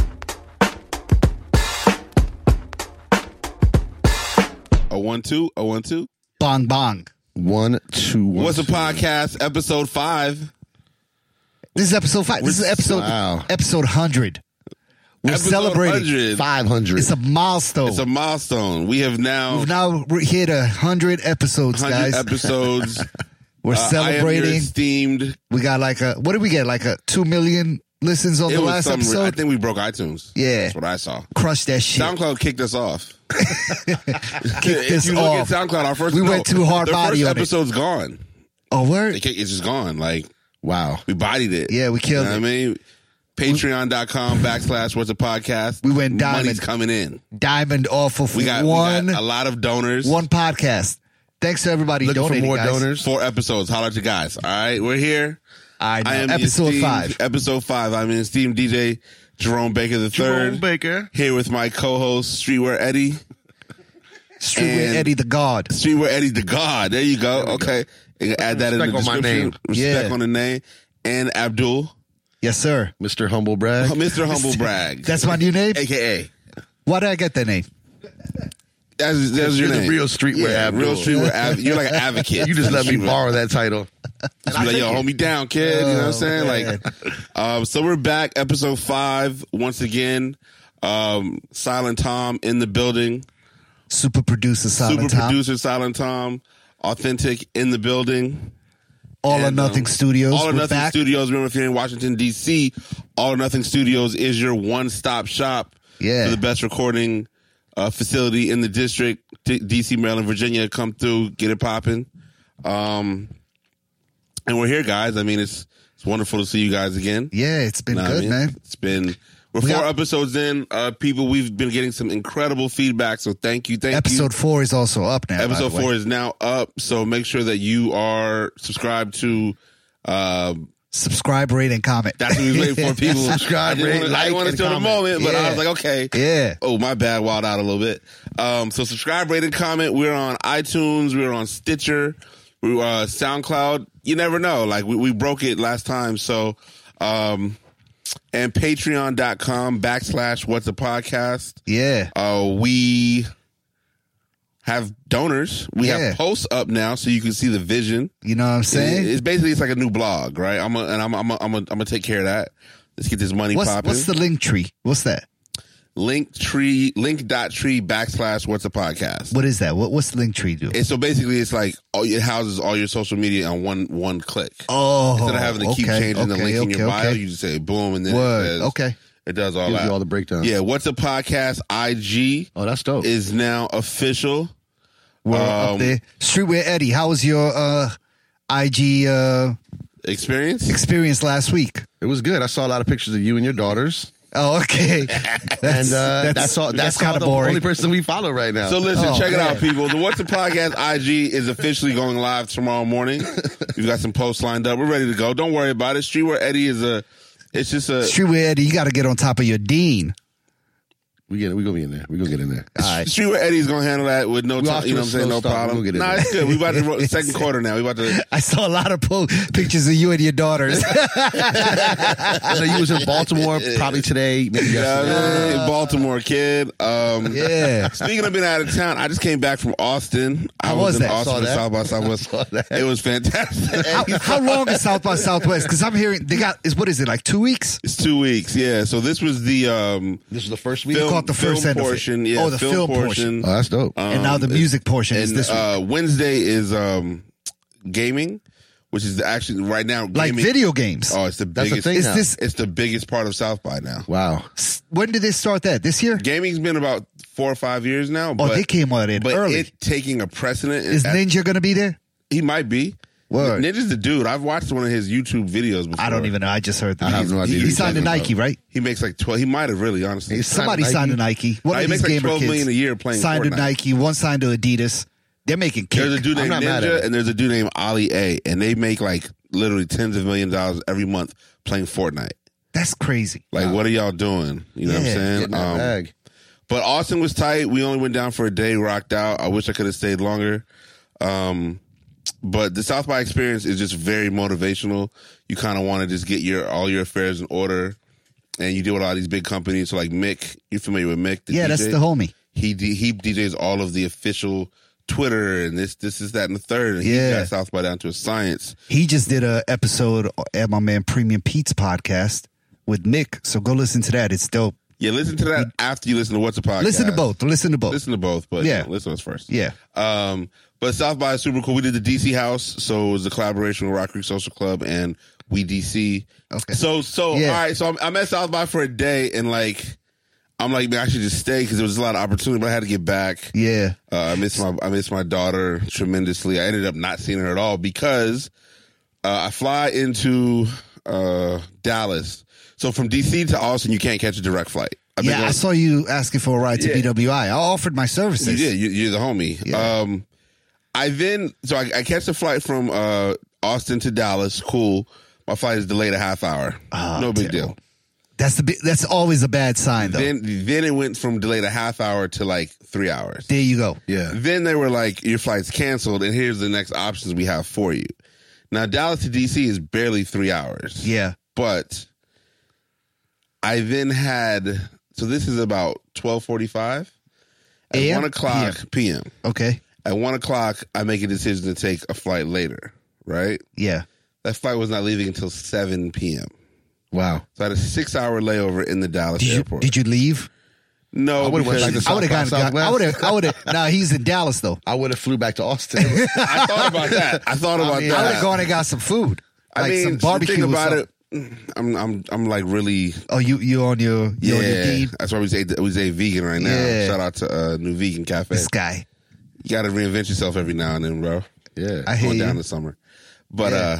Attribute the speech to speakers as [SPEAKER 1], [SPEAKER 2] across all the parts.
[SPEAKER 1] A Oh one two, a one two.
[SPEAKER 2] Bong bong.
[SPEAKER 3] One, two, one.
[SPEAKER 1] What's a
[SPEAKER 3] two.
[SPEAKER 1] podcast? Episode five.
[SPEAKER 2] This is episode five. This is episode
[SPEAKER 3] Wow.
[SPEAKER 2] episode hundred. We're
[SPEAKER 1] Episode
[SPEAKER 2] celebrating.
[SPEAKER 1] 100.
[SPEAKER 3] 500.
[SPEAKER 2] It's a milestone.
[SPEAKER 1] It's a milestone. We have now
[SPEAKER 2] We've now re- hit a hundred episodes,
[SPEAKER 1] hundred
[SPEAKER 2] guys.
[SPEAKER 1] episodes.
[SPEAKER 2] We're
[SPEAKER 1] Uh, I am your
[SPEAKER 2] celebrating.
[SPEAKER 1] esteemed.
[SPEAKER 2] We got like a what did we get? Like a two million listens on
[SPEAKER 1] It
[SPEAKER 2] the
[SPEAKER 1] was
[SPEAKER 2] last
[SPEAKER 1] some re- I
[SPEAKER 2] episode.
[SPEAKER 1] think we broke iTunes.
[SPEAKER 2] Yeah.
[SPEAKER 1] that's what I saw.
[SPEAKER 2] Crush that shit.
[SPEAKER 1] SoundCloud kicked us off. if
[SPEAKER 2] this
[SPEAKER 1] you look
[SPEAKER 2] off.
[SPEAKER 1] at SoundCloud, our first
[SPEAKER 2] We went too hard
[SPEAKER 1] The
[SPEAKER 2] body
[SPEAKER 1] first
[SPEAKER 2] on it.
[SPEAKER 1] episode's gone.
[SPEAKER 2] oh
[SPEAKER 1] It
[SPEAKER 2] word.
[SPEAKER 1] kick- It's just gone. Like
[SPEAKER 3] wow.
[SPEAKER 1] we bodied it.
[SPEAKER 2] Yeah, we killed
[SPEAKER 1] You know
[SPEAKER 2] it.
[SPEAKER 1] what I mean, Patreon.com backslash What's a Podcast.
[SPEAKER 2] We went
[SPEAKER 1] Money's
[SPEAKER 2] diamond.
[SPEAKER 1] coming in.
[SPEAKER 2] Diamond off of
[SPEAKER 1] We got,
[SPEAKER 2] one
[SPEAKER 1] we got a lot of donors.
[SPEAKER 2] one podcast. Thanks to everybody
[SPEAKER 3] Looking
[SPEAKER 2] donating.
[SPEAKER 3] for more
[SPEAKER 2] guys.
[SPEAKER 3] donors.
[SPEAKER 1] four episodes. Holler at you guys. All right, we're here.
[SPEAKER 2] I know.
[SPEAKER 3] uh,
[SPEAKER 1] I am the
[SPEAKER 2] episode
[SPEAKER 1] esteemed-
[SPEAKER 2] five.
[SPEAKER 1] Episode five. I'm in esteemed DJ Jerome Baker the
[SPEAKER 3] Jerome
[SPEAKER 1] third.
[SPEAKER 3] Baker.
[SPEAKER 1] Here with my co-host Streetwear Eddie.
[SPEAKER 2] Street
[SPEAKER 1] and-
[SPEAKER 2] with Eddie the God.
[SPEAKER 1] Streetwear Eddie the God. There you go. okay, You can add that in the
[SPEAKER 3] Respect on my
[SPEAKER 1] description.
[SPEAKER 3] name.
[SPEAKER 1] Respect
[SPEAKER 2] Yeah.
[SPEAKER 1] on the name. And Abdul,
[SPEAKER 2] Yes, sir.
[SPEAKER 3] Mr. Humble Brag.
[SPEAKER 1] Mr. Humble Brag,
[SPEAKER 2] That's my new name.
[SPEAKER 1] AKA.
[SPEAKER 2] Why did I get that name?
[SPEAKER 1] That's, that's your
[SPEAKER 3] You're the
[SPEAKER 1] name.
[SPEAKER 3] real streetwear
[SPEAKER 1] yeah,
[SPEAKER 3] Abdul.
[SPEAKER 1] Real streetwear. Ab- you're like an advocate.
[SPEAKER 3] You just let me
[SPEAKER 1] Streetwear.
[SPEAKER 3] borrow that title.
[SPEAKER 1] Just be like, yo, hold me down, kid. you know what I'm saying? Like, um, so we're back, episode five, once again. Um, Silent Tom in the building.
[SPEAKER 2] Super producer Silent
[SPEAKER 1] Super
[SPEAKER 2] Tom.
[SPEAKER 1] producer Silent Tom. Authentic in the building.
[SPEAKER 2] All or
[SPEAKER 1] and, um,
[SPEAKER 2] Nothing Studios.
[SPEAKER 1] All or
[SPEAKER 2] We're
[SPEAKER 1] Nothing
[SPEAKER 2] back.
[SPEAKER 1] Studios. Remember, if you're in Washington, D.C., All or Nothing Studios is your one stop shop
[SPEAKER 2] Yeah.
[SPEAKER 1] for the best recording uh, facility in the district, D- D.C., Maryland, Virginia. Come through, get it popping. Um, and we're here, guys. I mean, it's it's wonderful to see you guys again.
[SPEAKER 2] Yeah, it's been
[SPEAKER 1] Nah,
[SPEAKER 2] good,
[SPEAKER 1] I mean,
[SPEAKER 2] man.
[SPEAKER 1] It's been we're
[SPEAKER 2] We
[SPEAKER 1] four
[SPEAKER 2] got-
[SPEAKER 1] episodes in. Uh, people, we've been getting some incredible feedback. So thank you, thank you.
[SPEAKER 2] Episode four is also up now. by the
[SPEAKER 1] Episode
[SPEAKER 2] way.
[SPEAKER 1] four is now up, so make sure that you are subscribed to. Uh,
[SPEAKER 2] Subscribe, rate, and comment.
[SPEAKER 1] that's what we was waiting for. People
[SPEAKER 3] Subscribe,
[SPEAKER 1] I didn't
[SPEAKER 3] rate,
[SPEAKER 1] wanna- I
[SPEAKER 3] like,
[SPEAKER 1] didn't want to
[SPEAKER 3] and
[SPEAKER 1] steal the
[SPEAKER 3] comment.
[SPEAKER 1] moment, but I
[SPEAKER 2] Yeah.
[SPEAKER 1] was like, okay,
[SPEAKER 2] Yeah.
[SPEAKER 1] Oh, my bad, wild out a little bit. Um, so subscribe, rate, and comment. We're on iTunes. We're on Stitcher. We uh, SoundCloud. You never know. Like we, we broke it last time, so um, and Patreon.com backslash What's a Podcast.
[SPEAKER 2] yeah.
[SPEAKER 1] Uh, we have donors. We
[SPEAKER 2] Yeah.
[SPEAKER 1] have posts up now, so you can see the vision.
[SPEAKER 2] You know what I'm
[SPEAKER 1] It-
[SPEAKER 2] saying?
[SPEAKER 1] It's basically it's like a new blog, right? I'm a, and I'm I'm a, I'm going gonna take care of that. Let's get this money
[SPEAKER 2] What's
[SPEAKER 1] popping.
[SPEAKER 2] what's the link tree? What's that?
[SPEAKER 1] link tree link dot tree backslash What's a Podcast?
[SPEAKER 2] What is that? What what's the link tree do?
[SPEAKER 1] And so basically, it's like all it houses all your social media on one one click.
[SPEAKER 2] oh,
[SPEAKER 1] Instead of having to keep
[SPEAKER 2] okay,
[SPEAKER 1] changing the
[SPEAKER 2] okay,
[SPEAKER 1] link in your
[SPEAKER 2] okay,
[SPEAKER 1] bio,
[SPEAKER 2] okay.
[SPEAKER 1] you just say boom, and then
[SPEAKER 2] Word.
[SPEAKER 1] It does,
[SPEAKER 2] Okay.
[SPEAKER 1] it does all
[SPEAKER 3] Gives
[SPEAKER 1] that.
[SPEAKER 3] you all the breakdown.
[SPEAKER 1] yeah, what's a podcast? IG
[SPEAKER 3] Oh, that's dope.
[SPEAKER 1] is now official.
[SPEAKER 2] We're up
[SPEAKER 1] um,
[SPEAKER 2] there. Streetwear Eddie, how was your uh, IG uh,
[SPEAKER 1] Experience.
[SPEAKER 2] experience last week?
[SPEAKER 3] it was good. I saw a lot of pictures of you and your daughters.
[SPEAKER 2] Oh, okay.
[SPEAKER 3] And
[SPEAKER 2] That's,
[SPEAKER 3] uh, that's, all. That's,
[SPEAKER 2] kind of
[SPEAKER 3] all the
[SPEAKER 2] boring.
[SPEAKER 3] only person we follow right now.
[SPEAKER 1] So listen,
[SPEAKER 2] Oh,
[SPEAKER 1] check it
[SPEAKER 2] man.
[SPEAKER 1] out, people. The What's the Podcast IG is officially going live tomorrow morning. We've got some posts lined up. We're ready to go. Don't worry about it. Streetwear Eddie is a. It's just a.
[SPEAKER 2] Streetwear Eddie, you got to get on top of your dean.
[SPEAKER 3] we get. We gonna be in there. We gonna get in there.
[SPEAKER 2] All right.
[SPEAKER 1] Streetwear Eddie's gonna handle that with no
[SPEAKER 3] We
[SPEAKER 1] time.
[SPEAKER 3] off to
[SPEAKER 1] You know
[SPEAKER 3] a
[SPEAKER 1] what I'm saying?
[SPEAKER 3] slow
[SPEAKER 1] No
[SPEAKER 3] start.
[SPEAKER 1] problem.
[SPEAKER 3] We'll get it
[SPEAKER 1] nah,
[SPEAKER 3] in.
[SPEAKER 1] it's good. We about to roll second quarter now. We about to.
[SPEAKER 2] I saw a lot of po- pictures of you and your daughters.
[SPEAKER 3] I know you was in Baltimore probably today. Maybe yesterday.
[SPEAKER 1] Yeah, Baltimore kid. Um,
[SPEAKER 2] yeah.
[SPEAKER 1] Speaking of being out of town, I just came back from Austin. I
[SPEAKER 2] How
[SPEAKER 1] was,
[SPEAKER 2] was
[SPEAKER 1] in
[SPEAKER 2] that?
[SPEAKER 1] Austin,
[SPEAKER 3] Saw
[SPEAKER 1] for
[SPEAKER 3] that.
[SPEAKER 1] South by Southwest.
[SPEAKER 3] Saw that.
[SPEAKER 1] It was fantastic.
[SPEAKER 2] How, how long is South by Southwest? Because I'm hearing they got is what is it like two weeks?
[SPEAKER 1] it's two weeks. Yeah. So this was the um,
[SPEAKER 3] This is the first week.
[SPEAKER 2] caught the first
[SPEAKER 1] film
[SPEAKER 2] end of it.
[SPEAKER 1] portion. Yeah,
[SPEAKER 2] Oh, the film portion.
[SPEAKER 3] Oh, that's dope.
[SPEAKER 2] and now the music portion is
[SPEAKER 1] and
[SPEAKER 2] this week.
[SPEAKER 1] uh, Wednesday is um, gaming, which is actually right now
[SPEAKER 2] like
[SPEAKER 1] gaming-
[SPEAKER 2] video games.
[SPEAKER 1] Oh, it's the
[SPEAKER 3] That's the
[SPEAKER 1] biggest.
[SPEAKER 3] thing
[SPEAKER 2] Is
[SPEAKER 3] now.
[SPEAKER 2] this-
[SPEAKER 1] It's the biggest part of South by now.
[SPEAKER 3] wow.
[SPEAKER 2] S- when did they start that? This year?
[SPEAKER 1] Gaming's been about four or five years now.
[SPEAKER 2] Oh,
[SPEAKER 1] but,
[SPEAKER 2] they came out in
[SPEAKER 1] but
[SPEAKER 2] early.
[SPEAKER 1] it taking a precedent.
[SPEAKER 2] is
[SPEAKER 1] Is
[SPEAKER 2] Ninja going to be there?
[SPEAKER 1] he might be.
[SPEAKER 2] Word.
[SPEAKER 1] Ninja's the dude. I've watched one of his YouTube videos before.
[SPEAKER 2] I don't even know. I just heard that.
[SPEAKER 3] I have
[SPEAKER 2] He,
[SPEAKER 3] no idea what
[SPEAKER 2] he
[SPEAKER 3] you're
[SPEAKER 2] signed a
[SPEAKER 3] talking
[SPEAKER 2] Nike, right?
[SPEAKER 1] He makes like twelve. He might have really honestly.
[SPEAKER 3] He's- Signed a
[SPEAKER 2] Somebody
[SPEAKER 3] Nike?
[SPEAKER 2] signed a Nike.
[SPEAKER 1] Nah,
[SPEAKER 2] One of
[SPEAKER 1] he
[SPEAKER 2] these
[SPEAKER 1] makes like
[SPEAKER 2] gamer
[SPEAKER 1] 12
[SPEAKER 2] kids
[SPEAKER 1] million a year playing
[SPEAKER 2] signed
[SPEAKER 1] Fortnite.
[SPEAKER 2] a Nike. One signed a Adidas. They're making Uh, kick.
[SPEAKER 1] There's a dude named
[SPEAKER 3] I'm not mad at
[SPEAKER 1] Ninja,
[SPEAKER 3] it.
[SPEAKER 1] and there's a dude named Ali A, and they make like literally tens of million dollars every month playing Fortnite.
[SPEAKER 2] That's crazy.
[SPEAKER 1] Like, what are y'all doing? You know
[SPEAKER 2] Yeah,
[SPEAKER 1] what
[SPEAKER 3] Getting that
[SPEAKER 1] I'm saying? Um,
[SPEAKER 3] bag.
[SPEAKER 1] but Austin was tight. We only went down for a day, rocked out. I wish I could have stayed longer. Um, but the South by experience is just very motivational. You kind of want to just get your all your affairs in order, and you deal with all these big companies. So like Mick, you familiar with Mick? The
[SPEAKER 2] yeah,
[SPEAKER 1] DJ?
[SPEAKER 2] that's the homie.
[SPEAKER 1] he d- he DJs all of the official Twitter and this this is that and the third. And he
[SPEAKER 2] Yeah.
[SPEAKER 1] got South by down to a science.
[SPEAKER 2] He just did a episode at my man Premium Pete's podcast with Nick. So go listen to that. It's dope.
[SPEAKER 1] Yeah, listen to that after you listen to what's a podcast.
[SPEAKER 2] Listen to both. Listen to both.
[SPEAKER 1] Listen to both, but yeah,
[SPEAKER 2] Yeah.
[SPEAKER 1] listen to us first.
[SPEAKER 2] Yeah.
[SPEAKER 1] Um, but South by is super cool. We did the DC House, so it was a collaboration with Rock Creek Social Club and We DC.
[SPEAKER 2] Okay.
[SPEAKER 1] So so
[SPEAKER 2] Yeah.
[SPEAKER 1] all right. So I'm, I'm at South by for a day, and like I'm like, man, I should just stay because there was a lot of opportunity, but I had to get back.
[SPEAKER 2] Yeah.
[SPEAKER 1] Uh, I miss my I miss my daughter tremendously. I ended up not seeing her at all because uh, I fly into uh, Dallas. So from DC to Austin, you can't catch a direct flight. I've been
[SPEAKER 2] Yeah, I
[SPEAKER 1] going-
[SPEAKER 2] saw you asking for a ride to
[SPEAKER 1] Yeah.
[SPEAKER 2] BWI. I offered my
[SPEAKER 1] you
[SPEAKER 2] services.
[SPEAKER 1] did. You, you're the homie.
[SPEAKER 2] Yeah.
[SPEAKER 1] Um, I then so I, I catch the flight from uh, Austin to Dallas. Cool. My flight is delayed a half hour.
[SPEAKER 2] Ah,
[SPEAKER 1] no big
[SPEAKER 2] terrible.
[SPEAKER 1] deal.
[SPEAKER 2] That's the bi- that's always a bad sign though.
[SPEAKER 1] Then then it went from delayed a half hour to like three hours.
[SPEAKER 2] there you go.
[SPEAKER 3] Yeah.
[SPEAKER 1] Then they were like, your flight's canceled, and here's the next options we have for you. Now, Dallas to DC is barely three hours.
[SPEAKER 2] Yeah.
[SPEAKER 1] But I then had, so this is about 1245. At
[SPEAKER 2] AM?
[SPEAKER 1] 1 o'clock PM.
[SPEAKER 2] Okay.
[SPEAKER 1] At 1 o'clock, I make a decision to take a flight later, right?
[SPEAKER 2] Yeah.
[SPEAKER 1] That flight was not leaving until 7 p.m.
[SPEAKER 3] Wow.
[SPEAKER 1] So I had a six hour layover in the Dallas
[SPEAKER 2] Did you
[SPEAKER 1] airport.
[SPEAKER 2] did you leave?
[SPEAKER 1] No,
[SPEAKER 3] I would've went
[SPEAKER 1] because-
[SPEAKER 3] back to
[SPEAKER 2] I would have
[SPEAKER 3] by
[SPEAKER 2] gotten. got- I
[SPEAKER 3] Southwest.
[SPEAKER 2] would have. I would have. Nah, he's in Dallas though.
[SPEAKER 3] I would have flew back to Austin.
[SPEAKER 1] I thought about that. I thought about
[SPEAKER 3] mean,
[SPEAKER 1] that.
[SPEAKER 2] I would have gone and got some food.
[SPEAKER 1] I
[SPEAKER 2] Like
[SPEAKER 1] mean,
[SPEAKER 2] some
[SPEAKER 1] the
[SPEAKER 2] barbecue.
[SPEAKER 1] thing
[SPEAKER 2] or
[SPEAKER 1] about
[SPEAKER 2] something.
[SPEAKER 1] it, I'm I'm I'm like really
[SPEAKER 2] Oh, you you on your you on your
[SPEAKER 1] yeah.
[SPEAKER 2] deed?
[SPEAKER 1] That's why we say we say vegan right now.
[SPEAKER 2] Yeah.
[SPEAKER 1] Shout out to uh, New Vegan Cafe.
[SPEAKER 2] This guy.
[SPEAKER 1] You got to reinvent yourself every now and then, bro.
[SPEAKER 3] yeah.
[SPEAKER 2] I hear
[SPEAKER 1] Going down the
[SPEAKER 2] you.
[SPEAKER 1] summer, but
[SPEAKER 2] Yeah.
[SPEAKER 1] uh,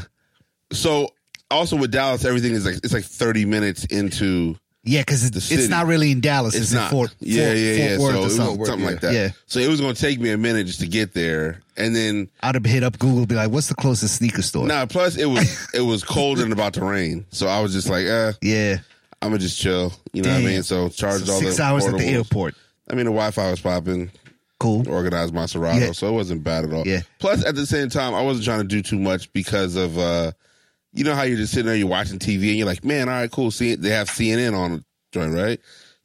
[SPEAKER 1] so also with Dallas, everything is like it's like 30 minutes into
[SPEAKER 2] Yeah, because
[SPEAKER 1] the
[SPEAKER 2] it's,
[SPEAKER 1] city.
[SPEAKER 2] it's not really in Dallas. It's,
[SPEAKER 1] it's
[SPEAKER 2] in
[SPEAKER 1] not
[SPEAKER 2] Fort.
[SPEAKER 1] yeah
[SPEAKER 2] Fort,
[SPEAKER 1] yeah yeah so
[SPEAKER 2] Fort Worth or
[SPEAKER 1] it was
[SPEAKER 2] something.
[SPEAKER 1] something like that.
[SPEAKER 2] Yeah.
[SPEAKER 1] So it was going to take me a minute just to get there, and then
[SPEAKER 2] I'd have hit up Google, be like, "What's the closest sneaker store?"
[SPEAKER 1] now plus it was it was cold and about to rain, so I was just like, uh,
[SPEAKER 2] Yeah.
[SPEAKER 1] I'm gonna just chill. You know what I
[SPEAKER 2] Damn.
[SPEAKER 1] mean? So charged
[SPEAKER 2] So
[SPEAKER 1] all
[SPEAKER 2] six
[SPEAKER 1] the
[SPEAKER 2] hours at the
[SPEAKER 1] portables.
[SPEAKER 2] airport.
[SPEAKER 1] I mean, the Wi-Fi was popping.
[SPEAKER 2] Cool.
[SPEAKER 1] Organized my Serato,
[SPEAKER 2] Yeah.
[SPEAKER 1] so it wasn't bad at all.
[SPEAKER 2] Yeah.
[SPEAKER 1] Plus, at the same time, I wasn't trying to do too much because of, uh you know, how you're just sitting there, you're watching TV, and you're like, man, all right, cool. See, they have CNN on the joint, right?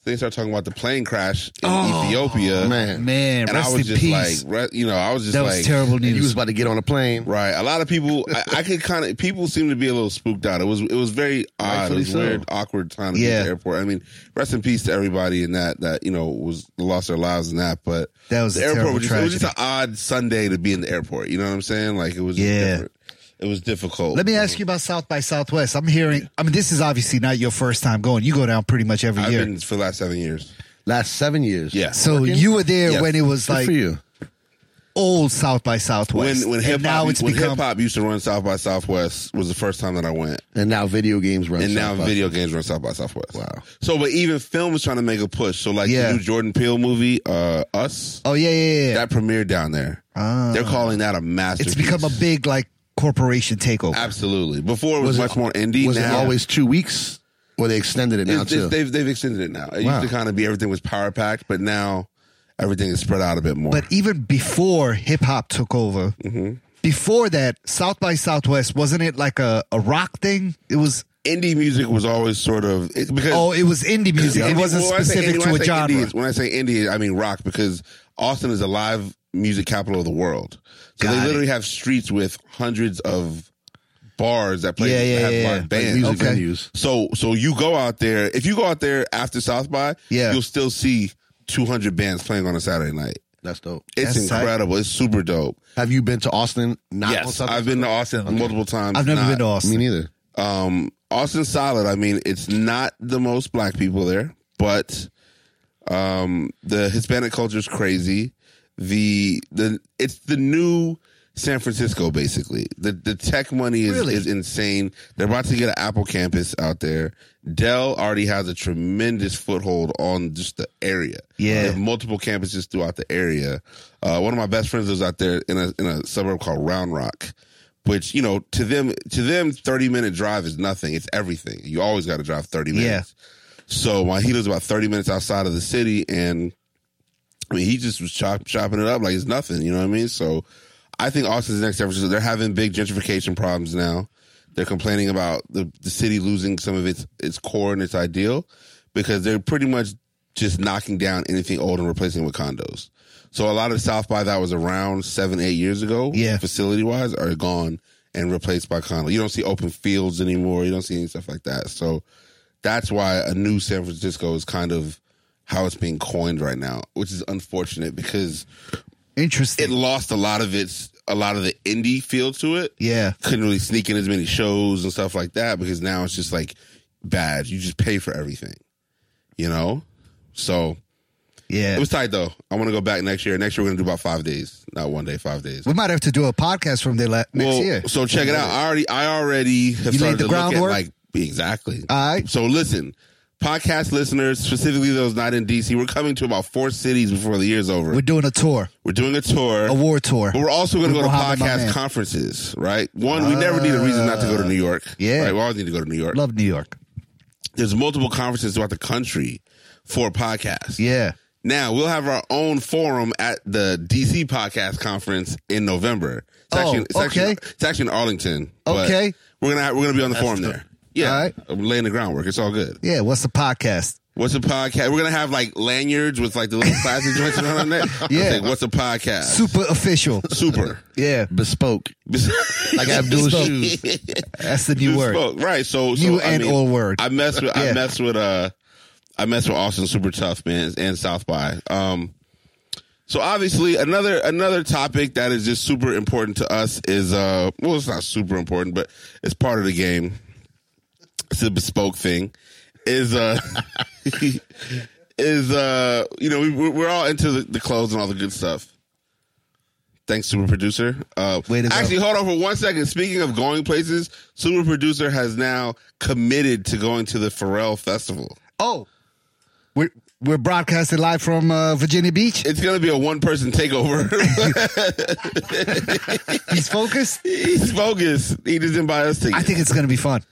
[SPEAKER 1] So they start talking about the plane crash in Ethiopia,
[SPEAKER 2] Oh,
[SPEAKER 3] Man.
[SPEAKER 2] Man,
[SPEAKER 1] and I
[SPEAKER 2] rest
[SPEAKER 1] was
[SPEAKER 2] in
[SPEAKER 1] just
[SPEAKER 2] peace.
[SPEAKER 1] like, re- you know, I was just
[SPEAKER 2] that
[SPEAKER 1] like,
[SPEAKER 2] was terrible
[SPEAKER 3] And
[SPEAKER 2] news.
[SPEAKER 3] you was about to get on a plane.
[SPEAKER 1] Right. A lot of people, I, I could kind of, people seem to be a little spooked out. It was, it was very odd. It
[SPEAKER 3] Rightfully
[SPEAKER 1] was
[SPEAKER 3] so.
[SPEAKER 1] weird, awkward time to be at
[SPEAKER 2] Yeah.
[SPEAKER 1] the airport. I mean, rest in peace to everybody in that, that, you know, was lost their lives in that. But
[SPEAKER 2] That was
[SPEAKER 1] the
[SPEAKER 2] a
[SPEAKER 1] airport
[SPEAKER 2] terrible
[SPEAKER 1] was just, it was just an
[SPEAKER 2] tragedy.
[SPEAKER 1] odd Sunday to be in the airport. You know what I'm saying? Like it was, just
[SPEAKER 2] Yeah.
[SPEAKER 1] different. It was difficult.
[SPEAKER 2] Let me ask you about South by Southwest. I'm hearing. I mean, this is obviously not your first time going. You go down pretty much every
[SPEAKER 1] I've
[SPEAKER 2] year.
[SPEAKER 1] been for the last seven years.
[SPEAKER 3] Last seven years.
[SPEAKER 1] Yeah.
[SPEAKER 2] so you were there
[SPEAKER 1] Yes.
[SPEAKER 2] when it was
[SPEAKER 3] Good
[SPEAKER 2] like
[SPEAKER 3] for you.
[SPEAKER 2] old South by Southwest.
[SPEAKER 1] When, when
[SPEAKER 2] and
[SPEAKER 1] hip
[SPEAKER 2] now
[SPEAKER 1] hop,
[SPEAKER 2] it's
[SPEAKER 1] when hip
[SPEAKER 2] become
[SPEAKER 1] hop used to run South by Southwest was the first time that I went.
[SPEAKER 3] And now video games run.
[SPEAKER 1] and now
[SPEAKER 3] South by-
[SPEAKER 1] video games run South by Southwest. Wow. So, but even film is trying to make a push. So, like
[SPEAKER 2] Yeah.
[SPEAKER 1] the new Jordan Peele movie, uh, Us,
[SPEAKER 2] oh yeah yeah yeah.
[SPEAKER 1] that premiered down there.
[SPEAKER 2] Ah.
[SPEAKER 1] They're calling that a masterpiece.
[SPEAKER 2] it's become a big like corporation takeover.
[SPEAKER 1] absolutely. Before it was,
[SPEAKER 3] Was it-
[SPEAKER 1] much more indie.
[SPEAKER 3] Was it
[SPEAKER 1] now,
[SPEAKER 3] always two weeks? Or they extended it
[SPEAKER 1] it's-
[SPEAKER 3] now
[SPEAKER 1] it's-
[SPEAKER 3] too?
[SPEAKER 1] they've they've extended it now. It
[SPEAKER 3] Wow.
[SPEAKER 1] used to kind of be everything was power packed, but now everything is spread out a bit more.
[SPEAKER 2] But even before hip hop took over,
[SPEAKER 1] Mm-hmm.
[SPEAKER 2] before that, South by Southwest wasn't it like a, a rock thing? It was
[SPEAKER 1] indie music was always sort of it, because
[SPEAKER 2] oh, it was indie music.
[SPEAKER 1] Indie-
[SPEAKER 2] it wasn't
[SPEAKER 1] when I say
[SPEAKER 2] specific
[SPEAKER 1] indie-
[SPEAKER 2] to
[SPEAKER 1] when
[SPEAKER 2] a
[SPEAKER 1] I say
[SPEAKER 2] genre.
[SPEAKER 1] indie, it's- when I say indie, I mean rock because Austin is a live music capital of the world. So
[SPEAKER 2] Got
[SPEAKER 1] they
[SPEAKER 2] it.
[SPEAKER 1] literally have streets with hundreds of bars that play
[SPEAKER 2] Yeah, yeah,
[SPEAKER 1] have
[SPEAKER 2] yeah,
[SPEAKER 1] live
[SPEAKER 2] yeah. Like
[SPEAKER 1] bands.
[SPEAKER 3] music
[SPEAKER 2] okay.
[SPEAKER 3] venues.
[SPEAKER 1] So so you go out there, if you go out there after South by,
[SPEAKER 2] Yeah.
[SPEAKER 1] you'll still see 200 bands playing on a Saturday night.
[SPEAKER 3] That's dope.
[SPEAKER 1] It's
[SPEAKER 2] That's tight.
[SPEAKER 1] incredible. It's super dope.
[SPEAKER 3] Have you been to Austin? Not on
[SPEAKER 1] Yes,
[SPEAKER 3] South by
[SPEAKER 1] I've been to Austin multiple times.
[SPEAKER 2] I've never
[SPEAKER 1] Not-
[SPEAKER 2] been to Austin.
[SPEAKER 3] Me neither.
[SPEAKER 1] um, Austin's solid. I mean, it's not the most black people there, but um, the Hispanic culture is crazy. The the it's the new San Francisco, basically. The the tech money is,
[SPEAKER 2] Really?
[SPEAKER 1] is insane. They're about to get an Apple campus out there. Dell already has a tremendous foothold on just the area.
[SPEAKER 2] Yeah.
[SPEAKER 1] They have multiple campuses throughout the area. Uh, one of my best friends lives out there in a in a suburb called Round Rock, which you know to them to them thirty minute drive is nothing. It's everything. You always got to drive thirty minutes. So my he lives about thirty minutes outside of the city, and I mean he just was chop, chopping it up like it's nothing. You know what I mean? So I think Austin's the next San Francisco. They're having big gentrification problems now. They're complaining about the, the city losing some of its its core and its ideal because they're pretty much just knocking down anything old and replacing it with condos. So a lot of South by that was around seven, eight years ago,
[SPEAKER 2] Yeah.
[SPEAKER 1] facility wise, are gone and replaced by condo. You don't see open fields anymore. You don't see any stuff like that. So that's why a new San Francisco is kind of how it's being coined right now, which is unfortunate because it
[SPEAKER 2] Interesting.
[SPEAKER 1] lost a lot of its a lot of the indie feel to it
[SPEAKER 2] yeah.
[SPEAKER 1] couldn't really sneak in as many shows and stuff like that because now it's just like bad. You just pay for everything, you know. So
[SPEAKER 2] Yeah.
[SPEAKER 1] it was tight though. I want to go back next year. Next year we're gonna do about five days, not one day, five days.
[SPEAKER 2] we might have to do a podcast from there la- next
[SPEAKER 1] well,
[SPEAKER 2] year.
[SPEAKER 1] so check it out. I already, I already have
[SPEAKER 2] You
[SPEAKER 1] started
[SPEAKER 2] laid
[SPEAKER 1] to
[SPEAKER 2] the
[SPEAKER 1] look at
[SPEAKER 2] groundwork?
[SPEAKER 1] like exactly.
[SPEAKER 2] All right.
[SPEAKER 1] So listen, podcast listeners, specifically those not in DC, we're coming to about four cities before the year's over.
[SPEAKER 2] We're doing a tour,
[SPEAKER 1] We're doing a tour.
[SPEAKER 2] a war tour.
[SPEAKER 1] But we're also going to go to
[SPEAKER 2] Oh, We'll hop in my
[SPEAKER 1] podcast
[SPEAKER 2] van.
[SPEAKER 1] conferences, right? One, we never need a reason not to go to New York.
[SPEAKER 2] Ah, yeah.
[SPEAKER 1] Right? We always need to go to New York.
[SPEAKER 2] Love New York.
[SPEAKER 1] There's multiple conferences throughout the country for podcasts.
[SPEAKER 2] Yeah.
[SPEAKER 1] Now, we'll have our own forum at the DC Podcast Conference in November. It's
[SPEAKER 2] Oh,
[SPEAKER 1] actually, it's actually-
[SPEAKER 2] okay.
[SPEAKER 1] it's actually in Arlington. but
[SPEAKER 2] Okay.
[SPEAKER 1] We're going to we're gonna be on the forum
[SPEAKER 3] the-
[SPEAKER 1] there. Yeah.
[SPEAKER 2] All right.
[SPEAKER 1] I'm laying the groundwork. It's all good.
[SPEAKER 2] Yeah. What's the podcast?
[SPEAKER 1] What's a podcast? We're going to have like lanyards with like the little plastic joints around on it.
[SPEAKER 2] Yeah.
[SPEAKER 1] Like, What's a podcast?
[SPEAKER 2] Super official.
[SPEAKER 1] Super.
[SPEAKER 2] Yeah.
[SPEAKER 3] Bespoke. Like Abdul's
[SPEAKER 2] Bespoke.
[SPEAKER 3] shoes.
[SPEAKER 2] That's the new word.
[SPEAKER 1] Spoke, Right. So, so
[SPEAKER 2] New
[SPEAKER 1] I
[SPEAKER 2] and
[SPEAKER 1] mean,
[SPEAKER 2] old word.
[SPEAKER 1] I mess with I
[SPEAKER 2] Yeah.
[SPEAKER 1] mess with uh I mess with Austin Super Tough man and South by. Um so obviously another another topic that is just super important to us is uh well it's not super important but it's part of the game. It's a bespoke thing. Is uh is uh you know we we're- we're all into the, the clothes and all the good stuff. Thanks, super producer. Uh,
[SPEAKER 2] Way to go.
[SPEAKER 1] actually, hold on for one second. Speaking of going places, super producer has now committed to going to the Pharrell Festival.
[SPEAKER 2] Oh, we're we're broadcasting live from uh, Virginia Beach.
[SPEAKER 1] It's gonna be a one person takeover.
[SPEAKER 2] He's focused.
[SPEAKER 1] He's bogus. He just didn't buy us tickets.
[SPEAKER 2] I think it's gonna be fun.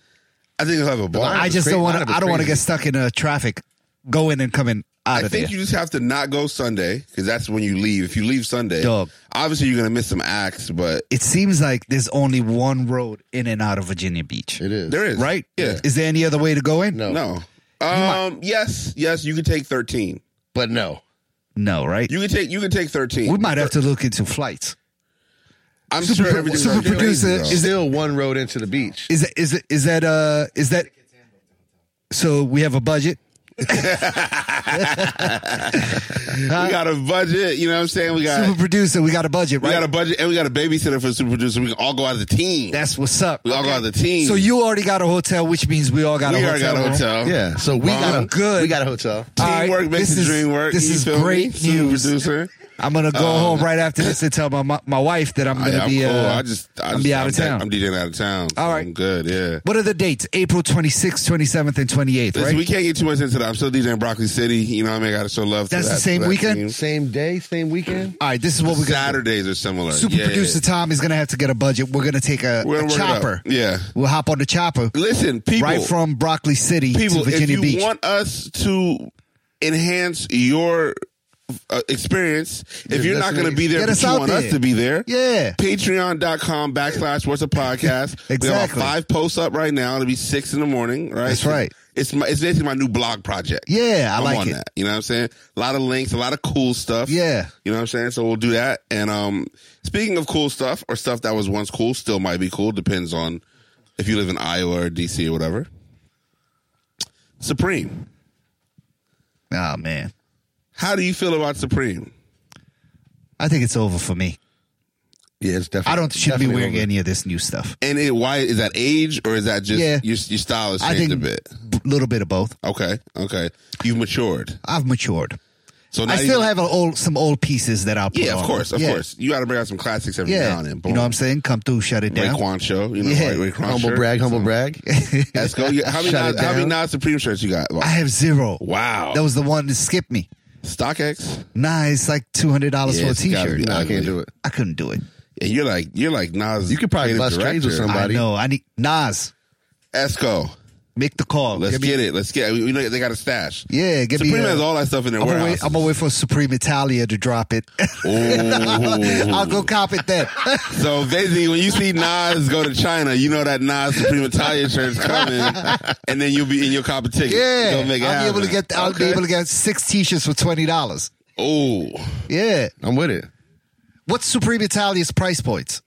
[SPEAKER 1] I think he'll have a ball.
[SPEAKER 2] I just
[SPEAKER 3] great.
[SPEAKER 2] don't want
[SPEAKER 3] Lineup
[SPEAKER 2] to.
[SPEAKER 3] is
[SPEAKER 2] I don't want to
[SPEAKER 3] crazy.
[SPEAKER 2] get stuck in uh, traffic, going and coming out
[SPEAKER 1] I
[SPEAKER 2] of
[SPEAKER 1] think
[SPEAKER 2] there.
[SPEAKER 1] you just have to not go Sunday because that's when you leave. If you leave Sunday,
[SPEAKER 2] Dog.
[SPEAKER 1] obviously you're gonna miss some acts, but
[SPEAKER 2] it seems like there's only one road in and out of Virginia Beach,
[SPEAKER 3] It is.
[SPEAKER 1] there is
[SPEAKER 2] right?
[SPEAKER 1] Yeah.
[SPEAKER 2] Is there any other way to go in?
[SPEAKER 3] No.
[SPEAKER 1] No. Um. Yes. Yes. You can take thirteen.
[SPEAKER 3] But no.
[SPEAKER 2] No, right?
[SPEAKER 1] You can take. You can take thirteen.
[SPEAKER 2] we might have to look into flights.
[SPEAKER 1] I'm
[SPEAKER 2] Super-
[SPEAKER 1] sure everything's
[SPEAKER 2] super
[SPEAKER 1] gonna be crazy,
[SPEAKER 2] producer
[SPEAKER 1] though.
[SPEAKER 2] Is it-
[SPEAKER 3] Still one road into the beach.
[SPEAKER 2] Is that is that is that uh is that? So we have a budget.
[SPEAKER 1] we got a budget. You know what I'm saying? We got
[SPEAKER 2] Super producer, we got a budget,
[SPEAKER 1] we
[SPEAKER 2] right?
[SPEAKER 1] got a budget and we got a babysitter for the super producer. We can all go out as a team.
[SPEAKER 2] That's what's up.
[SPEAKER 1] we all go out as a team.
[SPEAKER 2] So you already got a hotel, which means we all got
[SPEAKER 1] we
[SPEAKER 2] a
[SPEAKER 1] already
[SPEAKER 2] hotel.
[SPEAKER 1] got a
[SPEAKER 2] room.
[SPEAKER 1] hotel.
[SPEAKER 3] Yeah. So
[SPEAKER 1] um,
[SPEAKER 3] we got a
[SPEAKER 2] good.
[SPEAKER 3] We got a hotel.
[SPEAKER 2] All right,
[SPEAKER 1] Teamwork makes
[SPEAKER 2] this
[SPEAKER 1] the
[SPEAKER 2] is-
[SPEAKER 1] dream work.
[SPEAKER 2] This
[SPEAKER 1] You
[SPEAKER 2] is
[SPEAKER 1] feel me?
[SPEAKER 2] great
[SPEAKER 1] Super
[SPEAKER 2] news.
[SPEAKER 1] producer.
[SPEAKER 2] I'm gonna go home right after this and tell my mo- my wife that I'm
[SPEAKER 1] I,
[SPEAKER 2] gonna
[SPEAKER 1] am
[SPEAKER 2] be.
[SPEAKER 1] Um, cool.
[SPEAKER 2] uh,
[SPEAKER 1] I just I
[SPEAKER 2] I'm
[SPEAKER 1] just,
[SPEAKER 2] be out
[SPEAKER 1] I'm
[SPEAKER 2] of
[SPEAKER 1] de-
[SPEAKER 2] town.
[SPEAKER 1] I'm DJing out of town. so
[SPEAKER 2] All right.
[SPEAKER 1] I'm good. Yeah.
[SPEAKER 2] what are the dates? April 26th, 27th, and 28th,
[SPEAKER 1] Listen,
[SPEAKER 2] right?
[SPEAKER 1] we can't get too much into that. I'm still DJing Broccoli City. You know what I mean? I gotta show love. to
[SPEAKER 2] That's the
[SPEAKER 1] that- to
[SPEAKER 2] same
[SPEAKER 1] that
[SPEAKER 2] weekend?
[SPEAKER 1] team.
[SPEAKER 3] Same day, same weekend.
[SPEAKER 2] All right, this is what we got.
[SPEAKER 1] Saturdays are similar.
[SPEAKER 2] Super
[SPEAKER 1] Yeah.
[SPEAKER 2] producer Tom is gonna have to get a budget. We're gonna take a,
[SPEAKER 1] We're
[SPEAKER 2] a
[SPEAKER 1] gonna work it out.
[SPEAKER 2] chopper.
[SPEAKER 1] Yeah.
[SPEAKER 2] We'll hop on the chopper
[SPEAKER 1] Listen, people.
[SPEAKER 2] right from Broccoli City
[SPEAKER 1] people,
[SPEAKER 2] to Virginia
[SPEAKER 1] if you
[SPEAKER 2] Beach.
[SPEAKER 1] want us to enhance your uh, experience, if
[SPEAKER 3] Your
[SPEAKER 1] you're not going to
[SPEAKER 3] destination.
[SPEAKER 1] be there,
[SPEAKER 2] Get
[SPEAKER 1] but
[SPEAKER 2] us
[SPEAKER 1] you
[SPEAKER 2] out
[SPEAKER 1] want us
[SPEAKER 2] there.
[SPEAKER 1] to be there,
[SPEAKER 2] yeah,
[SPEAKER 1] Patreon.com backslash What's a Podcast. We have about
[SPEAKER 2] Exactly.
[SPEAKER 1] five posts up right now. It'll be six in the morning. Right.
[SPEAKER 2] That's right.
[SPEAKER 1] It's my, it's basically my new blog project.
[SPEAKER 2] yeah, I
[SPEAKER 1] I'm
[SPEAKER 2] like
[SPEAKER 1] on
[SPEAKER 2] it.
[SPEAKER 1] that. You know what I'm saying? A lot of links, a lot of cool stuff.
[SPEAKER 2] Yeah.
[SPEAKER 1] You know what I'm saying? So we'll do that. And um, speaking of cool stuff or stuff that was once cool, still might be cool. Depends on if you live in Iowa or DC or whatever. Supreme.
[SPEAKER 2] Oh man,
[SPEAKER 1] How do you feel about Supreme?
[SPEAKER 2] I think it's over for me.
[SPEAKER 3] Yeah, it's definitely.
[SPEAKER 2] I don't shouldn't be
[SPEAKER 3] definitely
[SPEAKER 2] wearing
[SPEAKER 3] over.
[SPEAKER 2] any of this new stuff.
[SPEAKER 1] And it, why is that age or is that just
[SPEAKER 2] Yeah.
[SPEAKER 1] your your style has
[SPEAKER 2] I
[SPEAKER 1] changed
[SPEAKER 2] think
[SPEAKER 1] a bit?
[SPEAKER 2] a little bit of both.
[SPEAKER 1] Okay, okay, you've matured.
[SPEAKER 2] I've matured.
[SPEAKER 1] So now
[SPEAKER 2] I still
[SPEAKER 1] you,
[SPEAKER 2] have a old, some old pieces that I'll put
[SPEAKER 1] yeah, of
[SPEAKER 2] on.
[SPEAKER 1] course, of
[SPEAKER 2] Yeah.
[SPEAKER 1] course. You got to bring out some classics every now
[SPEAKER 2] Yeah,
[SPEAKER 1] and then.
[SPEAKER 2] you know what I'm saying? Come through, shut it down.
[SPEAKER 1] Raekwon show, you know,
[SPEAKER 2] Yeah.
[SPEAKER 1] Ra- Raekwon
[SPEAKER 3] Humble
[SPEAKER 1] shirt.
[SPEAKER 3] brag, humble brag.
[SPEAKER 1] Let's go. Yeah, How many non,
[SPEAKER 3] Shut it
[SPEAKER 1] how many
[SPEAKER 3] down.
[SPEAKER 1] non Supreme shirts you got?
[SPEAKER 2] I have zero.
[SPEAKER 1] Wow.
[SPEAKER 2] That was the one that skipped me.
[SPEAKER 1] StockX.
[SPEAKER 2] Nah, it's like two hundred dollars
[SPEAKER 1] Yeah,
[SPEAKER 2] for a
[SPEAKER 1] it's gotta
[SPEAKER 2] T-shirt.
[SPEAKER 1] be-
[SPEAKER 3] No, I can't do it.
[SPEAKER 2] I couldn't do it.
[SPEAKER 1] And you're like you're like Nas.
[SPEAKER 3] You could probably
[SPEAKER 1] creative
[SPEAKER 3] bust trades with
[SPEAKER 1] director.
[SPEAKER 3] somebody.
[SPEAKER 2] I know. I need Nas.
[SPEAKER 1] Esco.
[SPEAKER 2] Make the call.
[SPEAKER 1] Let's
[SPEAKER 2] Get me-
[SPEAKER 1] get it. Let's get. We, we know they got a stash.
[SPEAKER 2] Yeah, get me,
[SPEAKER 1] Supreme
[SPEAKER 2] uh,
[SPEAKER 1] has all that stuff in their
[SPEAKER 2] I'm gonna,
[SPEAKER 1] warehouse.
[SPEAKER 2] wait, I'm gonna wait for Supreme Italia to drop it. I'll go cop it then.
[SPEAKER 1] So basically, when you see Nas go to China, you know that Nas Supreme Italian shirt's coming, and then you'll be in your cop a ticket.
[SPEAKER 2] yeah,
[SPEAKER 1] They'll make it
[SPEAKER 2] I'll be
[SPEAKER 1] happen.
[SPEAKER 2] able to get. I'll be able to get six T-shirts for twenty dollars.
[SPEAKER 1] Oh,
[SPEAKER 2] Yeah.
[SPEAKER 3] I'm with it.
[SPEAKER 2] What's Supreme Italia's price points?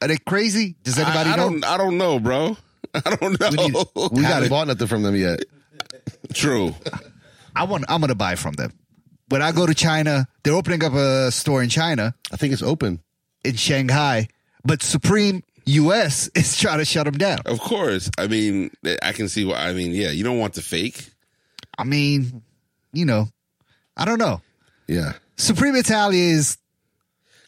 [SPEAKER 2] Are they crazy? Does anybody
[SPEAKER 1] I, I
[SPEAKER 2] know?
[SPEAKER 1] don't. I don't know, bro. I don't know.
[SPEAKER 2] need-
[SPEAKER 3] We
[SPEAKER 2] Haven't
[SPEAKER 3] haven't bought nothing from them yet.
[SPEAKER 1] True.
[SPEAKER 2] I want. I'm gonna buy from them. When I go to China, they're opening up a store in China
[SPEAKER 3] I think it's open.
[SPEAKER 2] in Shanghai, but Supreme U.S. is trying to shut them down.
[SPEAKER 1] Of course. I mean, I can see why. I mean, yeah, you don't want the fake.
[SPEAKER 2] I mean, you know, I don't know.
[SPEAKER 3] Yeah.
[SPEAKER 2] Supreme Italia is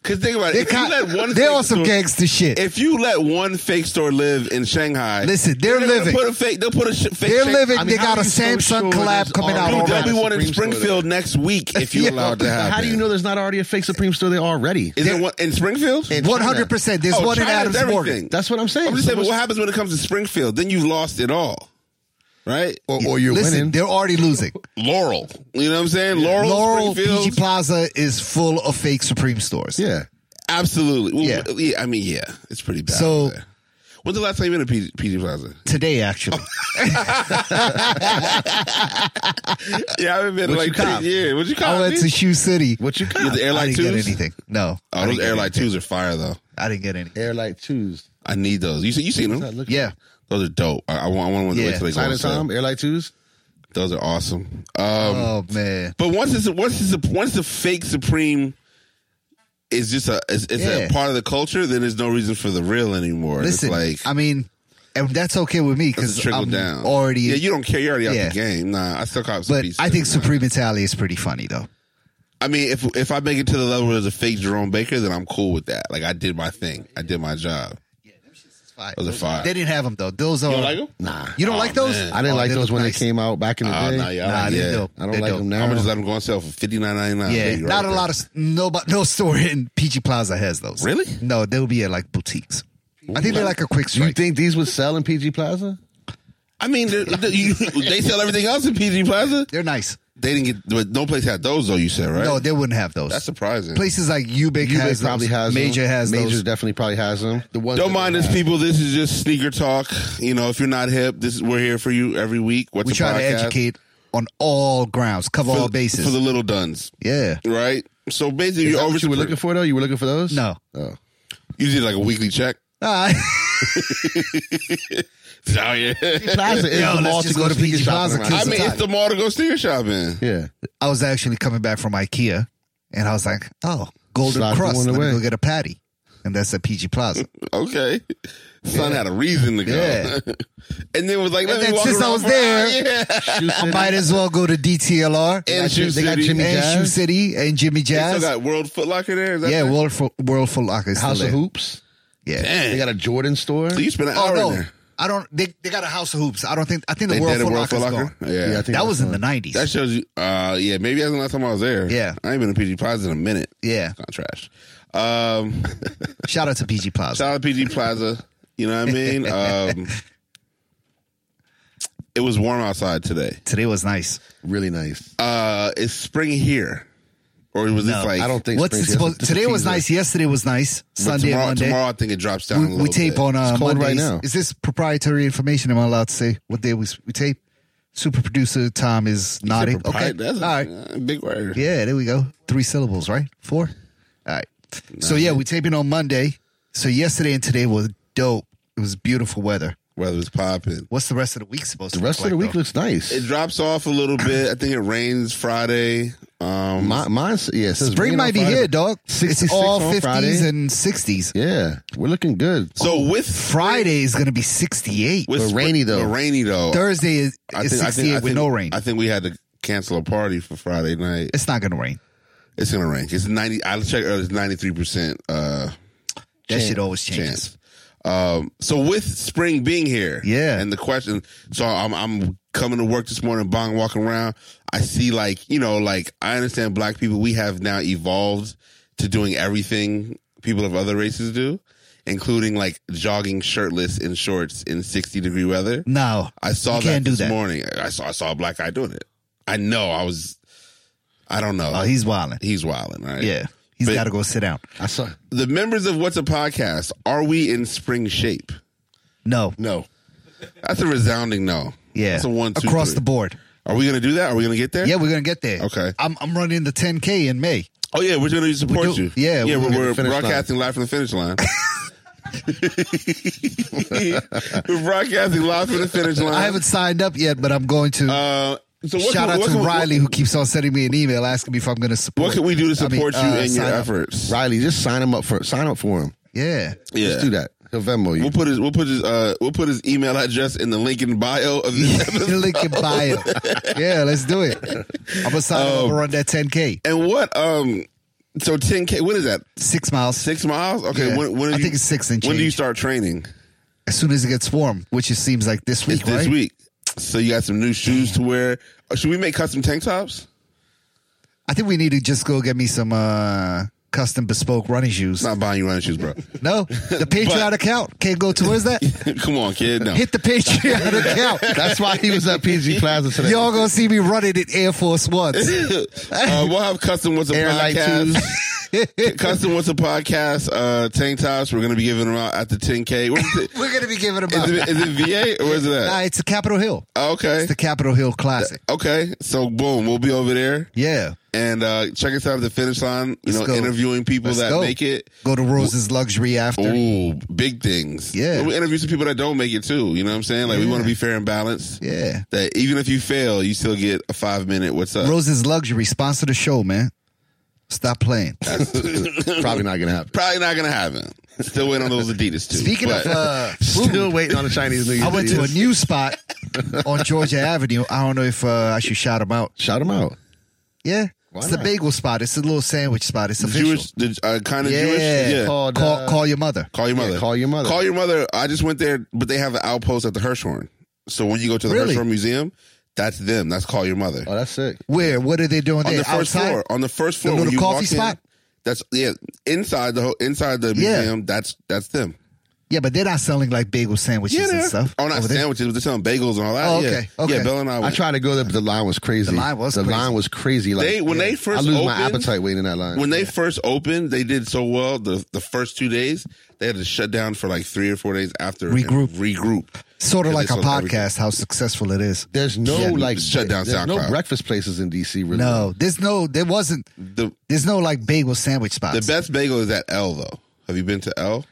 [SPEAKER 1] Because think about it.
[SPEAKER 2] they're,
[SPEAKER 1] If you let one
[SPEAKER 2] they're
[SPEAKER 1] fake
[SPEAKER 2] on some
[SPEAKER 1] store-
[SPEAKER 2] gangster shit.
[SPEAKER 1] If you let one fake store live in Shanghai,
[SPEAKER 2] Listen, they're
[SPEAKER 1] gonna
[SPEAKER 2] living.
[SPEAKER 1] Put a fake. They'll put a sh- fake.
[SPEAKER 2] They're
[SPEAKER 1] Shang-
[SPEAKER 2] living.
[SPEAKER 3] I mean,
[SPEAKER 2] they
[SPEAKER 3] how
[SPEAKER 2] got a
[SPEAKER 3] are you so
[SPEAKER 2] Samsung
[SPEAKER 3] sure
[SPEAKER 2] collab
[SPEAKER 3] there's
[SPEAKER 2] coming out
[SPEAKER 3] already-
[SPEAKER 1] Dude, there'll be one
[SPEAKER 2] already.
[SPEAKER 1] in
[SPEAKER 3] Supreme store
[SPEAKER 1] Springfield next week if you
[SPEAKER 2] Yeah.
[SPEAKER 1] allowed to happen.
[SPEAKER 3] How do you know there's not already a fake Supreme store there already?
[SPEAKER 1] Is there one in Springfield?
[SPEAKER 3] In
[SPEAKER 2] One hundred percent. There's
[SPEAKER 1] Oh,
[SPEAKER 2] one in
[SPEAKER 1] China's
[SPEAKER 2] Adams Morgan.
[SPEAKER 1] everything.
[SPEAKER 3] That's what I'm saying.
[SPEAKER 1] I'm just saying,
[SPEAKER 3] So
[SPEAKER 1] but what happens when it comes to Springfield? Then you've lost it all, right?
[SPEAKER 3] what's- or, or Oh, you're
[SPEAKER 2] Listen,
[SPEAKER 3] winning.
[SPEAKER 2] they're already losing.
[SPEAKER 1] Laurel, you know what I'm saying? Laurel,
[SPEAKER 2] Laurel
[SPEAKER 1] Springfield,
[SPEAKER 2] PG Plaza is full of fake Supreme stores.
[SPEAKER 3] Yeah.
[SPEAKER 1] absolutely. Well,
[SPEAKER 2] Yeah.
[SPEAKER 1] yeah. I mean, yeah, it's pretty bad.
[SPEAKER 2] So-
[SPEAKER 1] over there. when's the last time you been to PG, PG Plaza?
[SPEAKER 2] Today, actually,
[SPEAKER 1] Yeah, I haven't been in
[SPEAKER 3] What
[SPEAKER 1] like
[SPEAKER 3] you cop?
[SPEAKER 1] three years. What you call
[SPEAKER 2] I went to Shoe City.
[SPEAKER 3] What you
[SPEAKER 1] You
[SPEAKER 3] got?
[SPEAKER 1] the airline
[SPEAKER 2] I didn't
[SPEAKER 1] twos?
[SPEAKER 2] get anything. No,
[SPEAKER 1] Oh, those airline twos are fire though.
[SPEAKER 2] I didn't get any.
[SPEAKER 3] Airlight twos.
[SPEAKER 1] I need those. You see, you seen
[SPEAKER 3] Not
[SPEAKER 1] them?
[SPEAKER 3] looking-
[SPEAKER 2] Yeah,
[SPEAKER 1] Those are dope. I, I want. I want one to
[SPEAKER 2] Yeah.
[SPEAKER 1] wait till they go
[SPEAKER 3] Sign
[SPEAKER 1] on
[SPEAKER 3] of
[SPEAKER 1] sale.
[SPEAKER 3] Tom, Airlight twos.
[SPEAKER 1] Those are awesome. Um,
[SPEAKER 2] Oh man.
[SPEAKER 1] But once it's once it's once the fake supreme is just a it's, it's
[SPEAKER 2] Yeah.
[SPEAKER 1] a part of the culture, then there's no reason for the real anymore.
[SPEAKER 2] Listen,
[SPEAKER 1] it's like
[SPEAKER 2] I mean, and that's okay with me
[SPEAKER 1] it's a
[SPEAKER 2] because
[SPEAKER 1] trickle
[SPEAKER 2] I'm
[SPEAKER 1] down.
[SPEAKER 2] already.
[SPEAKER 1] yeah, you don't care. You're already out
[SPEAKER 2] Yeah.
[SPEAKER 1] the game. Nah, I still cop some
[SPEAKER 2] but
[SPEAKER 1] pieces.
[SPEAKER 2] I think Supreme Italia is pretty funny though.
[SPEAKER 1] I mean, if if I make it to the level where there's a fake Jerome Baker, then I'm cool with that. Like I did my thing. I did my job. Those are fire.
[SPEAKER 2] They didn't have them though. Those are.
[SPEAKER 1] don't like 'em?
[SPEAKER 2] Nah. You don't
[SPEAKER 1] Aw,
[SPEAKER 2] like those?
[SPEAKER 1] man.
[SPEAKER 3] I didn't
[SPEAKER 2] Oh,
[SPEAKER 3] like
[SPEAKER 2] they
[SPEAKER 3] those
[SPEAKER 2] look
[SPEAKER 3] when
[SPEAKER 2] nice.
[SPEAKER 3] they came out back in the
[SPEAKER 1] Ah,
[SPEAKER 3] day.
[SPEAKER 1] nah, y'all
[SPEAKER 2] Nah,
[SPEAKER 1] yeah.
[SPEAKER 2] they dope.
[SPEAKER 3] I don't
[SPEAKER 2] They
[SPEAKER 3] like
[SPEAKER 2] dope.
[SPEAKER 3] them
[SPEAKER 1] I'm
[SPEAKER 3] now.
[SPEAKER 1] gonna just let them go on sale for fifty nine ninety nine.
[SPEAKER 2] Uh-huh. Yeah, not a lot of no, but no store in PG Plaza has those.
[SPEAKER 1] Really?
[SPEAKER 2] No, they'll be at like boutiques. I think they're like a quick
[SPEAKER 3] Do you
[SPEAKER 2] strike.
[SPEAKER 3] think these would sell in PG Plaza?
[SPEAKER 1] I mean, the- the- you- they sell everything else in PG Plaza.
[SPEAKER 2] they're nice.
[SPEAKER 1] They didn't get. But no place had those though. You said right?
[SPEAKER 2] No, they wouldn't have those.
[SPEAKER 1] that's surprising.
[SPEAKER 2] Places like Ubik, has
[SPEAKER 3] Ubik probably
[SPEAKER 2] those.
[SPEAKER 3] has them.
[SPEAKER 2] Major has
[SPEAKER 3] Major
[SPEAKER 2] those.
[SPEAKER 3] definitely probably has them. The ones
[SPEAKER 1] Don't
[SPEAKER 3] that
[SPEAKER 1] mind
[SPEAKER 3] they
[SPEAKER 1] us,
[SPEAKER 3] have.
[SPEAKER 1] people. This is just sneaker talk. You know, if you're not hip, this we're here for you every week. What's
[SPEAKER 2] We
[SPEAKER 1] a
[SPEAKER 2] try to
[SPEAKER 1] podcast?
[SPEAKER 2] educate on all grounds, cover
[SPEAKER 1] for,
[SPEAKER 2] all bases.
[SPEAKER 1] for the little duns,
[SPEAKER 2] yeah.
[SPEAKER 1] right? So basically,
[SPEAKER 3] Is
[SPEAKER 1] you're
[SPEAKER 3] that
[SPEAKER 1] over.
[SPEAKER 3] what you were looking for though? You were looking for those?
[SPEAKER 2] No.
[SPEAKER 3] Oh.
[SPEAKER 1] You did like a weekly check.
[SPEAKER 2] Uh,
[SPEAKER 1] Oh yeah.
[SPEAKER 3] Plaza is
[SPEAKER 2] Yo,
[SPEAKER 3] the
[SPEAKER 2] let's
[SPEAKER 3] mall
[SPEAKER 2] just
[SPEAKER 3] to go to PG Plaza.
[SPEAKER 2] Plaza,
[SPEAKER 1] I
[SPEAKER 2] It's
[SPEAKER 1] mean,
[SPEAKER 2] a
[SPEAKER 1] it's the mall to go sneaker shopping.
[SPEAKER 3] yeah.
[SPEAKER 2] I was actually coming back from IKEA, and I was like, "Oh, golden
[SPEAKER 3] Slide the
[SPEAKER 2] crust.
[SPEAKER 3] one
[SPEAKER 2] Let me
[SPEAKER 3] away.
[SPEAKER 2] go get a patty." And that's at PG Plaza.
[SPEAKER 1] Okay. Son had a reason to go,
[SPEAKER 2] Yeah.
[SPEAKER 1] and then was like, let
[SPEAKER 2] And
[SPEAKER 1] me
[SPEAKER 2] then
[SPEAKER 1] walk
[SPEAKER 2] since I
[SPEAKER 1] around
[SPEAKER 2] was
[SPEAKER 1] for-
[SPEAKER 2] there-
[SPEAKER 1] Yeah.
[SPEAKER 2] I might as well go to DTLR
[SPEAKER 1] And
[SPEAKER 3] got-
[SPEAKER 1] Shoe
[SPEAKER 3] they got
[SPEAKER 1] City.
[SPEAKER 3] Jimmy
[SPEAKER 1] And
[SPEAKER 2] and
[SPEAKER 3] Jazz.
[SPEAKER 2] Shoe City and Jimmy
[SPEAKER 1] they still
[SPEAKER 2] Jazz.
[SPEAKER 1] got World Foot Locker there. Is that
[SPEAKER 2] yeah,
[SPEAKER 1] there?
[SPEAKER 2] World for World for Locker. is still
[SPEAKER 3] House of
[SPEAKER 2] there.
[SPEAKER 3] Hoops.
[SPEAKER 2] Yeah.
[SPEAKER 1] Dang.
[SPEAKER 3] They got a Jordan store.
[SPEAKER 1] so you spent an
[SPEAKER 2] Oh
[SPEAKER 1] hour in
[SPEAKER 2] no,
[SPEAKER 1] there.
[SPEAKER 2] I don't. They, they got a House of Hoops. I don't think. I think the
[SPEAKER 1] They
[SPEAKER 2] World
[SPEAKER 1] did a
[SPEAKER 2] for
[SPEAKER 1] World
[SPEAKER 2] Locker
[SPEAKER 1] Foot
[SPEAKER 2] is
[SPEAKER 1] Locker.
[SPEAKER 2] gone.
[SPEAKER 1] Yeah.
[SPEAKER 3] I think
[SPEAKER 2] That was in
[SPEAKER 3] one.
[SPEAKER 2] the nineties.
[SPEAKER 1] That shows you, uh, yeah, maybe that's the last time I was there.
[SPEAKER 2] Yeah.
[SPEAKER 1] I ain't been to PG Plaza in a minute.
[SPEAKER 2] Yeah.
[SPEAKER 1] Kind of trash. Um,
[SPEAKER 2] Shout out to PG Plaza.
[SPEAKER 1] shout out PG Plaza. You know what I mean? Um, it was warm outside today.
[SPEAKER 2] Today was nice.
[SPEAKER 3] really nice.
[SPEAKER 1] Uh, is spring here? Or was this
[SPEAKER 2] No,
[SPEAKER 1] like.
[SPEAKER 3] I don't think
[SPEAKER 2] What's it
[SPEAKER 3] Springfield-
[SPEAKER 2] supposed?
[SPEAKER 3] it's a
[SPEAKER 2] Today was
[SPEAKER 3] teaser.
[SPEAKER 2] nice. Yesterday was nice.
[SPEAKER 1] but
[SPEAKER 2] Sunday, and
[SPEAKER 1] tomorrow,
[SPEAKER 2] Monday.
[SPEAKER 1] tomorrow, I think it drops down a
[SPEAKER 2] we,
[SPEAKER 1] little
[SPEAKER 2] we tape
[SPEAKER 1] bit.
[SPEAKER 2] on uh,
[SPEAKER 3] It's cold
[SPEAKER 2] Mondays.
[SPEAKER 3] right now.
[SPEAKER 2] Is this proprietary information? Am I allowed to say what day we, we tape? Super producer Tom is nodding. Okay,
[SPEAKER 1] Right, That's
[SPEAKER 2] all right.
[SPEAKER 1] a, a big word.
[SPEAKER 2] Yeah, there we go. Three syllables, right? Four. All right. So yeah, we taping on Monday. So yesterday and today was dope. It was beautiful weather.
[SPEAKER 1] Weather was popping.
[SPEAKER 2] What's the rest of the week supposed
[SPEAKER 3] The
[SPEAKER 2] to?
[SPEAKER 3] rest
[SPEAKER 2] look
[SPEAKER 3] of the
[SPEAKER 2] like,
[SPEAKER 3] week looks nice.
[SPEAKER 1] It drops off a little bit. I think it rains Friday.
[SPEAKER 2] Oh.
[SPEAKER 1] Um,
[SPEAKER 3] My, mine's yeah. it says
[SPEAKER 2] though? Spring
[SPEAKER 3] rain on
[SPEAKER 2] might be
[SPEAKER 3] Friday.
[SPEAKER 2] here, dog.
[SPEAKER 3] 66
[SPEAKER 2] It's all
[SPEAKER 3] on Friday.
[SPEAKER 2] fifties and sixties.
[SPEAKER 3] Yeah, we're looking good.
[SPEAKER 1] so with
[SPEAKER 2] Friday is gonna be sixty-eight.
[SPEAKER 1] With
[SPEAKER 3] But
[SPEAKER 1] spring-
[SPEAKER 3] rainy, though.
[SPEAKER 1] but rainy though.
[SPEAKER 2] Thursday is, is sixty-eight with
[SPEAKER 1] think-
[SPEAKER 2] no rain.
[SPEAKER 1] I think we had to cancel a party for Friday night.
[SPEAKER 2] it's not gonna rain.
[SPEAKER 1] It's gonna rain. It's ninety. I checked earlier. It's ninety three percent uh,
[SPEAKER 2] That shit always changes.
[SPEAKER 1] chance. Um, so with spring being here,
[SPEAKER 2] Yeah.
[SPEAKER 1] and the question. So I'm I'm coming to work this morning. Bong walking around. I see like you know like I understand black people. We have now evolved to doing everything people of other races do. including like jogging shirtless in shorts in 60 degree weather.
[SPEAKER 2] No,
[SPEAKER 1] I saw
[SPEAKER 2] You
[SPEAKER 1] that
[SPEAKER 2] can't do
[SPEAKER 1] this
[SPEAKER 2] that.
[SPEAKER 1] morning. I saw I saw a black guy doing it. I know. I was. I don't know.
[SPEAKER 2] oh, he's wilding.
[SPEAKER 1] he's wilding. Right?
[SPEAKER 2] Yeah, he's
[SPEAKER 1] But-
[SPEAKER 2] got to go sit down.
[SPEAKER 3] I saw.
[SPEAKER 1] The members of What's a Podcast are we in spring shape?
[SPEAKER 2] No,
[SPEAKER 3] No.
[SPEAKER 1] That's a resounding no.
[SPEAKER 2] yeah,
[SPEAKER 1] That's a one two,
[SPEAKER 2] across
[SPEAKER 1] three.
[SPEAKER 2] the board.
[SPEAKER 1] Are we going to do that? Are we going to get there?
[SPEAKER 2] Yeah, we're gonna get there.
[SPEAKER 1] Okay.
[SPEAKER 2] I'm I'm running the 10k in May.
[SPEAKER 1] Oh yeah, we're going to support
[SPEAKER 2] We do-
[SPEAKER 1] you.
[SPEAKER 2] yeah,
[SPEAKER 1] yeah.
[SPEAKER 2] we're
[SPEAKER 1] We're,
[SPEAKER 3] gonna
[SPEAKER 1] we're
[SPEAKER 3] finish line.
[SPEAKER 1] broadcasting live from the finish line. we're broadcasting live from the finish line.
[SPEAKER 2] I haven't signed up yet, but I'm going to.
[SPEAKER 1] Uh, so what
[SPEAKER 2] Shout
[SPEAKER 1] can,
[SPEAKER 2] out
[SPEAKER 1] what
[SPEAKER 2] to
[SPEAKER 1] can-
[SPEAKER 2] Riley who keeps on sending me an email asking me if I'm gonna support.
[SPEAKER 1] What, can we do to
[SPEAKER 2] I mean,
[SPEAKER 1] support
[SPEAKER 2] uh,
[SPEAKER 1] you in your
[SPEAKER 2] sign up.
[SPEAKER 1] efforts?
[SPEAKER 3] Riley, just sign him up for sign up for him.
[SPEAKER 2] Yeah,
[SPEAKER 1] Yeah.
[SPEAKER 3] Just do that. He'll Venmo you.
[SPEAKER 1] We'll put his we'll put his uh we'll put his email address in the link in bio of this episode.
[SPEAKER 2] link in bio. Yeah, let's do it. I'm gonna sign up
[SPEAKER 1] Oh.
[SPEAKER 2] and run that 10k.
[SPEAKER 1] And what um so 10k what is that?
[SPEAKER 2] Six miles.
[SPEAKER 1] Six miles? Okay,
[SPEAKER 2] Yeah.
[SPEAKER 1] when when do
[SPEAKER 2] I
[SPEAKER 1] you,
[SPEAKER 2] think it's six and
[SPEAKER 1] When do you
[SPEAKER 2] change.
[SPEAKER 1] start training?
[SPEAKER 2] As soon as it gets warm, which it seems like this week,
[SPEAKER 1] It's this
[SPEAKER 2] right?
[SPEAKER 1] week. So you got some new shoes to wear. Uh, Should we make custom tank tops?
[SPEAKER 2] I think we need to just go get me some uh, custom bespoke running shoes.
[SPEAKER 1] It's not buying you running shoes, bro.
[SPEAKER 2] No, the Patreon account can't go towards that.
[SPEAKER 1] Come on, kid. No.
[SPEAKER 2] Hit the Patreon account.
[SPEAKER 3] That's why he was at PG Plaza today.
[SPEAKER 2] Y'all gonna see me running in Air Force Ones.
[SPEAKER 1] uh, we'll have custom what's a
[SPEAKER 3] Air Light
[SPEAKER 1] podcast.
[SPEAKER 3] Twos.
[SPEAKER 1] custom what's a podcast uh, tank tops. We're gonna be giving them out at the 10k. Where's it-
[SPEAKER 2] We're gonna be giving them
[SPEAKER 1] Is
[SPEAKER 2] out.
[SPEAKER 1] it, is it VA or is it
[SPEAKER 2] Nah,
[SPEAKER 1] that? Oh,
[SPEAKER 2] it's the Capitol Hill.
[SPEAKER 1] Okay.
[SPEAKER 2] It's the Capitol Hill Classic.
[SPEAKER 1] Okay. So boom, we'll be over there
[SPEAKER 2] Yeah.
[SPEAKER 1] and uh, check us out at the finish line. You know,
[SPEAKER 2] go.
[SPEAKER 1] interviewing people
[SPEAKER 2] Let's
[SPEAKER 1] that
[SPEAKER 2] go.
[SPEAKER 1] make it.
[SPEAKER 2] Go to Rose's Luxury after.
[SPEAKER 1] Ooh, big things.
[SPEAKER 2] Yeah.
[SPEAKER 1] We interview some people that don't make it too. You know what I'm saying? Like we
[SPEAKER 2] Yeah.
[SPEAKER 1] want to be fair and balanced.
[SPEAKER 2] Yeah.
[SPEAKER 1] That even if you fail, you still get a five minute what's up.
[SPEAKER 2] Rose's Luxury, sponsor the show, man. Stop playing.
[SPEAKER 3] Probably not gonna happen.
[SPEAKER 1] Probably not gonna happen. Still waiting on those Adidas too.
[SPEAKER 2] Speaking of
[SPEAKER 1] But-
[SPEAKER 2] uh,
[SPEAKER 3] Still waiting on the Chinese New Year.
[SPEAKER 2] I went to a new spot on Georgia Avenue. I don't know if uh, I should shout them out.
[SPEAKER 3] shout him out.
[SPEAKER 2] Yeah.
[SPEAKER 3] Why
[SPEAKER 2] it's the
[SPEAKER 3] not?
[SPEAKER 2] bagel spot. It's a little sandwich spot. It's
[SPEAKER 1] the
[SPEAKER 2] official.
[SPEAKER 1] Jewish, the uh, kind of
[SPEAKER 2] yeah.
[SPEAKER 1] Jewish, yeah. Call,
[SPEAKER 2] Call,
[SPEAKER 3] Called,
[SPEAKER 2] call,
[SPEAKER 3] uh,
[SPEAKER 2] your mother.
[SPEAKER 1] your mother.
[SPEAKER 3] call your mother.
[SPEAKER 1] Call your mother. I just went there, but they have an outpost at the Hirshhorn. So when you go to the
[SPEAKER 2] Really?
[SPEAKER 1] Hirshhorn Museum, that's them. That's call your mother.
[SPEAKER 3] Oh, that's sick.
[SPEAKER 2] Where? What are they doing
[SPEAKER 1] on
[SPEAKER 2] there?
[SPEAKER 1] the first
[SPEAKER 2] Outside?
[SPEAKER 1] floor. On the first floor,
[SPEAKER 2] little
[SPEAKER 1] when you
[SPEAKER 2] coffee
[SPEAKER 1] walk in,
[SPEAKER 2] spot?
[SPEAKER 1] that's yeah. Inside the whole, inside the
[SPEAKER 2] Yeah.
[SPEAKER 1] museum, that's that's them.
[SPEAKER 2] Yeah, but they're not selling like bagel sandwiches
[SPEAKER 1] Yeah,
[SPEAKER 2] and stuff.
[SPEAKER 1] Oh, not
[SPEAKER 2] over there.
[SPEAKER 1] sandwiches, but they're selling bagels and all that.
[SPEAKER 2] Oh,
[SPEAKER 1] yeah.
[SPEAKER 2] okay, okay.
[SPEAKER 1] Yeah, Bill and I.
[SPEAKER 3] I
[SPEAKER 1] went.
[SPEAKER 3] tried to go there, but the line was crazy.
[SPEAKER 2] The line was
[SPEAKER 3] the
[SPEAKER 2] crazy.
[SPEAKER 3] line was crazy. Like
[SPEAKER 1] They when they
[SPEAKER 3] I
[SPEAKER 1] first
[SPEAKER 3] lose my
[SPEAKER 1] opened-
[SPEAKER 3] appetite waiting in that line.
[SPEAKER 1] When they first opened, they did so well the the first two days. They had to shut down for like three or four days after and
[SPEAKER 2] Regroup.
[SPEAKER 1] regroup.
[SPEAKER 2] Sort of
[SPEAKER 1] Yeah,
[SPEAKER 2] like
[SPEAKER 1] they
[SPEAKER 2] a
[SPEAKER 1] sold everything.
[SPEAKER 2] podcast, how successful it is.
[SPEAKER 3] there's no
[SPEAKER 1] Yeah,
[SPEAKER 3] like
[SPEAKER 1] shut down
[SPEAKER 3] There's
[SPEAKER 1] SoundCloud.
[SPEAKER 3] no breakfast places in DC. Really,
[SPEAKER 2] No, there's no, there wasn't,
[SPEAKER 1] The
[SPEAKER 2] there's no like bagel sandwich
[SPEAKER 1] the
[SPEAKER 2] spots.
[SPEAKER 1] best bagel is at L though. Have you been to L?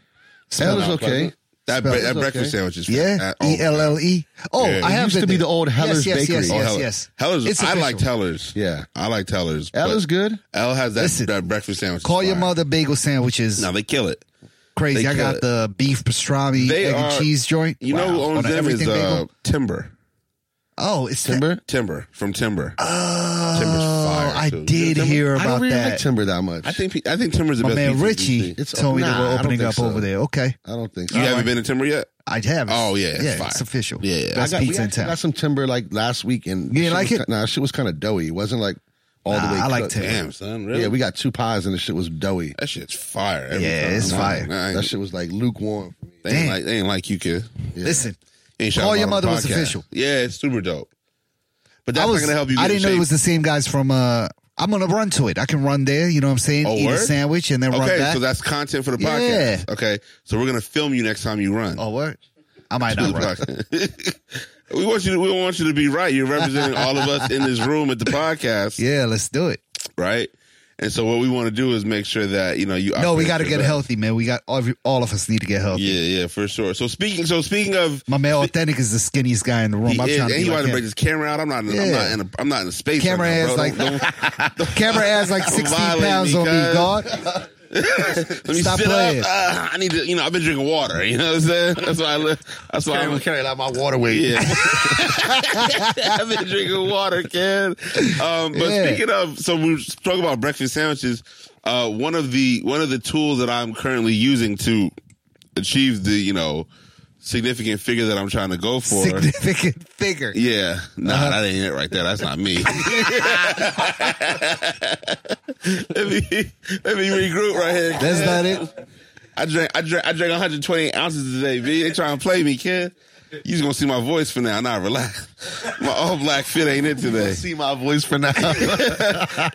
[SPEAKER 3] Hell
[SPEAKER 2] Spell
[SPEAKER 3] is
[SPEAKER 2] it.
[SPEAKER 3] okay.
[SPEAKER 1] That,
[SPEAKER 3] Spell
[SPEAKER 1] bre-
[SPEAKER 3] it.
[SPEAKER 1] that
[SPEAKER 3] It's
[SPEAKER 1] breakfast
[SPEAKER 3] okay.
[SPEAKER 1] sandwich is
[SPEAKER 2] Yeah,
[SPEAKER 1] at- oh,
[SPEAKER 2] E L L E. Oh,
[SPEAKER 1] Yeah.
[SPEAKER 2] I
[SPEAKER 1] It
[SPEAKER 2] have
[SPEAKER 3] used to
[SPEAKER 2] been
[SPEAKER 3] be
[SPEAKER 2] there.
[SPEAKER 3] the old Heller's
[SPEAKER 2] yes, yes,
[SPEAKER 3] Bakery.
[SPEAKER 2] Yes,
[SPEAKER 1] oh,
[SPEAKER 2] yes,
[SPEAKER 1] Heller-
[SPEAKER 2] yes.
[SPEAKER 1] Heller's.
[SPEAKER 2] It's
[SPEAKER 1] I like
[SPEAKER 2] official.
[SPEAKER 1] Heller's.
[SPEAKER 3] Yeah.
[SPEAKER 1] I like Heller's.
[SPEAKER 3] L
[SPEAKER 1] but
[SPEAKER 3] is good.
[SPEAKER 1] L has that,
[SPEAKER 2] Listen,
[SPEAKER 1] that breakfast sandwich.
[SPEAKER 2] Call your
[SPEAKER 1] Fire.
[SPEAKER 2] mother bagel sandwiches.
[SPEAKER 1] No, they kill it.
[SPEAKER 2] Crazy.
[SPEAKER 1] they
[SPEAKER 2] I
[SPEAKER 1] kill
[SPEAKER 2] got
[SPEAKER 1] it.
[SPEAKER 2] the beef pastrami
[SPEAKER 1] They
[SPEAKER 2] egg
[SPEAKER 1] are-
[SPEAKER 2] and cheese joint.
[SPEAKER 1] You know who
[SPEAKER 2] Wow.
[SPEAKER 1] owns
[SPEAKER 2] On a
[SPEAKER 1] them is
[SPEAKER 2] everything
[SPEAKER 1] uh,
[SPEAKER 2] bagel?
[SPEAKER 1] Timber.
[SPEAKER 2] Oh, it's that-
[SPEAKER 3] Timber.
[SPEAKER 1] Timber from Timber.
[SPEAKER 2] Oh,
[SPEAKER 1] fire,
[SPEAKER 2] I
[SPEAKER 1] too.
[SPEAKER 2] did
[SPEAKER 1] Timber-
[SPEAKER 2] hear
[SPEAKER 3] I don't
[SPEAKER 2] about
[SPEAKER 3] really like
[SPEAKER 2] that.
[SPEAKER 3] Timber that much.
[SPEAKER 1] I think pe- I think Timber's the best.
[SPEAKER 2] My man
[SPEAKER 1] pizza in
[SPEAKER 2] Richie
[SPEAKER 1] DC. You
[SPEAKER 3] It's-
[SPEAKER 2] told me
[SPEAKER 3] nah,
[SPEAKER 2] that
[SPEAKER 3] I
[SPEAKER 2] we're
[SPEAKER 3] don't
[SPEAKER 2] opening
[SPEAKER 3] think
[SPEAKER 2] up
[SPEAKER 3] so.
[SPEAKER 2] over there. Okay,
[SPEAKER 3] I don't think so.
[SPEAKER 1] haven't been to Timber yet?
[SPEAKER 2] I have.
[SPEAKER 1] Oh, yeah, it's
[SPEAKER 2] yeah,
[SPEAKER 1] fire.
[SPEAKER 2] it's official.
[SPEAKER 1] Yeah, yeah.
[SPEAKER 3] I
[SPEAKER 2] best
[SPEAKER 3] got, we
[SPEAKER 2] pizza in
[SPEAKER 3] actually
[SPEAKER 2] town.
[SPEAKER 3] got some timber like last week, and
[SPEAKER 2] You didn't
[SPEAKER 3] shit
[SPEAKER 2] like
[SPEAKER 3] was
[SPEAKER 2] it?
[SPEAKER 3] Ki- nah, shit was kind of doughy. It wasn't like all
[SPEAKER 2] Nah,
[SPEAKER 3] the way.
[SPEAKER 2] I like
[SPEAKER 3] cooked.
[SPEAKER 2] timber.
[SPEAKER 1] Damn, son. Really?
[SPEAKER 3] Yeah, we got two pies, and the shit was doughy.
[SPEAKER 1] that shit's fire. every
[SPEAKER 2] Yeah,
[SPEAKER 1] time.
[SPEAKER 2] it's
[SPEAKER 1] Nah,
[SPEAKER 2] fire.
[SPEAKER 1] nah, I ain't-
[SPEAKER 3] That shit was like lukewarm for me.
[SPEAKER 1] they, ain't
[SPEAKER 2] Damn.
[SPEAKER 1] like, they ain't like you, kid.
[SPEAKER 2] Listen,
[SPEAKER 1] You ain't shout
[SPEAKER 2] Call
[SPEAKER 1] them
[SPEAKER 2] Your
[SPEAKER 1] out on the
[SPEAKER 2] Mother was
[SPEAKER 1] podcast.
[SPEAKER 2] official.
[SPEAKER 1] Yeah, it's super dope. But that's
[SPEAKER 2] I
[SPEAKER 1] not
[SPEAKER 2] was.
[SPEAKER 1] gonna help you. Get
[SPEAKER 2] I didn't
[SPEAKER 1] in
[SPEAKER 2] know
[SPEAKER 1] shape.
[SPEAKER 2] it was the same guys from. uh I'm gonna run to it. I can run there. You know what I'm saying?
[SPEAKER 1] Oh,
[SPEAKER 2] Eat a
[SPEAKER 1] word?
[SPEAKER 2] sandwich and then run
[SPEAKER 1] Okay,
[SPEAKER 2] back.
[SPEAKER 1] so that's content for the
[SPEAKER 2] Yeah.
[SPEAKER 1] podcast. Okay, so we're gonna film you next time you run.
[SPEAKER 2] oh, what? I might not run.
[SPEAKER 1] we want you. To, we don't want you to be right. You're representing all of us in this room at the podcast,
[SPEAKER 2] Yeah, let's do it.
[SPEAKER 1] right? And so what we want to do is make sure that you know you.
[SPEAKER 2] No, we
[SPEAKER 1] operate
[SPEAKER 2] got to
[SPEAKER 1] your
[SPEAKER 2] get
[SPEAKER 1] best.
[SPEAKER 2] healthy, man. We got all, all of us need to get healthy.
[SPEAKER 1] Yeah, yeah, for sure. So speaking, so speaking of,
[SPEAKER 2] My man, authentic is the skinniest guy in the room.
[SPEAKER 1] he
[SPEAKER 2] I'm
[SPEAKER 1] is,
[SPEAKER 2] trying
[SPEAKER 1] and
[SPEAKER 2] Oh, to be
[SPEAKER 1] he
[SPEAKER 2] like
[SPEAKER 1] wanted to
[SPEAKER 2] him.
[SPEAKER 1] break his camera out. I'm not. In, I'm
[SPEAKER 2] Yeah.
[SPEAKER 1] not in. A, I'm not in a space.
[SPEAKER 2] Camera
[SPEAKER 1] right now,
[SPEAKER 2] has
[SPEAKER 1] bro.
[SPEAKER 2] like
[SPEAKER 1] Don't-
[SPEAKER 2] camera has like 16
[SPEAKER 1] violate
[SPEAKER 2] pounds
[SPEAKER 1] me,
[SPEAKER 2] on me,
[SPEAKER 1] cuz.
[SPEAKER 2] God.
[SPEAKER 1] don't- let me
[SPEAKER 2] stop
[SPEAKER 1] sit
[SPEAKER 2] playing.
[SPEAKER 1] up. Uh, I need to. You know, I've been drinking wawater. You know what I'm saying? That's why I. li- That's why I'm.
[SPEAKER 3] carrying out my water weight.
[SPEAKER 1] Yeah. I've been drinking water, kid. Um, but
[SPEAKER 2] Yeah.
[SPEAKER 1] speaking of, so we talk about breakfast sandwiches. Uh, one of the one of the tools that I'm currently using to achieve the you know significant figure that I'm trying to go for.
[SPEAKER 2] Significant figure.
[SPEAKER 1] yeah, nah,
[SPEAKER 3] Uh-huh.
[SPEAKER 1] that ain't it right there. That's not me. let me let me regroup right here.
[SPEAKER 2] That's not it.
[SPEAKER 1] I I drank, I drank, I drank 128 ounces today, B. They trying to play me, kid. You just gonna see my voice for now. Nah, relax. My all black fit ain't it today.
[SPEAKER 3] See my voice for now.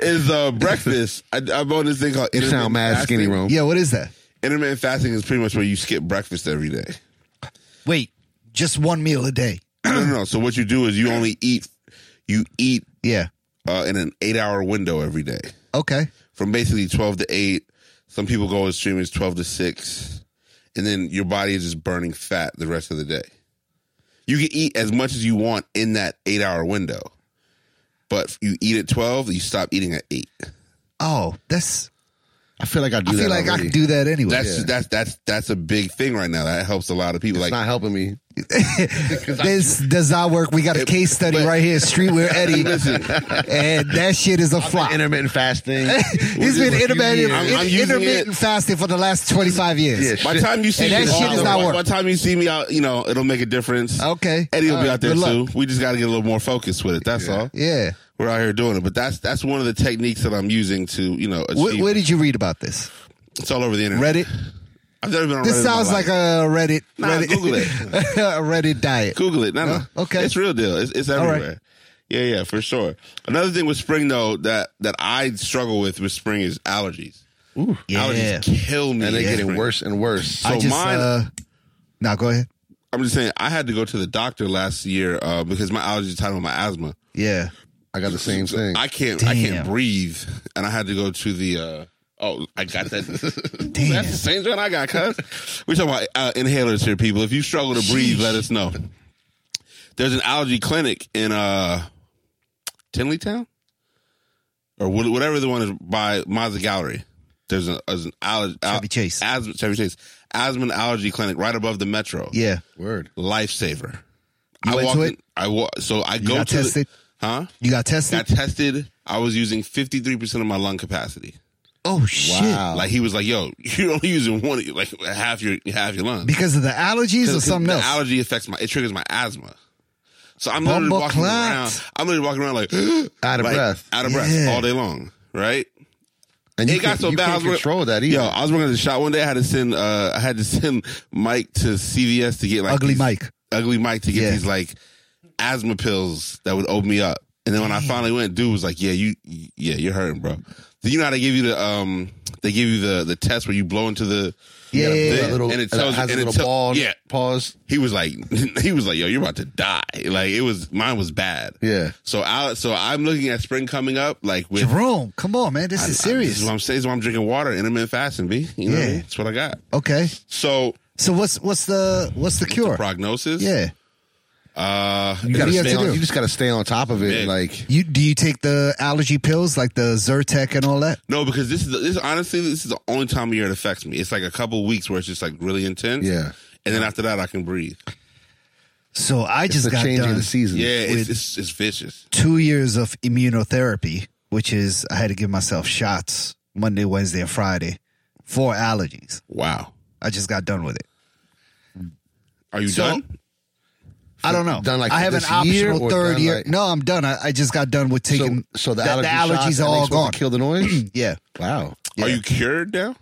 [SPEAKER 1] Is uh, breakfast. I, I bought this thing called.
[SPEAKER 3] you sound
[SPEAKER 1] intermittent
[SPEAKER 3] mad
[SPEAKER 1] fasting.
[SPEAKER 3] skinny, Rome.
[SPEAKER 2] Yeah, what is that?
[SPEAKER 1] Intermittent fasting is pretty much where you skip breakfast every day.
[SPEAKER 2] Wait, just one meal a day.
[SPEAKER 1] no, no, no. So what you do is you only eat, you eat
[SPEAKER 2] Yeah.
[SPEAKER 1] uh, in an eight-hour window every day,
[SPEAKER 2] Okay.
[SPEAKER 1] from basically twelve to eight. Some people go as extreme as twelve to six, and then your body is just burning fat the rest of the day. You can eat as much as you want in that eight-hour window, but you eat at twelve, you stop eating at eight.
[SPEAKER 2] Oh, that's.
[SPEAKER 3] I feel like I do
[SPEAKER 2] I
[SPEAKER 3] that.
[SPEAKER 2] feel like I
[SPEAKER 3] already.
[SPEAKER 2] could do that anyway.
[SPEAKER 1] That's that's that's that's a big thing right now. That helps a lot of people. like
[SPEAKER 3] It's not helping me.
[SPEAKER 2] this does not work. We got a case study right here, Streetwear Eddie, and that shit is a flop.
[SPEAKER 3] Intermittent fasting.
[SPEAKER 2] He's been
[SPEAKER 3] We're just-
[SPEAKER 2] intermittent,
[SPEAKER 3] I'm-
[SPEAKER 1] I'm using
[SPEAKER 2] intermittent
[SPEAKER 1] it.
[SPEAKER 2] fasting for the last twenty five years.
[SPEAKER 1] by the time you see
[SPEAKER 2] And that
[SPEAKER 1] me,
[SPEAKER 2] shit is not
[SPEAKER 1] by-
[SPEAKER 2] work.
[SPEAKER 1] by the time you see me out, you know it'll make a difference.
[SPEAKER 2] Okay,
[SPEAKER 1] Eddie will
[SPEAKER 2] All
[SPEAKER 1] be
[SPEAKER 2] right,
[SPEAKER 1] out there
[SPEAKER 2] good luck.
[SPEAKER 1] too. We just got to get a little more focused with it. That's all.
[SPEAKER 2] Yeah.
[SPEAKER 1] We're out here doing it, but that's that's one of the techniques that I'm using to you know
[SPEAKER 2] Where,
[SPEAKER 1] achieve.
[SPEAKER 2] where did you read about this?
[SPEAKER 1] it's all over the internet.
[SPEAKER 2] Reddit.
[SPEAKER 1] I've never been on Reddit.
[SPEAKER 2] This
[SPEAKER 1] in my
[SPEAKER 2] sounds like
[SPEAKER 1] life.
[SPEAKER 2] a Reddit.
[SPEAKER 1] Nah,
[SPEAKER 2] Reddit
[SPEAKER 1] Google it.
[SPEAKER 2] a Reddit diet.
[SPEAKER 1] Google it. No, no.
[SPEAKER 2] okay.
[SPEAKER 1] It's real deal. It's, it's
[SPEAKER 2] right.
[SPEAKER 1] everywhere. Yeah, yeah, for sure. Another thing with spring though that that I struggle with with spring is allergies.
[SPEAKER 2] Yeah.
[SPEAKER 1] Allergies kill me.
[SPEAKER 3] and they're
[SPEAKER 1] in
[SPEAKER 3] getting
[SPEAKER 1] spring.
[SPEAKER 3] worse and worse.
[SPEAKER 1] So
[SPEAKER 2] I just.
[SPEAKER 1] mine-
[SPEAKER 2] uh, now go ahead.
[SPEAKER 1] I'm just saying. I had to go to the doctor last year uh, because my allergies tied on my asthma.
[SPEAKER 2] Yeah.
[SPEAKER 3] I got the same thing.
[SPEAKER 1] I can't. I
[SPEAKER 2] Damn.
[SPEAKER 1] can't breathe, and I had to go to the. uh Oh, I got that.
[SPEAKER 2] Damn.
[SPEAKER 1] That's the same thing I got, cuz. We're talking about uh, inhalers here, people. If you struggle to breathe, let us know. There's an allergy clinic in uh Tinleytown? Or wha- whatever the one is by Mazda Gallery. There's an, there's an allergy.
[SPEAKER 2] Chevy Chase.
[SPEAKER 1] Asthma, Chevy Chase. Asthma and allergy clinic right above the metro.
[SPEAKER 2] Yeah.
[SPEAKER 3] Word.
[SPEAKER 1] Lifesaver.
[SPEAKER 2] You
[SPEAKER 1] I
[SPEAKER 2] went
[SPEAKER 1] walked
[SPEAKER 2] to it?
[SPEAKER 1] in- I wa- so I go
[SPEAKER 2] got
[SPEAKER 1] to the-
[SPEAKER 2] tested?
[SPEAKER 1] huh?
[SPEAKER 2] You got tested.
[SPEAKER 1] Got tested. I was using 53% of my lung capacity.
[SPEAKER 2] oh shit!
[SPEAKER 3] Wow.
[SPEAKER 1] Like he was like, "Yo, you're only using one, like half your half your lungs."
[SPEAKER 2] Because of the allergies or something
[SPEAKER 1] the
[SPEAKER 2] else.
[SPEAKER 1] allergy affects my it triggers my asthma. So I'm
[SPEAKER 2] Bumble
[SPEAKER 1] literally walking
[SPEAKER 2] clot.
[SPEAKER 1] around. I'm literally walking around like
[SPEAKER 3] Out of
[SPEAKER 1] like,
[SPEAKER 3] breath.
[SPEAKER 1] out of breath
[SPEAKER 2] Yeah.
[SPEAKER 1] all day long, right?
[SPEAKER 3] And you
[SPEAKER 1] It got
[SPEAKER 3] can't-
[SPEAKER 1] so
[SPEAKER 3] you
[SPEAKER 1] bad. I
[SPEAKER 3] can't
[SPEAKER 1] was working-
[SPEAKER 3] control that either.
[SPEAKER 1] Yo, I was working at the shop one day. I had to send uh, I had to send Mike to CVS to get like
[SPEAKER 2] Ugly
[SPEAKER 1] these-
[SPEAKER 2] Mike.
[SPEAKER 1] Ugly Mike to get
[SPEAKER 2] Yeah.
[SPEAKER 1] these like asthma pills that would open me up. And then when I finally went, dude was like, "Yeah, you, you- yeah, you're hurting, bro." So you know how they give you the um, they give you the the test where you blow into the
[SPEAKER 2] Yeah,
[SPEAKER 3] That
[SPEAKER 2] yeah,
[SPEAKER 1] thing,
[SPEAKER 2] yeah.
[SPEAKER 3] little,
[SPEAKER 1] and it tells and
[SPEAKER 3] has a
[SPEAKER 1] it
[SPEAKER 3] little
[SPEAKER 1] tell-
[SPEAKER 3] ball.
[SPEAKER 1] Yeah,
[SPEAKER 3] Pause.
[SPEAKER 1] he was like he was like yo you're about to die like it was mine was bad
[SPEAKER 3] Yeah.
[SPEAKER 1] so i so i'm looking at spring coming up like with
[SPEAKER 2] Jerome, come on, man. This is
[SPEAKER 1] this is
[SPEAKER 2] serious.
[SPEAKER 1] what i'm saying this is why i'm drinking water intermittent fasting b you know what I
[SPEAKER 2] Yeah.
[SPEAKER 1] mean? that's what i got
[SPEAKER 2] okay.
[SPEAKER 1] so
[SPEAKER 2] So what's what's the what's the cure?
[SPEAKER 1] prognosis
[SPEAKER 2] yeah.
[SPEAKER 1] uh
[SPEAKER 3] You gotta
[SPEAKER 2] you have
[SPEAKER 3] stay
[SPEAKER 2] to
[SPEAKER 3] on.
[SPEAKER 2] do?
[SPEAKER 3] You just gotta stay on top of it.
[SPEAKER 1] Yeah.
[SPEAKER 3] Like
[SPEAKER 2] You do you take the allergy pills like the Zyrtec and all that?
[SPEAKER 1] no because this is the, this honestly this is the only time of year it affects me it's like a couple weeks where it's just like really intense
[SPEAKER 3] Yeah.
[SPEAKER 1] and then after that i can breathe
[SPEAKER 2] So I
[SPEAKER 3] it's
[SPEAKER 2] just
[SPEAKER 3] the
[SPEAKER 2] got
[SPEAKER 3] changing
[SPEAKER 2] done
[SPEAKER 3] the season.
[SPEAKER 1] yeah it's, it's it's vicious
[SPEAKER 2] two years of immunotherapy, which is I had to give myself shots Monday, Wednesday, and Friday for allergies.
[SPEAKER 1] wow
[SPEAKER 2] I just got done with it.
[SPEAKER 1] are you
[SPEAKER 2] So-
[SPEAKER 1] done
[SPEAKER 2] I don't know.
[SPEAKER 3] Done like
[SPEAKER 2] I have
[SPEAKER 3] this
[SPEAKER 2] an optional
[SPEAKER 3] year or
[SPEAKER 2] third
[SPEAKER 3] done
[SPEAKER 2] year.
[SPEAKER 3] like-
[SPEAKER 2] no, I'm done. I, I just got done with
[SPEAKER 3] So,
[SPEAKER 2] taking
[SPEAKER 3] so the,
[SPEAKER 2] that- allergies
[SPEAKER 3] allergy shots,
[SPEAKER 2] are
[SPEAKER 3] and they
[SPEAKER 2] all
[SPEAKER 3] supposed
[SPEAKER 2] gone.
[SPEAKER 3] to Kill the noise.
[SPEAKER 2] yeah.
[SPEAKER 3] wow.
[SPEAKER 1] are you cured now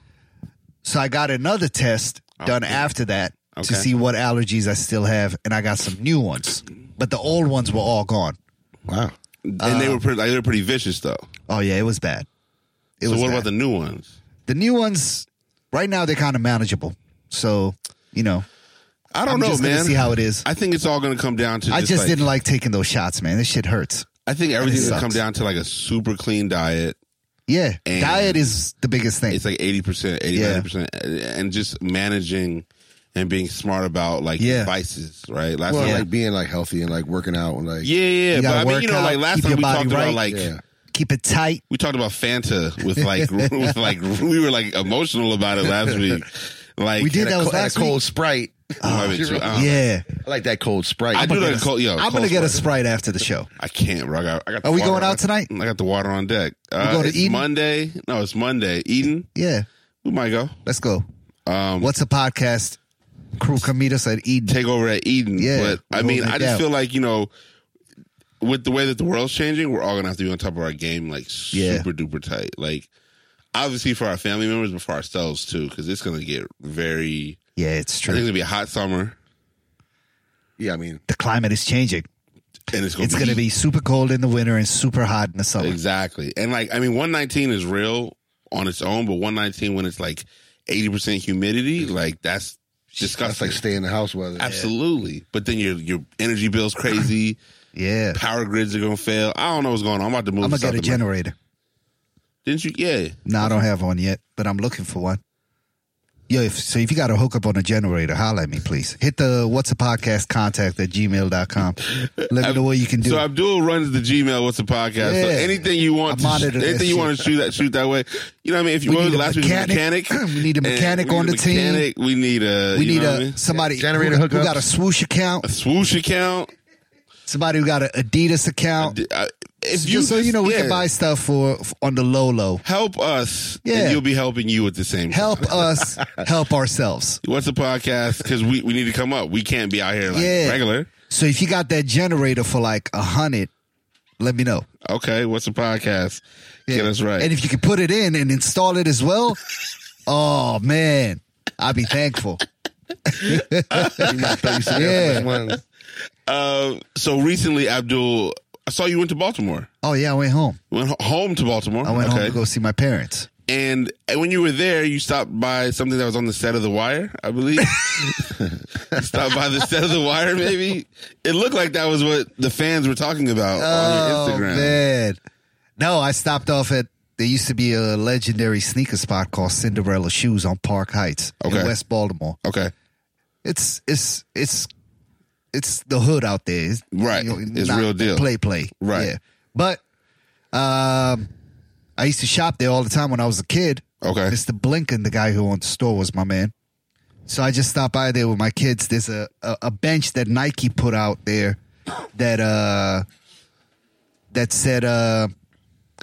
[SPEAKER 2] So I got another test done after that
[SPEAKER 1] Oh, Okay.
[SPEAKER 2] to see what allergies I still have, and I got some new ones, but the old ones were all gone.
[SPEAKER 3] Wow.
[SPEAKER 1] and
[SPEAKER 2] Uh,
[SPEAKER 1] they were pretty like, they were pretty vicious though
[SPEAKER 2] Oh yeah, it was bad. It
[SPEAKER 1] so
[SPEAKER 2] was
[SPEAKER 1] what
[SPEAKER 2] bad.
[SPEAKER 1] about the new ones
[SPEAKER 2] the new ones? Right now they're kind of manageable, so you know
[SPEAKER 1] I don't
[SPEAKER 2] I'm
[SPEAKER 1] know,
[SPEAKER 2] just gonna
[SPEAKER 1] man.
[SPEAKER 2] see how it is.
[SPEAKER 1] I think it's all going to come down to.
[SPEAKER 2] I
[SPEAKER 1] just,
[SPEAKER 2] just
[SPEAKER 1] like-
[SPEAKER 2] didn't like taking those shots, man. This shit hurts.
[SPEAKER 1] I think everything's going to come
[SPEAKER 2] sucks.
[SPEAKER 1] down to like a super clean diet.
[SPEAKER 2] Yeah,
[SPEAKER 1] And-
[SPEAKER 2] diet is the biggest thing.
[SPEAKER 1] It's like eighty percent, eighty
[SPEAKER 2] Yeah.
[SPEAKER 1] nine percent, uh, and just managing and being smart about like
[SPEAKER 2] Yeah.
[SPEAKER 1] vices, right? Last
[SPEAKER 3] Well,
[SPEAKER 1] time, like,
[SPEAKER 3] like being like healthy and like working out and like
[SPEAKER 1] yeah, yeah. But
[SPEAKER 2] You gotta
[SPEAKER 1] I mean, you
[SPEAKER 2] work
[SPEAKER 1] know, like
[SPEAKER 2] out,
[SPEAKER 1] last
[SPEAKER 2] keep
[SPEAKER 1] time
[SPEAKER 2] your
[SPEAKER 1] we
[SPEAKER 2] body
[SPEAKER 1] talked about
[SPEAKER 2] right.
[SPEAKER 1] like
[SPEAKER 3] yeah.
[SPEAKER 2] Keep it tight.
[SPEAKER 1] we talked about Fanta with like with like we were like emotional about it last week. Like
[SPEAKER 2] We did
[SPEAKER 1] and
[SPEAKER 2] that
[SPEAKER 1] I-
[SPEAKER 2] was
[SPEAKER 3] Co- that
[SPEAKER 2] last
[SPEAKER 3] cold
[SPEAKER 2] week.
[SPEAKER 3] sprite.
[SPEAKER 1] might have been true. Oh, I don't know.
[SPEAKER 2] Yeah,
[SPEAKER 3] I like that cold sprite.
[SPEAKER 1] I do like cold. Uh, Yo,
[SPEAKER 2] I'm gonna
[SPEAKER 1] cold
[SPEAKER 2] get a
[SPEAKER 1] Sprite.
[SPEAKER 2] sprite after the show.
[SPEAKER 1] I can't, bro. I got, I got the
[SPEAKER 2] Are we
[SPEAKER 1] water
[SPEAKER 2] going
[SPEAKER 1] on-
[SPEAKER 2] out tonight?
[SPEAKER 1] I got the water on deck. Uh,
[SPEAKER 2] going to
[SPEAKER 1] it's
[SPEAKER 2] Eden?
[SPEAKER 1] Monday. No, it's Monday. Eden.
[SPEAKER 2] Yeah,
[SPEAKER 1] We might go.
[SPEAKER 2] let's go.
[SPEAKER 1] Um,
[SPEAKER 2] What's a podcast? Crew come meet us at E Eden.
[SPEAKER 1] take over at Eden.
[SPEAKER 2] Yeah,
[SPEAKER 1] but I
[SPEAKER 2] we're
[SPEAKER 1] mean,
[SPEAKER 2] holding
[SPEAKER 1] I
[SPEAKER 2] it
[SPEAKER 1] just
[SPEAKER 2] down.
[SPEAKER 1] feel like you know, with the way that the world's changing, we're all gonna have to be on top of our game, like
[SPEAKER 2] Yeah.
[SPEAKER 1] super duper tight. Like, obviously for our family members, but for ourselves too, because it's gonna get very.
[SPEAKER 2] Yeah, it's
[SPEAKER 1] I think
[SPEAKER 2] true.
[SPEAKER 1] it'll be a hot summer,
[SPEAKER 3] Yeah, I mean,
[SPEAKER 2] The climate is changing.
[SPEAKER 1] and it's gonna
[SPEAKER 2] It's
[SPEAKER 1] be,
[SPEAKER 2] going to be super cold in the winter and super hot in the summer.
[SPEAKER 1] exactly. And like, I mean, one nineteen is real on its own, but one nineteen when it's like eighty percent humidity, like that's
[SPEAKER 3] that's
[SPEAKER 1] disgusting.
[SPEAKER 3] like stay in the house weather.
[SPEAKER 1] Absolutely, but then your your energy bills crazy.
[SPEAKER 2] Yeah.
[SPEAKER 1] Power grids are gonna fail. I don't know what's going on. I'm about to move.
[SPEAKER 2] I'm
[SPEAKER 1] to
[SPEAKER 2] going to get
[SPEAKER 1] South
[SPEAKER 2] a
[SPEAKER 1] America.
[SPEAKER 2] generator.
[SPEAKER 1] Didn't you? Yeah.
[SPEAKER 2] No, I don't have one yet, but I'm looking for one. Yo, if, so if you got a hookup on a generator, holla at me, please. Hit the what's a podcast contact at gmail.com. Let me know what you can do.
[SPEAKER 1] So Abdul runs the Gmail. What's the podcast? So
[SPEAKER 2] Yeah.
[SPEAKER 1] anything you want,
[SPEAKER 2] I
[SPEAKER 1] to,
[SPEAKER 2] monitor
[SPEAKER 1] anything
[SPEAKER 2] this
[SPEAKER 1] you
[SPEAKER 2] shit.
[SPEAKER 1] want to shoot that shoot that way. You know what I mean? If you
[SPEAKER 2] We
[SPEAKER 1] what was
[SPEAKER 2] need
[SPEAKER 1] the
[SPEAKER 2] a
[SPEAKER 1] last week was
[SPEAKER 2] mechanic.
[SPEAKER 1] mechanic.
[SPEAKER 2] We need a
[SPEAKER 1] And
[SPEAKER 2] mechanic on the team.
[SPEAKER 1] team. We need a
[SPEAKER 2] we
[SPEAKER 1] you
[SPEAKER 2] need
[SPEAKER 1] know
[SPEAKER 2] a
[SPEAKER 1] what I mean?
[SPEAKER 2] somebody
[SPEAKER 3] Generator
[SPEAKER 2] who, who
[SPEAKER 3] hookups.
[SPEAKER 2] got a swoosh account,
[SPEAKER 1] a swoosh account.
[SPEAKER 2] somebody who got an Adidas account.
[SPEAKER 1] D- I- If
[SPEAKER 2] So
[SPEAKER 1] you
[SPEAKER 2] just so you know, we
[SPEAKER 1] yeah.
[SPEAKER 2] can buy stuff for f- on the low low.
[SPEAKER 1] Help us,
[SPEAKER 2] Yeah.
[SPEAKER 1] and you'll be helping you at the same time.
[SPEAKER 2] Help us help ourselves.
[SPEAKER 1] What's the podcast? Because we, we need to come up. We can't be out here like
[SPEAKER 2] Yeah.
[SPEAKER 1] regular.
[SPEAKER 2] So if you got that generator for like a hundred, let me know.
[SPEAKER 1] Okay, what's the podcast? Get
[SPEAKER 2] Yeah.
[SPEAKER 1] us right.
[SPEAKER 2] And if you can put it in and install it as well, oh man, I'd be thankful. yeah.
[SPEAKER 3] Absolutely.
[SPEAKER 1] Uh, so recently, Abdul, I saw you went to Baltimore.
[SPEAKER 2] Oh yeah, I went home.
[SPEAKER 1] Went ho- home to Baltimore.
[SPEAKER 2] I went
[SPEAKER 1] okay.
[SPEAKER 2] home to go see my parents.
[SPEAKER 1] And when you were there, you stopped by something that was on the set of The Wire, I believe. You stopped by the set of The Wire, maybe. It looked like that was what the fans were talking about
[SPEAKER 2] Oh
[SPEAKER 1] on your Instagram.
[SPEAKER 2] man, no, I stopped off at. There used to be a legendary sneaker spot called Cinderella Shoes on Park Heights
[SPEAKER 1] Okay.
[SPEAKER 2] in West Baltimore.
[SPEAKER 1] Okay.
[SPEAKER 2] It's it's it's it's the hood out there, It's,
[SPEAKER 1] Right. It's
[SPEAKER 2] not
[SPEAKER 1] real deal.
[SPEAKER 2] Play play,
[SPEAKER 1] Right.
[SPEAKER 2] But um, I used to shop there all the time when I was a kid.
[SPEAKER 1] Okay.
[SPEAKER 2] Mr. Blinken, the guy who owned the store, was my man. So I just stopped by there with my kids. There's a, a, a bench that Nike put out there that uh that said uh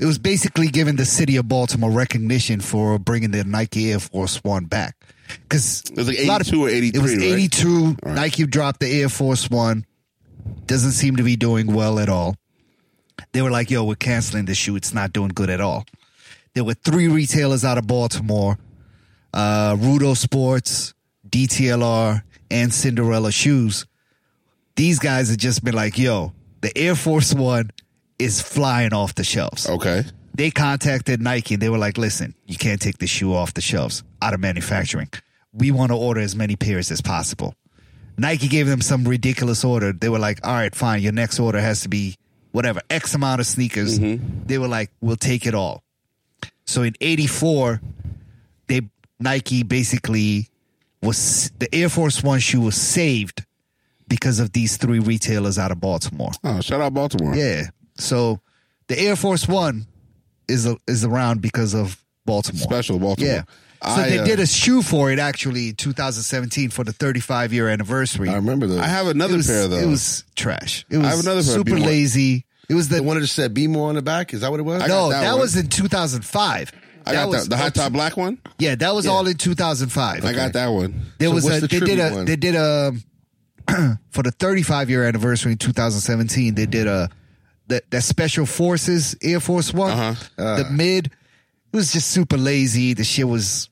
[SPEAKER 2] it was basically giving the city of Baltimore recognition for bringing the Nike Air Force One back because
[SPEAKER 1] was like 82 or 83,
[SPEAKER 2] It was
[SPEAKER 1] right?
[SPEAKER 2] 82.
[SPEAKER 1] All right.
[SPEAKER 2] Nike dropped the Air Force One. Doesn't seem to be doing well at all. They were like, "Yo, we're canceling the shoe. It's not doing good at all." There were three retailers out of Baltimore: uh, Rudo Sports, DTLR, and Cinderella Shoes. These guys have just been like, "Yo, the Air Force One is flying off the shelves."
[SPEAKER 1] Okay.
[SPEAKER 2] they contacted Nike and they were like, listen, you can't take the shoe off the shelves out of manufacturing. We want to order as many pairs as possible. Nike gave them some ridiculous order. They were like, all right, fine. Your next order has to be whatever, X amount of sneakers. They were like, we'll take it all. So in 84, they Nike basically was the Air Force One shoe was saved because of these three retailers out of Baltimore.
[SPEAKER 1] Oh, shout out Baltimore.
[SPEAKER 2] Yeah. So the Air Force One is a, is around because of Baltimore.
[SPEAKER 1] Special Baltimore.
[SPEAKER 2] Yeah. So
[SPEAKER 1] I,
[SPEAKER 2] they
[SPEAKER 1] uh,
[SPEAKER 2] did a shoe for it actually in 2017 for the 35 year anniversary.
[SPEAKER 3] I remember those.
[SPEAKER 1] I have
[SPEAKER 2] it
[SPEAKER 1] another
[SPEAKER 2] was,
[SPEAKER 1] pair, though.
[SPEAKER 2] It was trash. It was
[SPEAKER 1] have another pair,
[SPEAKER 2] super
[SPEAKER 1] B-more.
[SPEAKER 2] lazy. It was
[SPEAKER 3] the
[SPEAKER 2] the
[SPEAKER 3] one that just said "Be more" on the back. Is that what it was?
[SPEAKER 1] I got
[SPEAKER 2] no.
[SPEAKER 1] that
[SPEAKER 2] That,
[SPEAKER 1] one.
[SPEAKER 2] was in 2005.
[SPEAKER 1] I got
[SPEAKER 2] was
[SPEAKER 1] that. The high
[SPEAKER 2] up to-
[SPEAKER 1] top black one?
[SPEAKER 2] Yeah, that was all in 2005.
[SPEAKER 1] I got that one.
[SPEAKER 2] There
[SPEAKER 3] So
[SPEAKER 2] was
[SPEAKER 3] what's
[SPEAKER 2] a
[SPEAKER 3] the
[SPEAKER 2] they did
[SPEAKER 3] tribute
[SPEAKER 2] a
[SPEAKER 3] one?
[SPEAKER 2] they did a for the 35 year anniversary in 2017. They did a that that Special Forces Air Force One, uh,
[SPEAKER 1] Uh-huh.
[SPEAKER 2] the
[SPEAKER 3] Uh.
[SPEAKER 2] mid. It was just super lazy. The shit was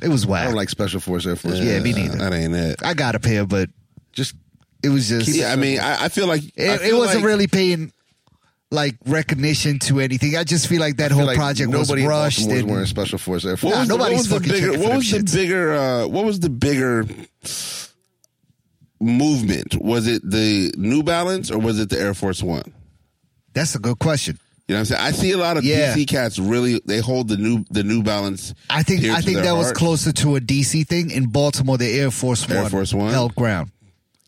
[SPEAKER 2] it was
[SPEAKER 3] I
[SPEAKER 2] whack.
[SPEAKER 3] don't like Special Force Air Force.
[SPEAKER 2] Yeah,
[SPEAKER 3] Ones.
[SPEAKER 2] me neither.
[SPEAKER 1] Uh, That ain't it.
[SPEAKER 2] I got a pair, but
[SPEAKER 3] Just
[SPEAKER 2] it was just
[SPEAKER 1] Yeah, I mean, I, I feel like I
[SPEAKER 2] it, it
[SPEAKER 1] feel
[SPEAKER 2] wasn't
[SPEAKER 1] like-
[SPEAKER 2] really paying like recognition to anything. I just feel like that whole
[SPEAKER 3] feel like
[SPEAKER 2] project was
[SPEAKER 3] nobody in
[SPEAKER 2] rushed.
[SPEAKER 3] Baltimore is
[SPEAKER 2] and-
[SPEAKER 3] wearing Special Force Air Force.
[SPEAKER 1] What was,
[SPEAKER 2] Nah,
[SPEAKER 1] the, what
[SPEAKER 2] nobody's
[SPEAKER 1] was the
[SPEAKER 2] fucking
[SPEAKER 1] bigger?
[SPEAKER 2] checking
[SPEAKER 1] What
[SPEAKER 2] for
[SPEAKER 1] was the
[SPEAKER 2] them shits.
[SPEAKER 1] bigger? Uh, what was the bigger movement? Was it the New Balance or was it the Air Force One?
[SPEAKER 2] That's a good question.
[SPEAKER 1] You know what I'm saying? I see a lot of
[SPEAKER 2] Yeah.
[SPEAKER 1] DC cats really they hold the new the New Balance.
[SPEAKER 2] I think
[SPEAKER 1] dear
[SPEAKER 2] I
[SPEAKER 1] to
[SPEAKER 2] think
[SPEAKER 1] their
[SPEAKER 2] that was
[SPEAKER 1] heart.
[SPEAKER 2] closer to a DC thing. In Baltimore, the Air Force One,
[SPEAKER 1] Air Force One?
[SPEAKER 2] held ground.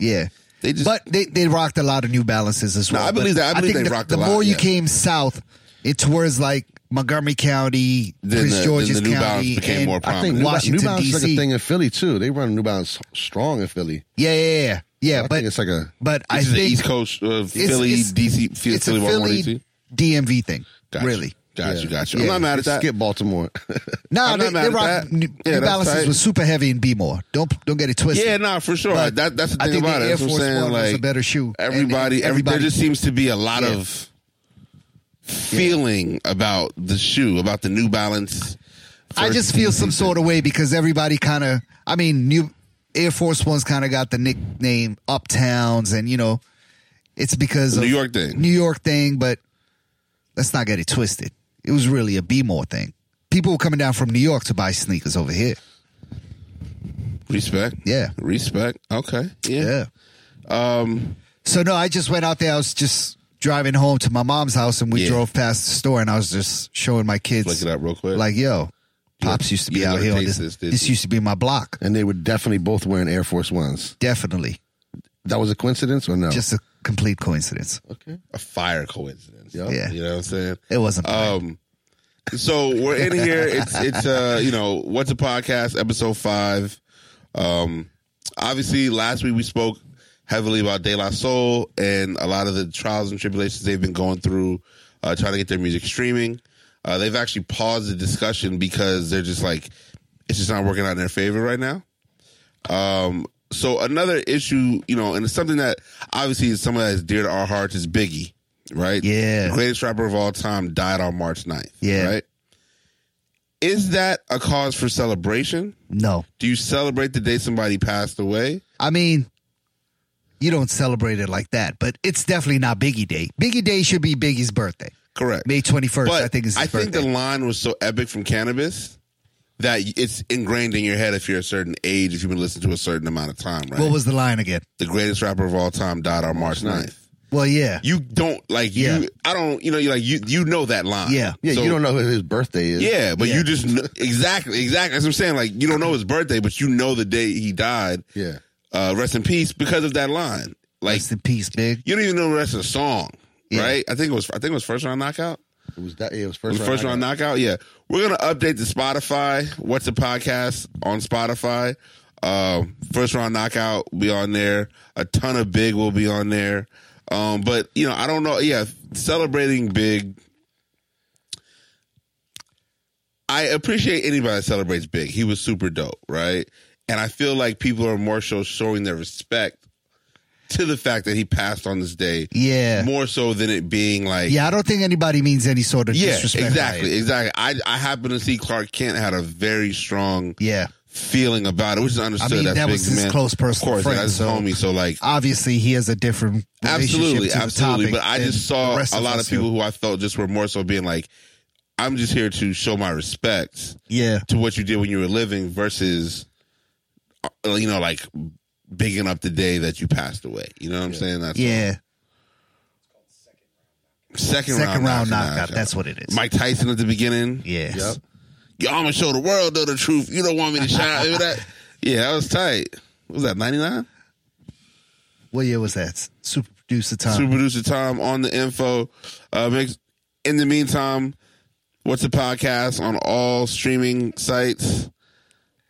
[SPEAKER 2] Yeah,
[SPEAKER 1] They just-
[SPEAKER 2] but they, they rocked a lot of New Balances as well.
[SPEAKER 1] I believe
[SPEAKER 2] But
[SPEAKER 1] that- I believe
[SPEAKER 2] think
[SPEAKER 1] they
[SPEAKER 2] the,
[SPEAKER 1] rocked a
[SPEAKER 2] the
[SPEAKER 1] lot,
[SPEAKER 2] more you
[SPEAKER 1] yeah.
[SPEAKER 2] came south, it towards like Montgomery County,
[SPEAKER 1] Then the-
[SPEAKER 2] Prince
[SPEAKER 1] then
[SPEAKER 2] George's
[SPEAKER 1] the New Balance
[SPEAKER 2] County,
[SPEAKER 1] became
[SPEAKER 2] and-
[SPEAKER 1] more
[SPEAKER 3] I think
[SPEAKER 1] prominent.
[SPEAKER 3] Um, New, Ba-
[SPEAKER 2] Washington,
[SPEAKER 3] New Balance is like
[SPEAKER 2] DC.
[SPEAKER 3] a thing in Philly too. They run New Balance strong in Philly.
[SPEAKER 2] yeah, yeah, yeah, yeah.
[SPEAKER 3] I
[SPEAKER 2] but
[SPEAKER 3] think it's like a
[SPEAKER 2] but I
[SPEAKER 1] This is the
[SPEAKER 2] think
[SPEAKER 1] East Coast uh, Philly
[SPEAKER 2] it's-
[SPEAKER 1] DC Philly,
[SPEAKER 2] it's a
[SPEAKER 1] Baltimore,
[SPEAKER 2] Philly
[SPEAKER 1] DC.
[SPEAKER 2] DMV thing,
[SPEAKER 1] Gotcha.
[SPEAKER 2] really.
[SPEAKER 1] Got you, got you.
[SPEAKER 2] Yeah.
[SPEAKER 1] I'm not mad at that.
[SPEAKER 3] skip Baltimore.
[SPEAKER 2] No,
[SPEAKER 1] I'm
[SPEAKER 2] they,
[SPEAKER 1] not mad
[SPEAKER 2] they
[SPEAKER 1] at
[SPEAKER 2] rocked
[SPEAKER 1] that.
[SPEAKER 2] New,
[SPEAKER 1] Yeah,
[SPEAKER 2] New
[SPEAKER 1] that's
[SPEAKER 2] Balances
[SPEAKER 1] tight.
[SPEAKER 2] was super heavy in Beemore. Don't don't get it twisted.
[SPEAKER 1] Yeah, nah, for sure.
[SPEAKER 2] But
[SPEAKER 1] that, that's the
[SPEAKER 2] I
[SPEAKER 1] thing
[SPEAKER 2] think
[SPEAKER 1] about
[SPEAKER 2] the
[SPEAKER 1] it.
[SPEAKER 2] Air
[SPEAKER 1] That's what I'm
[SPEAKER 2] Force
[SPEAKER 1] saying.
[SPEAKER 2] One was
[SPEAKER 1] like
[SPEAKER 2] a better shoe. And- and
[SPEAKER 1] Everybody, every-
[SPEAKER 2] everybody-
[SPEAKER 1] there just seems to be a lot
[SPEAKER 2] Yeah.
[SPEAKER 1] of feeling about the shoe, about the New Balance,
[SPEAKER 2] I just feel some sort of way because everybody kind of. I mean, new Air Force Ones kind of got the nickname Uptowns, and you know, it's because
[SPEAKER 1] New
[SPEAKER 2] of
[SPEAKER 1] York thing.
[SPEAKER 2] New York thing. But let's not get it twisted. It was really a B-more thing. People were coming down from New York to buy sneakers over here.
[SPEAKER 1] Respect.
[SPEAKER 2] Yeah.
[SPEAKER 1] Respect. Okay. Yeah. Um,
[SPEAKER 2] Yeah. Um. So no, I just went out there. I was just driving home to my mom's house, and we
[SPEAKER 1] Yeah.
[SPEAKER 2] drove past the store, and I was just showing my kids.
[SPEAKER 1] Look it up real quick.
[SPEAKER 2] Like, yo, pops used to be
[SPEAKER 1] you
[SPEAKER 2] out
[SPEAKER 1] never
[SPEAKER 2] here. On this
[SPEAKER 1] tasted this, did
[SPEAKER 2] this
[SPEAKER 1] you?
[SPEAKER 2] used to be my block.
[SPEAKER 3] And they were definitely both wearing Air Force Ones.
[SPEAKER 2] Definitely,
[SPEAKER 3] That was a coincidence or no?
[SPEAKER 2] just a complete coincidence.
[SPEAKER 3] okay.
[SPEAKER 1] a fire coincidence.
[SPEAKER 2] Yeah.
[SPEAKER 1] You know what I'm saying?
[SPEAKER 2] It wasn't.
[SPEAKER 1] Um, so we're in here. It's it's uh you know what's a podcast episode five. Um, obviously last week we spoke heavily about De La Soul and a lot of the trials and tribulations they've been going through, uh, trying to get their music streaming. Uh, they've actually paused the discussion because they're just like it's just not working out in their favor right now. Um, so another issue, you know, and it's something that obviously is something that is dear to our hearts is Biggie, right?
[SPEAKER 2] Yeah.
[SPEAKER 1] The greatest rapper of all time died on March 9th.
[SPEAKER 2] Yeah.
[SPEAKER 1] Right? Is that a cause for celebration?
[SPEAKER 2] no,
[SPEAKER 1] Do you celebrate the day somebody passed away?
[SPEAKER 2] I mean, you don't celebrate it like that, but it's definitely not Biggie Day. Biggie Day should be Biggie's birthday,
[SPEAKER 1] Correct.
[SPEAKER 2] May twenty first.
[SPEAKER 1] but
[SPEAKER 2] I think is his
[SPEAKER 1] I think
[SPEAKER 2] birthday.
[SPEAKER 1] the line was so epic from cannabis that it's ingrained in your head if you're a certain age, if you've been listening to a certain amount of time, right?
[SPEAKER 2] what was the line again?
[SPEAKER 1] the greatest rapper of all time died on March 9th.
[SPEAKER 2] Well, yeah,
[SPEAKER 1] You don't like
[SPEAKER 2] Yeah.
[SPEAKER 1] you. I don't. You know. You like you. You know that line.
[SPEAKER 2] Yeah.
[SPEAKER 3] Yeah,
[SPEAKER 1] So-
[SPEAKER 3] you don't know who his birthday is.
[SPEAKER 1] Yeah, but
[SPEAKER 2] Yeah.
[SPEAKER 1] you just kn- exactly, exactly. That's what I'm saying. Like you don't know his birthday, but you know the day he died.
[SPEAKER 3] Yeah.
[SPEAKER 1] Uh, rest in peace because of that line. Like
[SPEAKER 2] rest in peace, Big.
[SPEAKER 1] you don't even know the rest of the song,
[SPEAKER 2] Yeah.
[SPEAKER 1] right? I think it was. I think it was first round knockout.
[SPEAKER 3] It was that. Yeah, it was
[SPEAKER 1] It
[SPEAKER 3] first
[SPEAKER 1] was
[SPEAKER 3] round.
[SPEAKER 1] first round
[SPEAKER 3] knockout.
[SPEAKER 1] knockout. Yeah, we're gonna update the Spotify. What's a podcast on Spotify? Um, first round knockout will be on there. A ton of big will be on there. Um, but you know, I don't know. Yeah, celebrating big. I appreciate anybody that celebrates big. He was super dope, right? And I feel like people are more so showing their respect to the fact that he passed on this day,
[SPEAKER 2] Yeah,
[SPEAKER 1] more so than it being like,
[SPEAKER 2] yeah. I don't think anybody means any sort of
[SPEAKER 1] yeah,
[SPEAKER 2] disrespect. by
[SPEAKER 1] exactly,
[SPEAKER 2] it.
[SPEAKER 1] exactly. I I happen to see Clark Kent had a very strong
[SPEAKER 2] Yeah,
[SPEAKER 1] feeling about it, which is understood.
[SPEAKER 2] I mean,
[SPEAKER 1] That's
[SPEAKER 2] that
[SPEAKER 1] big
[SPEAKER 2] was his
[SPEAKER 1] man.
[SPEAKER 2] close personal
[SPEAKER 1] of course,
[SPEAKER 2] friend,
[SPEAKER 1] that's his
[SPEAKER 2] so-
[SPEAKER 1] homie. So like,
[SPEAKER 2] obviously he has a different relationship
[SPEAKER 1] absolutely,
[SPEAKER 2] to the
[SPEAKER 1] absolutely.
[SPEAKER 2] topic
[SPEAKER 1] But I
[SPEAKER 2] than
[SPEAKER 1] just saw
[SPEAKER 2] the rest
[SPEAKER 1] a lot
[SPEAKER 2] us
[SPEAKER 1] of people
[SPEAKER 2] who-
[SPEAKER 1] who I felt just were more so being like, I'm just here to show my respects
[SPEAKER 2] yeah,
[SPEAKER 1] to what you did when you were living versus, uh, you know, like bigging up the day that you passed away. You know what I'm saying? That's
[SPEAKER 2] yeah.
[SPEAKER 1] Second,
[SPEAKER 2] Second round
[SPEAKER 1] knockout.
[SPEAKER 2] knockout. That's what it is.
[SPEAKER 1] Mike Tyson at the beginning.
[SPEAKER 2] Yes.
[SPEAKER 3] Yep.
[SPEAKER 1] Yo, I'm gonna show the world though the truth. You don't want me to shout Remember that. Yeah, that was tight. What was that 99?
[SPEAKER 2] What year was that? Super producer time.
[SPEAKER 1] Super producer Tom on the info. Uh, makes, in the meantime, what's the podcast on all streaming sites?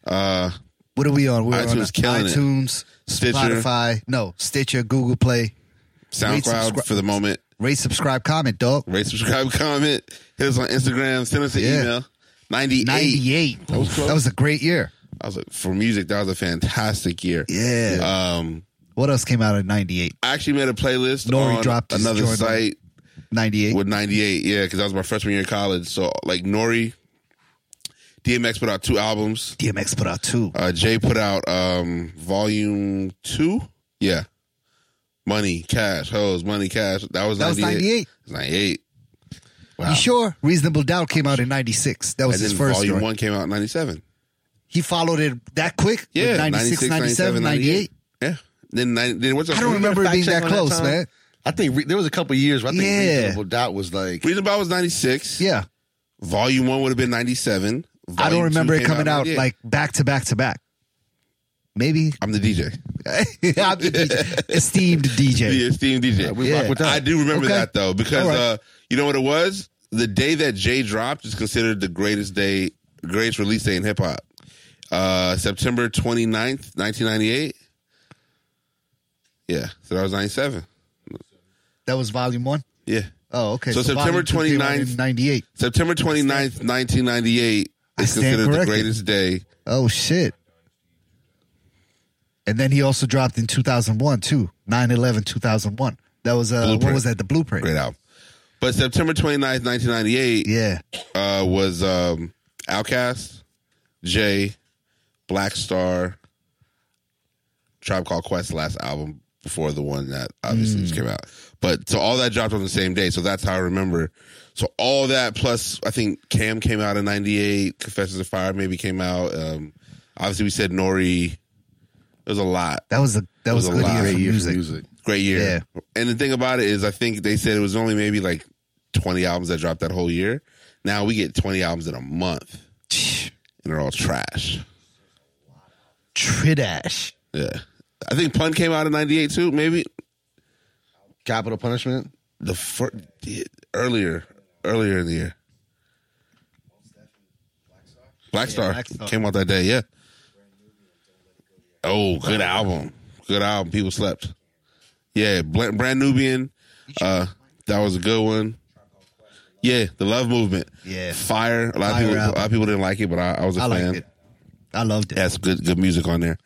[SPEAKER 1] Uh,
[SPEAKER 2] what are we on? We're on
[SPEAKER 1] iTunes killing it.
[SPEAKER 2] iTunes,
[SPEAKER 1] Stitcher.
[SPEAKER 2] Spotify, no Stitcher, Google Play. Rate,
[SPEAKER 1] SoundCloud
[SPEAKER 2] subscri-
[SPEAKER 1] for the moment.
[SPEAKER 2] Rate, subscribe, comment, dog.
[SPEAKER 1] Rate, subscribe, comment. Hit us on Instagram. Send us an
[SPEAKER 2] Yeah.
[SPEAKER 1] email. 98.
[SPEAKER 2] Ninety-eight. That was, a great year.
[SPEAKER 1] I was like, for music, that was a fantastic year.
[SPEAKER 2] Yeah.
[SPEAKER 1] Um,
[SPEAKER 2] What else came out in 98?
[SPEAKER 1] I actually made a playlist
[SPEAKER 2] Nori
[SPEAKER 1] on
[SPEAKER 2] dropped his
[SPEAKER 1] another
[SPEAKER 2] joint on-
[SPEAKER 1] site.
[SPEAKER 2] 98.
[SPEAKER 1] with 98 yeah because that was my freshman year in college so like nori dmx put out two albums
[SPEAKER 2] DMX put out two.
[SPEAKER 1] uh jay put out um volume two yeah money cash hoes money cash that was 98
[SPEAKER 2] That was 98?
[SPEAKER 1] It was 98
[SPEAKER 2] You sure? Reasonable Doubt came out in 96. That was
[SPEAKER 1] and
[SPEAKER 2] his
[SPEAKER 1] then
[SPEAKER 2] first
[SPEAKER 1] volume
[SPEAKER 2] joint.
[SPEAKER 1] one came out in 97
[SPEAKER 2] He followed it that quick?
[SPEAKER 1] yeah
[SPEAKER 2] With 96, 97, 98.
[SPEAKER 1] yeah then, 90, then what's up
[SPEAKER 2] I don't remember it being that close, man.
[SPEAKER 3] I think re- there was a couple years. Where I think
[SPEAKER 2] Yeah.
[SPEAKER 3] Reasonable Doubt was like.
[SPEAKER 1] reason about was 96
[SPEAKER 2] Yeah.
[SPEAKER 1] volume one would have been 97
[SPEAKER 2] I don't
[SPEAKER 1] Volume two
[SPEAKER 2] remember it
[SPEAKER 1] came
[SPEAKER 2] coming
[SPEAKER 1] in
[SPEAKER 2] out
[SPEAKER 1] 98.
[SPEAKER 2] like back to back to back. Maybe
[SPEAKER 1] i'm the dj
[SPEAKER 2] I'm the DJ. esteemed DJ.
[SPEAKER 1] the esteemed DJ.
[SPEAKER 3] we
[SPEAKER 2] rock with
[SPEAKER 3] that.
[SPEAKER 1] I do remember
[SPEAKER 2] Okay.
[SPEAKER 1] that though, because
[SPEAKER 2] All right.
[SPEAKER 1] uh, you know what it was? The day that Jay dropped is considered the greatest day, greatest release day in hip hop. Uh, September 29th, 1998. Yeah, so that was 97.
[SPEAKER 2] That was volume one.
[SPEAKER 1] Yeah.
[SPEAKER 2] Oh, okay.
[SPEAKER 1] So September
[SPEAKER 2] volume two came out in
[SPEAKER 1] 29th.
[SPEAKER 2] 98.
[SPEAKER 1] September 29th, 1998
[SPEAKER 2] I
[SPEAKER 1] is
[SPEAKER 2] stand
[SPEAKER 1] considered the
[SPEAKER 2] corrected.
[SPEAKER 1] greatest day.
[SPEAKER 2] Oh, shit. And then he also dropped in 2001, too. 9 11, 2001. That was, uh, what
[SPEAKER 1] Blueprint.
[SPEAKER 2] was that? The Blueprint.
[SPEAKER 1] Great album. But September 29th, 1998
[SPEAKER 2] Yeah.
[SPEAKER 1] uh, was um, Outcast, Jay, Black Star, Tribe Called Quest last album before the one that obviously just came out. But so all that dropped on the same day, so that's how I remember. So all that plus I think Cam came out in '98, Confessions of Fire maybe came out. Um, obviously, we said Nori. There's a lot.
[SPEAKER 2] That was a that was,
[SPEAKER 1] was a
[SPEAKER 2] a good
[SPEAKER 1] lot.
[SPEAKER 2] year
[SPEAKER 1] Great
[SPEAKER 2] for
[SPEAKER 3] year for
[SPEAKER 2] music.
[SPEAKER 3] music.
[SPEAKER 1] Great year.
[SPEAKER 2] Yeah.
[SPEAKER 1] And the thing about it is, I think they said it was only maybe like 20 albums that dropped that whole year. Now we get 20 albums in a month, and they're all trash.
[SPEAKER 2] Tridash.
[SPEAKER 1] Yeah. I think Pun came out in 98 too, maybe
[SPEAKER 3] Capital Punishment.
[SPEAKER 1] the first, earlier, earlier in the year. Black Star
[SPEAKER 2] Black Star.
[SPEAKER 1] came out that day, yeah. Oh, good album. Good album. People slept. Yeah, Bla- Brand Nubian. Uh, that was a good one. Yeah, the Love Movement.
[SPEAKER 2] Yeah.
[SPEAKER 1] Fire. A lot
[SPEAKER 2] Fire
[SPEAKER 1] of people,
[SPEAKER 2] album.
[SPEAKER 1] a lot of people didn't like it, but I, I was a
[SPEAKER 2] I
[SPEAKER 1] fan.
[SPEAKER 2] liked it. I loved it.
[SPEAKER 1] Yeah, some good good music on there.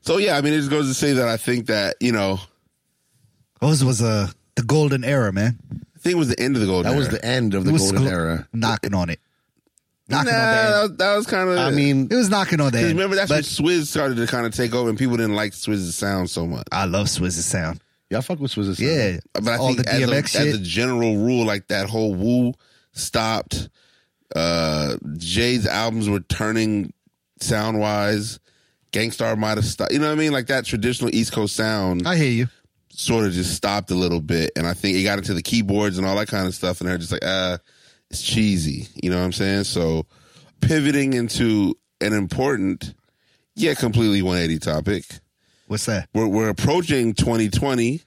[SPEAKER 1] So yeah, I mean, it just goes to say that I think that you know,
[SPEAKER 2] Those was uh, the golden era, man.
[SPEAKER 1] I think it was the end of the golden.
[SPEAKER 3] That was
[SPEAKER 1] era.
[SPEAKER 3] the end of the
[SPEAKER 2] It was
[SPEAKER 3] golden
[SPEAKER 2] gl-
[SPEAKER 3] era.
[SPEAKER 2] Knocking on it.
[SPEAKER 1] Nah,
[SPEAKER 2] Knocking on
[SPEAKER 1] that
[SPEAKER 2] the
[SPEAKER 1] was, that was kind of.
[SPEAKER 3] I mean,
[SPEAKER 2] end. It was knocking on the end.
[SPEAKER 1] remember that's when
[SPEAKER 2] but
[SPEAKER 1] Swizz started to kind of take over, and people didn't like Swizz's sound so much.
[SPEAKER 2] I love Swizz's sound.
[SPEAKER 3] y'all fuck with Swiss.
[SPEAKER 2] Yeah.
[SPEAKER 1] But I
[SPEAKER 2] All
[SPEAKER 1] think
[SPEAKER 2] the
[SPEAKER 1] as,
[SPEAKER 2] DMX
[SPEAKER 1] a, as a
[SPEAKER 2] shit.
[SPEAKER 1] general rule, like that whole woo stopped. Uh, Jay's albums were turning sound wise. Gangstar might have stopped. You know what I mean? Like that traditional East Coast sound.
[SPEAKER 2] I hear you.
[SPEAKER 1] sort of just stopped a little bit. And I think it got into the keyboards and all that kind of stuff. And they're just like, uh, it's cheesy. You know what I'm saying? So pivoting into an important, yet completely 180 topic.
[SPEAKER 2] What's that?
[SPEAKER 1] We're, we're approaching 2020.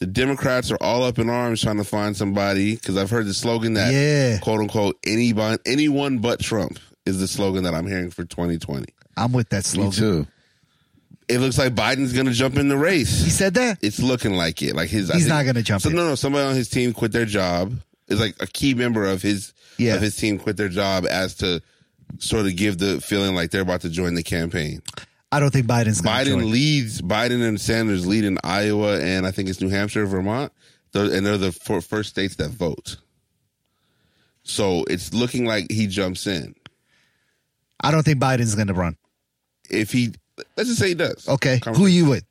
[SPEAKER 1] The Democrats are all up in arms trying to find somebody because I've heard the slogan that
[SPEAKER 2] Yeah.
[SPEAKER 1] quote unquote anybody, anyone but Trump is the slogan that I'm hearing for 2020.
[SPEAKER 2] I'm with that
[SPEAKER 3] me
[SPEAKER 2] slogan.
[SPEAKER 3] too.
[SPEAKER 1] It looks like Biden's going to jump in the race.
[SPEAKER 2] He said that?
[SPEAKER 1] It's looking like it. Like his, I
[SPEAKER 2] He's
[SPEAKER 1] think-
[SPEAKER 2] not gonna jump
[SPEAKER 1] So
[SPEAKER 2] in.
[SPEAKER 1] no, no. Somebody on his team quit their job. It's like a key member of his
[SPEAKER 2] Yeah.
[SPEAKER 1] of his team quit their job as to sort of give the feeling like they're about to join the campaign.
[SPEAKER 2] I don't think Biden's going to
[SPEAKER 1] Biden
[SPEAKER 2] join.
[SPEAKER 1] leads. Biden and Sanders lead in Iowa and I think it's New Hampshire, Vermont, They're- and they're the four, first states that vote. So it's looking like he jumps in.
[SPEAKER 2] I don't think Biden's going to run.
[SPEAKER 1] If he, let's just say he does.
[SPEAKER 2] Okay.
[SPEAKER 1] Conver-
[SPEAKER 2] Who you with?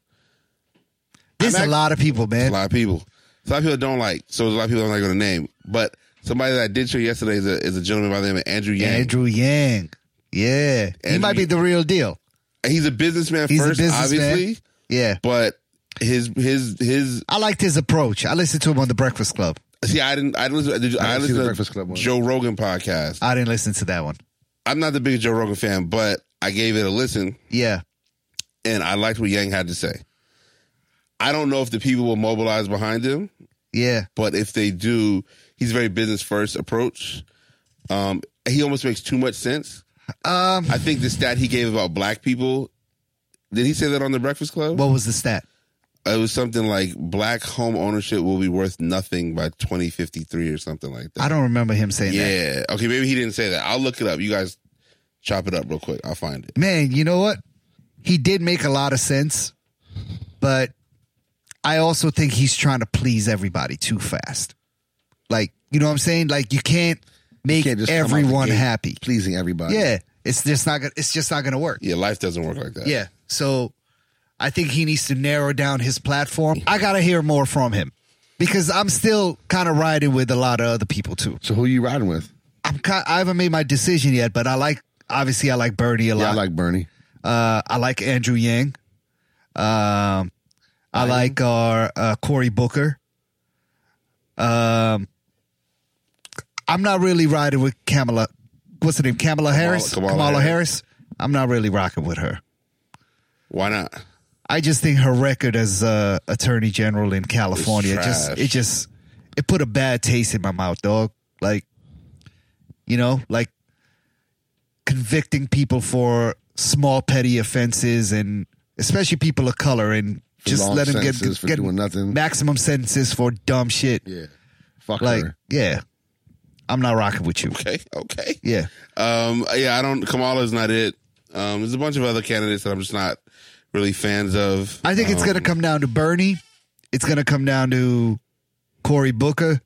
[SPEAKER 2] There's
[SPEAKER 1] I'm
[SPEAKER 2] a
[SPEAKER 1] act-
[SPEAKER 2] lot of people,
[SPEAKER 1] a
[SPEAKER 2] man.
[SPEAKER 1] lot of people. So a lot of people don't like. So there's a lot of people I'm not going to name. But somebody that I did show yesterday is a, is a gentleman by the name of Andrew Yang.
[SPEAKER 2] Andrew Yang. Yeah. he
[SPEAKER 1] Andrew-
[SPEAKER 2] might be the real deal.
[SPEAKER 1] He's a businessman
[SPEAKER 2] He's
[SPEAKER 1] first,
[SPEAKER 2] a businessman.
[SPEAKER 1] obviously.
[SPEAKER 2] Yeah.
[SPEAKER 1] But his his his.
[SPEAKER 2] I liked his approach. I listened to him on The Breakfast Club.
[SPEAKER 1] See, I didn't. I didn't. Listen, did you-
[SPEAKER 3] I
[SPEAKER 1] I,
[SPEAKER 3] didn't see
[SPEAKER 1] listened
[SPEAKER 3] the
[SPEAKER 1] to
[SPEAKER 3] Breakfast Club one.
[SPEAKER 1] Joe Rogan podcast.
[SPEAKER 2] I didn't listen to that one.
[SPEAKER 1] I'm not the biggest Joe Rogan fan, but I gave it a listen
[SPEAKER 2] Yeah.
[SPEAKER 1] and I liked what Yang had to say. I don't know if the people will mobilize behind him.
[SPEAKER 2] Yeah.
[SPEAKER 1] but if they do, he's very business first approach. Um, he almost makes too much sense.
[SPEAKER 2] Um,
[SPEAKER 1] I think the stat he gave about black people. Did he say that on the Breakfast Club?
[SPEAKER 2] What was the stat?
[SPEAKER 1] it was something like black home ownership will be worth nothing by 2053 or something like that.
[SPEAKER 2] I don't remember him saying that.
[SPEAKER 1] yeah. Okay, maybe he didn't say that. I'll look it up. You guys chop it up real quick. I'll find it.
[SPEAKER 2] Man, you know what? He did make a lot of sense, but I also think he's trying to please everybody too fast. Like, you know what I'm saying? Like you can't make
[SPEAKER 3] Can't just come out the
[SPEAKER 2] everyone
[SPEAKER 3] gate
[SPEAKER 2] happy.
[SPEAKER 3] pleasing everybody.
[SPEAKER 2] Yeah. It's just not gonna it's just not gonna work.
[SPEAKER 1] Yeah, life doesn't work like that.
[SPEAKER 2] Yeah. So I think he needs to narrow down his platform. I gotta hear more from him. Because I'm still kind of riding with a lot of other people too.
[SPEAKER 3] So who you riding with?
[SPEAKER 2] I'm kind, I haven't made my decision yet, but I like obviously I like Bernie a lot.
[SPEAKER 3] Yeah, I like Bernie.
[SPEAKER 2] Uh, I like Andrew Yang. Um, I like our uh, Cory Booker. Um, I'm not really riding with Kamala. What's her name? Kamala Harris.
[SPEAKER 1] Kamala
[SPEAKER 2] Harris. I'm not really rocking with her.
[SPEAKER 1] Why not?
[SPEAKER 2] I just think her record as uh, Attorney General in California
[SPEAKER 1] It's
[SPEAKER 2] just
[SPEAKER 1] trash.
[SPEAKER 2] it just it put a bad taste in my mouth, dog. Like, you know, like convicting people for small petty offenses and especially people of color and just
[SPEAKER 3] long
[SPEAKER 2] let them get,
[SPEAKER 3] sentences for
[SPEAKER 2] get
[SPEAKER 3] doing nothing.
[SPEAKER 2] maximum sentences for dumb shit.
[SPEAKER 3] Yeah. Fuck
[SPEAKER 2] Like,
[SPEAKER 3] her.
[SPEAKER 2] yeah, I'm not rocking with you.
[SPEAKER 1] Okay, okay.
[SPEAKER 2] Yeah,
[SPEAKER 1] Um, yeah, I don't. Kamala's not it. Um, there's a bunch of other candidates that I'm just not really fans of.
[SPEAKER 2] I think it's
[SPEAKER 1] Um,
[SPEAKER 2] going to come down to Bernie. It's going to come down to Cory Booker.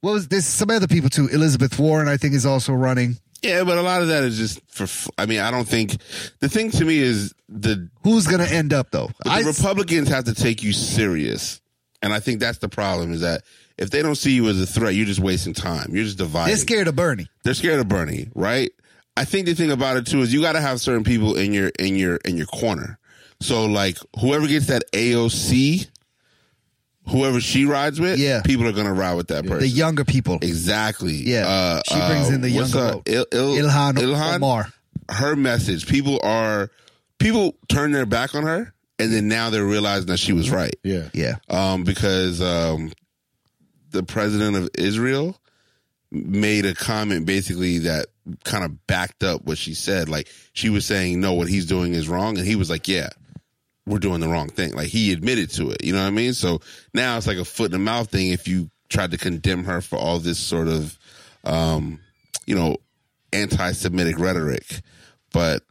[SPEAKER 2] What was there's some other people too. Elizabeth Warren, I think, is also running.
[SPEAKER 1] Yeah, but a lot of that is just for. f- I mean, I don't think the thing to me is the
[SPEAKER 2] Who's gonna end up though?
[SPEAKER 1] But the Republicans have to take you serious, and I think that's the problem. Is that if they don't see you as a threat, you're just wasting time. You're just dividing.
[SPEAKER 2] they're scared of Bernie.
[SPEAKER 1] They're scared of Bernie, right? I think the thing about it too is you got to have certain people in your in your in your corner. So like whoever gets that AOC, whoever she rides with,
[SPEAKER 2] Yeah.
[SPEAKER 1] people are gonna ride with that person.
[SPEAKER 2] The younger people.
[SPEAKER 1] exactly.
[SPEAKER 2] Yeah.
[SPEAKER 1] Uh,
[SPEAKER 2] She brings
[SPEAKER 1] uh,
[SPEAKER 2] in the
[SPEAKER 1] what's
[SPEAKER 2] younger
[SPEAKER 1] her-
[SPEAKER 2] vote.
[SPEAKER 1] Il- Il-
[SPEAKER 2] Ilhan,
[SPEAKER 1] Ilhan
[SPEAKER 2] Omar.
[SPEAKER 1] her message. People are people turn their back on her, and then now they're realizing that she was right.
[SPEAKER 3] Yeah.
[SPEAKER 2] Yeah.
[SPEAKER 1] Um, because um, the president of Israel made a comment basically that kind of backed up what she said. Like she was saying, "No, what he's doing is wrong," and he was like, "Yeah." We're doing the wrong thing. Like he admitted to it. You know what I mean? So now it's like a foot in the mouth thing if you tried to condemn her for all this sort of um, you know, anti-Semitic rhetoric. But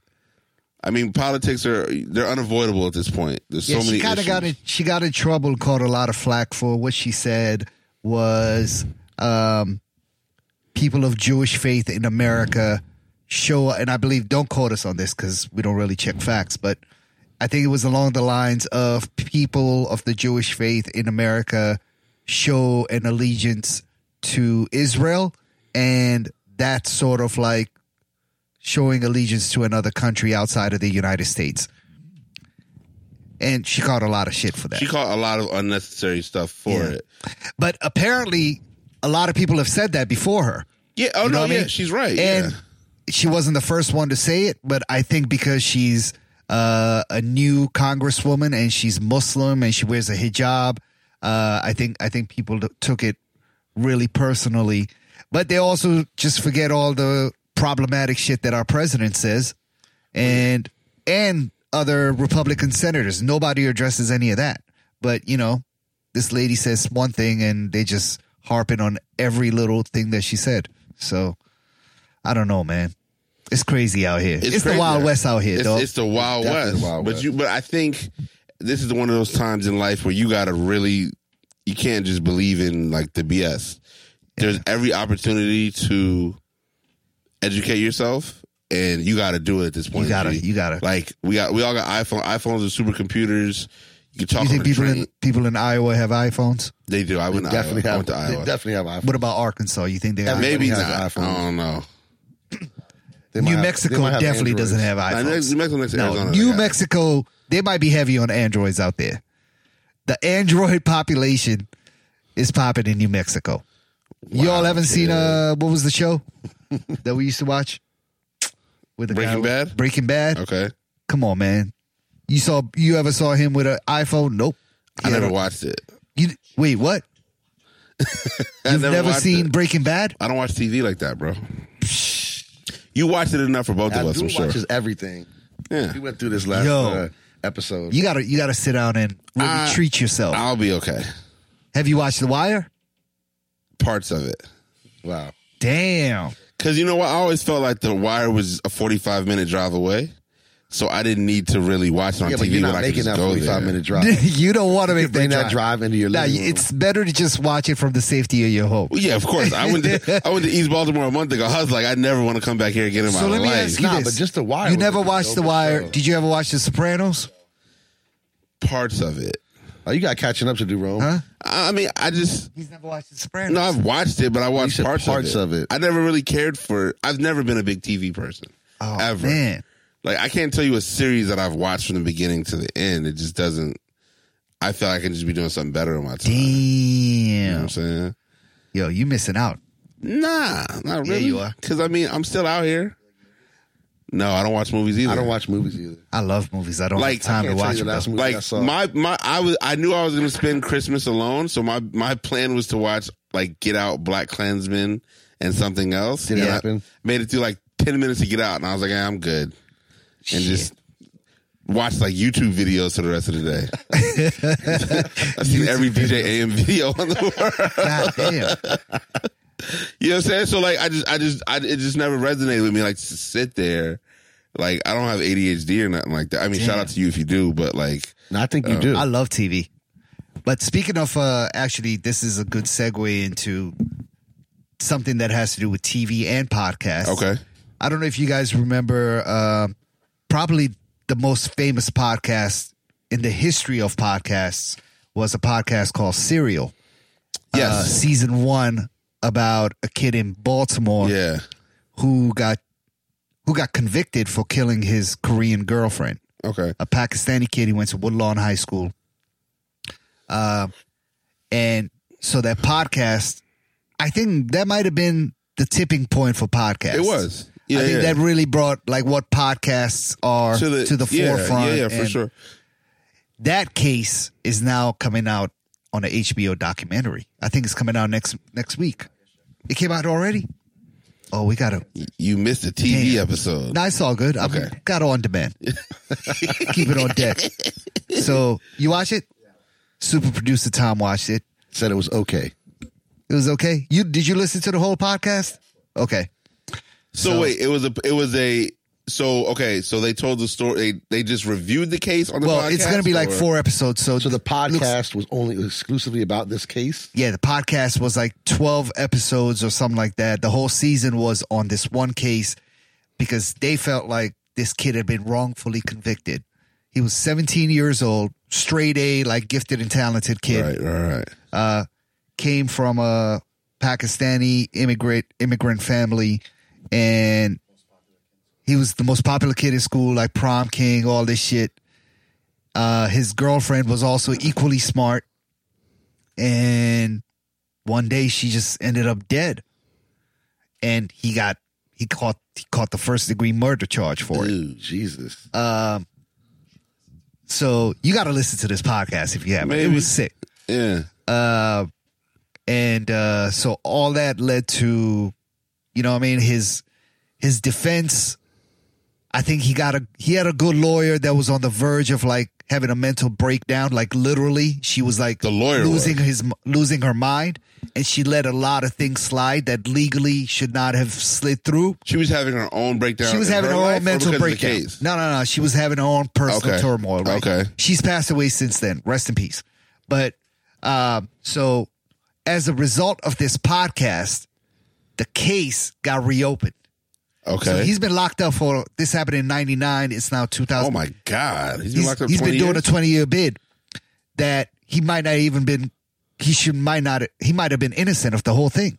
[SPEAKER 1] I mean, politics are they're unavoidable at this point. There's so
[SPEAKER 2] yeah,
[SPEAKER 1] many.
[SPEAKER 2] she kind of
[SPEAKER 1] issues.
[SPEAKER 2] got in, she got in trouble and caught a lot of flack for what she said was um, people of Jewish faith in America show and I believe don't quote us on this because we don't really check facts, but I think it was along the lines of people of the Jewish faith in America show an allegiance to Israel and that's sort of like showing allegiance to another country outside of the United States. And she caught a lot of shit for that.
[SPEAKER 1] She caught a lot of unnecessary stuff for
[SPEAKER 2] Yeah.
[SPEAKER 1] it.
[SPEAKER 2] but apparently, a lot of people have said that before her.
[SPEAKER 1] Yeah. Oh
[SPEAKER 2] You know
[SPEAKER 1] no.
[SPEAKER 2] what I
[SPEAKER 1] Yeah.
[SPEAKER 2] mean?
[SPEAKER 1] She's right.
[SPEAKER 2] And
[SPEAKER 1] yeah.
[SPEAKER 2] she wasn't the first one to say it, but I think because she's uh, a new congresswoman and she's Muslim and she wears a hijab, uh, I think I think people t- took it really personally. But they also just forget all the problematic shit that our president says, and and other Republican senators. Nobody addresses any of that. But you know, this lady says one thing and they just harping on every little thing that she said. So I don't know, man. It's crazy out here. It's, the
[SPEAKER 1] crazy.
[SPEAKER 2] Wild West out here,
[SPEAKER 1] It's,
[SPEAKER 2] dog.
[SPEAKER 1] it's the Wild
[SPEAKER 3] definitely
[SPEAKER 1] West.
[SPEAKER 3] the Wild
[SPEAKER 1] But
[SPEAKER 3] West.
[SPEAKER 1] you. But I think this is one of those times in life where you got to really. You can't just believe in like the BS. There's every opportunity to educate yourself, and you got to do it at this point.
[SPEAKER 2] you gotta,
[SPEAKER 1] G.
[SPEAKER 2] you gotta.
[SPEAKER 1] Like we got, we all got iPhone. iPhones are supercomputers. You can talk. on
[SPEAKER 2] you think
[SPEAKER 1] the
[SPEAKER 2] people
[SPEAKER 1] train.
[SPEAKER 2] in people in Iowa have iPhones?
[SPEAKER 1] they do. I went. to
[SPEAKER 3] Definitely
[SPEAKER 1] Iowa. I
[SPEAKER 3] have.
[SPEAKER 1] went to
[SPEAKER 3] They
[SPEAKER 1] Iowa.
[SPEAKER 3] definitely have iPhone.
[SPEAKER 2] What about Arkansas? You think they have?
[SPEAKER 1] Maybe
[SPEAKER 3] Everybody has
[SPEAKER 1] not.
[SPEAKER 3] iPhones.
[SPEAKER 1] I don't know.
[SPEAKER 3] They might
[SPEAKER 2] New
[SPEAKER 3] have- they
[SPEAKER 2] Mexico
[SPEAKER 3] might have
[SPEAKER 2] definitely
[SPEAKER 3] Androids.
[SPEAKER 2] doesn't have
[SPEAKER 1] I know
[SPEAKER 2] iPhones.
[SPEAKER 1] New Mexico next to
[SPEAKER 2] No,
[SPEAKER 1] Arizona,
[SPEAKER 2] Oh, New
[SPEAKER 1] they got-
[SPEAKER 2] Mexico, they might be heavy on androids out there. The android population is popping in New Mexico. Y'all
[SPEAKER 1] Wow,
[SPEAKER 2] haven't seen
[SPEAKER 1] kid.
[SPEAKER 2] uh what was the show that we used to watch? With the
[SPEAKER 1] Breaking
[SPEAKER 2] guy-
[SPEAKER 1] Bad?
[SPEAKER 2] Breaking Bad.
[SPEAKER 1] Okay.
[SPEAKER 2] Come on, man. You saw you ever saw him with an iPhone? Nope.
[SPEAKER 1] I
[SPEAKER 2] Yeah.
[SPEAKER 1] never watched it.
[SPEAKER 2] You wait, what?
[SPEAKER 1] I've
[SPEAKER 2] You've never,
[SPEAKER 1] watched
[SPEAKER 2] seen
[SPEAKER 1] It.
[SPEAKER 2] Breaking Bad?
[SPEAKER 1] I don't watch TV like that, bro. You watched it enough for both of us,
[SPEAKER 3] Abdul
[SPEAKER 1] I'm sure.
[SPEAKER 3] watches everything.
[SPEAKER 1] Yeah.
[SPEAKER 3] We went through this last
[SPEAKER 2] Yo.
[SPEAKER 3] uh, episode.
[SPEAKER 2] You gotta you gotta sit down and really
[SPEAKER 1] I-
[SPEAKER 2] treat yourself.
[SPEAKER 1] I'll be okay.
[SPEAKER 2] Have you watched The Wire?
[SPEAKER 1] Parts of it.
[SPEAKER 3] wow.
[SPEAKER 2] Damn.
[SPEAKER 1] Because you know what? I always felt like The Wire was a 45 minute drive away. So I didn't need to really watch it on
[SPEAKER 3] Yeah,
[SPEAKER 1] TV
[SPEAKER 3] but you're
[SPEAKER 1] when
[SPEAKER 3] not
[SPEAKER 1] I could
[SPEAKER 3] making
[SPEAKER 1] just
[SPEAKER 3] that
[SPEAKER 1] go there.
[SPEAKER 3] 45 minute drive.
[SPEAKER 2] you don't want to make
[SPEAKER 3] Bring
[SPEAKER 2] that
[SPEAKER 3] that drive into your
[SPEAKER 2] Nah,
[SPEAKER 3] living room.
[SPEAKER 2] it's better to just watch it from the safety of your home.
[SPEAKER 1] Well, yeah, of course. I went to I went to East Baltimore a month ago. I was like, I never want to come back here again in my
[SPEAKER 2] So let me
[SPEAKER 1] life.
[SPEAKER 2] ask you
[SPEAKER 3] Nah,
[SPEAKER 2] this:
[SPEAKER 3] but just The Wire
[SPEAKER 2] You
[SPEAKER 3] was
[SPEAKER 2] never
[SPEAKER 3] the
[SPEAKER 2] watched The
[SPEAKER 3] dopest
[SPEAKER 2] Wire.
[SPEAKER 3] show.
[SPEAKER 2] Did you ever watch The Sopranos?
[SPEAKER 1] Parts of it.
[SPEAKER 3] Oh, you got catching up to do, Rome.
[SPEAKER 2] Huh?
[SPEAKER 1] I mean, I just
[SPEAKER 2] He's never watched The Sopranos.
[SPEAKER 1] No, I've watched it, but I watched
[SPEAKER 3] said
[SPEAKER 1] parts,
[SPEAKER 3] parts
[SPEAKER 1] of,
[SPEAKER 3] of
[SPEAKER 1] it.
[SPEAKER 3] it.
[SPEAKER 1] I never really cared for. I've never been a big TV person.
[SPEAKER 2] oh,
[SPEAKER 1] ever.
[SPEAKER 2] man.
[SPEAKER 1] Like I can't tell you a series that I've watched from the beginning to the end. It just doesn't. I feel I can just be doing something better in my time. You know what
[SPEAKER 2] Damn.
[SPEAKER 1] I'm saying?
[SPEAKER 2] Yo, you missing out.
[SPEAKER 1] Nah, not really.
[SPEAKER 2] you are.
[SPEAKER 1] Because I mean, I'm still out here. No, I don't watch movies either.
[SPEAKER 3] I don't watch movies either.
[SPEAKER 2] I love movies. I don't
[SPEAKER 1] Like,
[SPEAKER 2] have time to
[SPEAKER 3] I can't tell
[SPEAKER 2] watch
[SPEAKER 3] you
[SPEAKER 2] them.
[SPEAKER 3] the last
[SPEAKER 2] though.
[SPEAKER 3] movie I
[SPEAKER 1] Like
[SPEAKER 3] saw.
[SPEAKER 1] my my I was I knew I was going to spend Christmas alone, so my my plan was to watch like Get Out, Black Klansman, and something else.
[SPEAKER 3] Did it
[SPEAKER 1] And I
[SPEAKER 3] happen?
[SPEAKER 1] Made it through like ten minutes to Get Out, and I was like, "Ah, I'm good, and just watched like YouTube videos for the rest of the day. I've seen every DJ AM video on the world.
[SPEAKER 2] God damn.
[SPEAKER 1] You know what I'm saying? So like, I just, I just, I, it just never resonated with me. Like to sit there, like I don't have ADHD or nothing like that. I mean, shout out to you if you do, but like,
[SPEAKER 3] No, I think you do.
[SPEAKER 2] I love TV. But speaking of, uh, actually, this is a good segue into something that has to do with TV and podcasts.
[SPEAKER 1] okay,
[SPEAKER 2] I don't know if you guys remember uh, probably the most famous podcast in the history of podcasts was a podcast called Serial. Uh,
[SPEAKER 1] Yes.
[SPEAKER 2] season one about a kid in Baltimore
[SPEAKER 1] yeah.
[SPEAKER 2] who got who got convicted for killing his Korean girlfriend
[SPEAKER 1] Okay.
[SPEAKER 2] a Pakistani kid. He went to Woodlawn High School. Uh, and so that podcast, I think that might have been the tipping point for podcasts.
[SPEAKER 1] It was. Yeah,
[SPEAKER 2] I think
[SPEAKER 1] yeah.
[SPEAKER 2] that really brought like what podcasts are to the,
[SPEAKER 1] yeah,
[SPEAKER 2] forefront.
[SPEAKER 1] Yeah, yeah, for
[SPEAKER 2] and
[SPEAKER 1] sure.
[SPEAKER 2] That case is now coming out on a HBO documentary. I think it's coming out next next week. It came out already. Oh, we got to
[SPEAKER 1] You missed a TV
[SPEAKER 2] Damn.
[SPEAKER 1] episode.
[SPEAKER 2] no, it's all good. I've
[SPEAKER 1] Okay.
[SPEAKER 2] got it on demand. Keep it on deck. So you watch it. Super producer Tom watched it.
[SPEAKER 3] Said it was okay.
[SPEAKER 2] It was okay. You did you listen to the whole podcast? Okay.
[SPEAKER 1] So, wait, it was a it was a so okay, so they told the story they they just reviewed the case on the
[SPEAKER 2] Well,
[SPEAKER 1] podcast.
[SPEAKER 2] it's gonna be like
[SPEAKER 1] or-
[SPEAKER 2] four episodes. So,
[SPEAKER 3] So the
[SPEAKER 2] looks-
[SPEAKER 3] podcast was only exclusively about this case.
[SPEAKER 2] yeah, the podcast was like twelve episodes or something like that. The whole season was on this one case because they felt like this kid had been wrongfully convicted. He was seventeen years old, straight A, like gifted and talented kid.
[SPEAKER 1] Right, right, right.
[SPEAKER 2] uh, came from a Pakistani immigrant immigrant family, and he was the most popular kid in school, like prom king, all this shit. Uh, his girlfriend was also equally smart, and one day she just ended up dead, and he got he caught he caught the first degree murder charge for it.
[SPEAKER 3] Dude, Jesus.
[SPEAKER 2] Um, so you got to listen to this podcast if you haven't. It
[SPEAKER 1] Maybe.
[SPEAKER 2] was sick
[SPEAKER 1] Yeah.
[SPEAKER 2] uh, and uh, so all that led to, you know, what I mean his his defense. I think he got a he had a good lawyer that was on the verge of like having a mental breakdown. Like literally, she was like
[SPEAKER 1] The lawyer
[SPEAKER 2] losing his losing her mind, and she let a lot of things slide that legally should not have slid through.
[SPEAKER 1] She was having her own breakdown.
[SPEAKER 2] She was
[SPEAKER 1] in
[SPEAKER 2] having her
[SPEAKER 1] life
[SPEAKER 2] own
[SPEAKER 1] or
[SPEAKER 2] mental
[SPEAKER 1] because of the
[SPEAKER 2] breakdown.
[SPEAKER 1] case?
[SPEAKER 2] No, no, no. She was having her own personal
[SPEAKER 1] Okay.
[SPEAKER 2] turmoil. Right?
[SPEAKER 1] Okay.
[SPEAKER 2] She's passed away since then. Rest in peace. But um, so, as a result of this podcast, the case got reopened.
[SPEAKER 1] Okay.
[SPEAKER 2] So he's been locked up for this happened in '99. It's now 2000.
[SPEAKER 1] oh my God. He's been
[SPEAKER 2] He's-
[SPEAKER 1] locked up
[SPEAKER 2] he's
[SPEAKER 1] 20
[SPEAKER 2] been doing a
[SPEAKER 1] years?
[SPEAKER 2] 20 year bid that he might not even been. He should might not. He might have been innocent of the whole thing.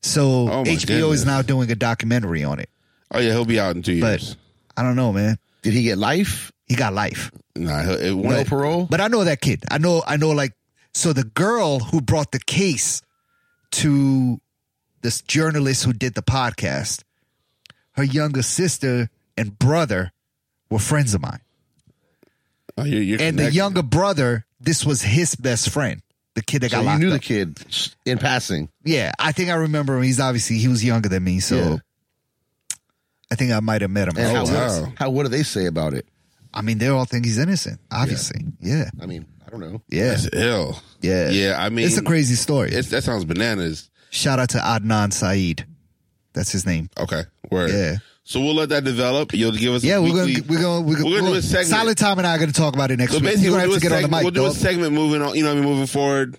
[SPEAKER 2] So
[SPEAKER 1] Oh my
[SPEAKER 2] HBO
[SPEAKER 1] goodness.
[SPEAKER 2] is now doing a documentary on it.
[SPEAKER 1] Oh yeah, he'll be out in two years.
[SPEAKER 2] But I don't know, man.
[SPEAKER 3] Did he get life?
[SPEAKER 2] He got life.
[SPEAKER 1] nah, he'll, it
[SPEAKER 3] No
[SPEAKER 1] won't.
[SPEAKER 3] parole?
[SPEAKER 2] But I know that kid. I know I know like so the girl who brought the case to this journalist who did the podcast, her younger sister and brother were friends of mine.
[SPEAKER 1] Oh, you're, you're
[SPEAKER 2] And the
[SPEAKER 1] connected.
[SPEAKER 2] younger brother, this was his best friend. The kid that
[SPEAKER 3] So
[SPEAKER 2] got
[SPEAKER 3] you
[SPEAKER 2] locked
[SPEAKER 3] knew
[SPEAKER 2] up.
[SPEAKER 3] the kid in passing.
[SPEAKER 2] Yeah, I think I remember him. He's obviously he was younger than me, so
[SPEAKER 3] Yeah.
[SPEAKER 2] I think I might have met him.
[SPEAKER 3] And how,
[SPEAKER 2] Oh,
[SPEAKER 1] wow.
[SPEAKER 3] how what do they say about it?
[SPEAKER 2] I mean, they all think he's innocent. Obviously, yeah,
[SPEAKER 3] I mean, I don't know.
[SPEAKER 2] yeah,
[SPEAKER 1] That's ill.
[SPEAKER 2] yeah.
[SPEAKER 1] Yeah, I mean,
[SPEAKER 2] it's a crazy story.
[SPEAKER 1] it's- that sounds bananas.
[SPEAKER 2] Shout out to Adnan Saeed. That's his name.
[SPEAKER 1] Okay, word.
[SPEAKER 2] Yeah.
[SPEAKER 1] So we'll let that develop. You'll give us.
[SPEAKER 2] Yeah,
[SPEAKER 1] a
[SPEAKER 2] we're
[SPEAKER 1] weekly,
[SPEAKER 2] gonna we're gonna we're gonna,
[SPEAKER 1] We're gonna do a segment.
[SPEAKER 2] Silent Tom and I are gonna talk about it next
[SPEAKER 1] So
[SPEAKER 2] week.
[SPEAKER 1] basically,
[SPEAKER 2] You're
[SPEAKER 1] we'll,
[SPEAKER 2] gonna have
[SPEAKER 1] do a,
[SPEAKER 2] to get on the
[SPEAKER 1] seg-
[SPEAKER 2] mic,
[SPEAKER 1] we'll do a
[SPEAKER 2] dog.
[SPEAKER 1] segment moving on. You know, what I mean, moving forward.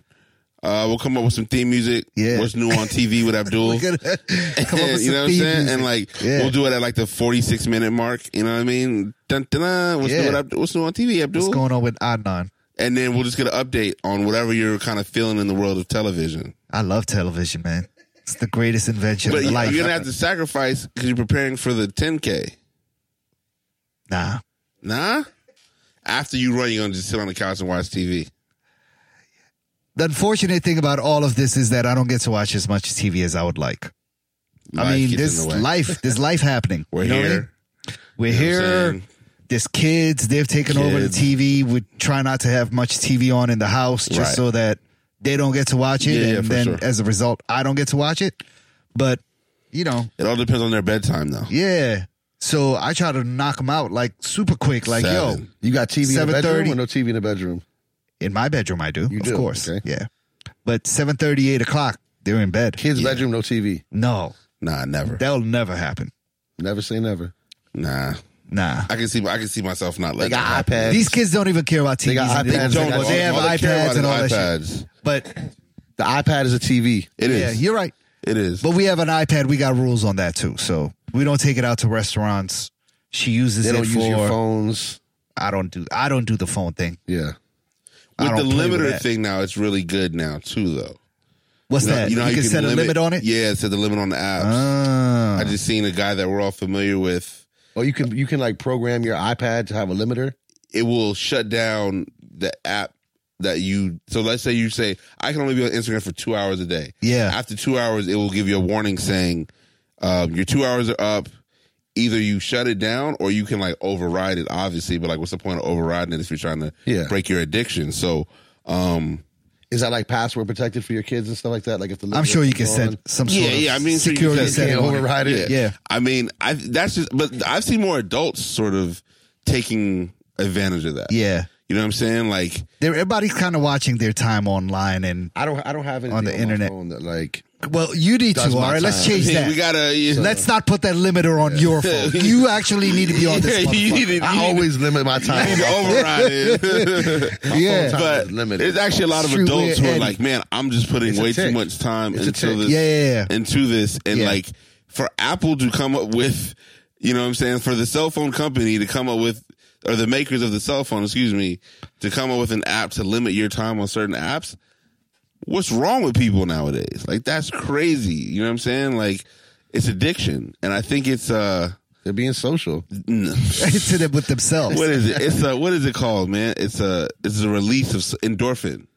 [SPEAKER 1] Uh, we'll come up with some theme music.
[SPEAKER 2] Yeah.
[SPEAKER 1] What's new on TV with Abdul?
[SPEAKER 2] We're gonna come up with
[SPEAKER 1] you
[SPEAKER 2] some
[SPEAKER 1] know what I'm
[SPEAKER 2] theme
[SPEAKER 1] saying?
[SPEAKER 2] music.
[SPEAKER 1] And like,
[SPEAKER 2] Yeah.
[SPEAKER 1] we'll do it at like the 46 minute mark. You know what I mean? Dun, dun, dun. What's,
[SPEAKER 2] Yeah.
[SPEAKER 1] new with Abdul? What's new on TV,
[SPEAKER 2] what's
[SPEAKER 1] Abdul?
[SPEAKER 2] going on with Adnan?
[SPEAKER 1] and then we'll just get an update on whatever you're kind of feeling in the world of television.
[SPEAKER 2] I love television, man. It's the greatest invention
[SPEAKER 1] But
[SPEAKER 2] of
[SPEAKER 1] you-
[SPEAKER 2] life.
[SPEAKER 1] you're gonna have to sacrifice because you're preparing for the 10k.
[SPEAKER 2] nah.
[SPEAKER 1] Nah. After you run, you're gonna just sit on the couch and watch TV.
[SPEAKER 2] The unfortunate thing about all of this is that I don't get to watch as much TV as I would like. I
[SPEAKER 1] Life
[SPEAKER 2] mean,
[SPEAKER 1] gets in
[SPEAKER 2] there's
[SPEAKER 1] the way.
[SPEAKER 2] life, there's life happening.
[SPEAKER 1] We're
[SPEAKER 2] You know what I
[SPEAKER 1] here.
[SPEAKER 2] mean? We're
[SPEAKER 1] You know what I'm
[SPEAKER 2] here.
[SPEAKER 1] saying?
[SPEAKER 2] There's kids. They've taken over the
[SPEAKER 1] Kids.
[SPEAKER 2] TV. We try not to have much TV on in the house just
[SPEAKER 1] Right.
[SPEAKER 2] so that they don't get to watch it.
[SPEAKER 1] Yeah, yeah,
[SPEAKER 2] and
[SPEAKER 1] for
[SPEAKER 2] then
[SPEAKER 1] sure.
[SPEAKER 2] as a result, I don't get to watch it. But, you know,
[SPEAKER 1] It all depends on their bedtime, though.
[SPEAKER 2] yeah. So I try to knock them out like super quick. Like,
[SPEAKER 1] Seven.
[SPEAKER 3] You got TV in the
[SPEAKER 2] 7:30.
[SPEAKER 3] bedroom or no TV in the bedroom?
[SPEAKER 2] yo, in my bedroom, I do.
[SPEAKER 3] You
[SPEAKER 2] of
[SPEAKER 3] do,
[SPEAKER 2] course.
[SPEAKER 3] okay.
[SPEAKER 2] Yeah. But 7.30, 8 o'clock, they're in bed.
[SPEAKER 3] Kids' bedroom, no TV.
[SPEAKER 2] No,
[SPEAKER 1] Nah, never.
[SPEAKER 2] that'll never happen.
[SPEAKER 3] Never say never.
[SPEAKER 1] Nah,
[SPEAKER 2] Nah.
[SPEAKER 1] I can see. I can see myself not
[SPEAKER 3] They
[SPEAKER 1] letting.
[SPEAKER 3] got
[SPEAKER 1] that happen.
[SPEAKER 3] iPads.
[SPEAKER 2] These kids don't even care about TVs.
[SPEAKER 3] They got
[SPEAKER 2] and things
[SPEAKER 3] iPads,
[SPEAKER 2] like
[SPEAKER 3] they
[SPEAKER 2] that.
[SPEAKER 3] got-
[SPEAKER 2] They have
[SPEAKER 1] all they care about
[SPEAKER 2] iPads and all that
[SPEAKER 1] is
[SPEAKER 2] shit.
[SPEAKER 1] iPads.
[SPEAKER 2] But
[SPEAKER 3] the iPad is a TV.
[SPEAKER 1] It is.
[SPEAKER 2] yeah, you're right.
[SPEAKER 1] It is.
[SPEAKER 2] But we have an iPad. We got rules on that too. So We don't take it out to restaurants. She uses
[SPEAKER 3] They
[SPEAKER 2] it
[SPEAKER 3] don't
[SPEAKER 2] for.
[SPEAKER 3] use your phones.
[SPEAKER 2] I don't do. I don't do the phone thing.
[SPEAKER 3] Yeah.
[SPEAKER 2] I
[SPEAKER 1] With the
[SPEAKER 2] don't play with
[SPEAKER 1] limiter
[SPEAKER 2] that.
[SPEAKER 1] thing now, it's really good now too, though.
[SPEAKER 2] What's that? You,
[SPEAKER 1] how
[SPEAKER 2] can, set a limit on it.
[SPEAKER 1] Yeah, set the limit on the apps.
[SPEAKER 2] Ah.
[SPEAKER 1] I just seen a guy that we're all familiar with.
[SPEAKER 3] Or Oh, you can you can like program your iPad to have a limiter.
[SPEAKER 1] It will shut down the app that you. So let's say you say I can only be on Instagram for two hours a day.
[SPEAKER 2] Yeah.
[SPEAKER 1] After two hours, it will give you a warning saying um, your two hours are up. Either you shut it down or you can like override it, obviously. But like, what's the point of overriding it if you're trying to
[SPEAKER 3] Yeah.
[SPEAKER 1] break your addiction? So, um,
[SPEAKER 3] Is that like password protected for your kids and stuff like that? Like if the
[SPEAKER 2] I'm
[SPEAKER 3] limiter
[SPEAKER 2] sure you can
[SPEAKER 3] is
[SPEAKER 2] set
[SPEAKER 3] on,
[SPEAKER 2] some
[SPEAKER 1] Yeah,
[SPEAKER 2] sort of
[SPEAKER 1] yeah, I mean, so you
[SPEAKER 2] security
[SPEAKER 1] can set-
[SPEAKER 2] setting
[SPEAKER 3] can't
[SPEAKER 2] on it.
[SPEAKER 3] override it.
[SPEAKER 2] Yeah.
[SPEAKER 1] I mean, I that's just, but I've seen more adults sort of taking advantage of that.
[SPEAKER 2] Yeah.
[SPEAKER 1] You know what I'm saying? Like,
[SPEAKER 2] They're, everybody's kind of watching their time online, and
[SPEAKER 3] I don't I don't have anything
[SPEAKER 2] the
[SPEAKER 3] my
[SPEAKER 2] internet.
[SPEAKER 3] phone that like
[SPEAKER 2] well, you need
[SPEAKER 3] That's
[SPEAKER 2] to.
[SPEAKER 3] my
[SPEAKER 2] All right, let's
[SPEAKER 3] time.
[SPEAKER 2] change that.
[SPEAKER 1] we gotta. Yeah,
[SPEAKER 2] let's not put that limiter on your phone. You actually need to be on this.
[SPEAKER 1] Yeah, you
[SPEAKER 2] motherfucker.
[SPEAKER 1] need to- you
[SPEAKER 3] I
[SPEAKER 1] need
[SPEAKER 3] always limit my time.
[SPEAKER 1] to override it.
[SPEAKER 2] Yeah.
[SPEAKER 3] time.
[SPEAKER 1] but
[SPEAKER 3] It's limited.
[SPEAKER 1] there's actually a lot of
[SPEAKER 2] Shoot,
[SPEAKER 1] adults who
[SPEAKER 2] we're
[SPEAKER 1] are
[SPEAKER 2] Eddie.
[SPEAKER 1] like, man, I'm just putting
[SPEAKER 3] a
[SPEAKER 1] way too
[SPEAKER 3] tick.
[SPEAKER 1] much time
[SPEAKER 3] It's a
[SPEAKER 1] into
[SPEAKER 3] tick.
[SPEAKER 1] this,
[SPEAKER 2] Yeah, yeah, yeah.
[SPEAKER 1] into this, and
[SPEAKER 2] Yeah.
[SPEAKER 1] like for Apple to come up with, you know, what I'm saying, for the cell phone company to come up with, or the makers of the cell phone, excuse me, to come up with an app to limit your time on certain apps. What's wrong with people nowadays? Like that's crazy. You know what I'm saying? Like it's addiction, and I think it's uh.
[SPEAKER 3] They're being social.
[SPEAKER 2] to them with themselves.
[SPEAKER 1] what is it? It's a what is it called, man? It's a it's a release of s- endorphin.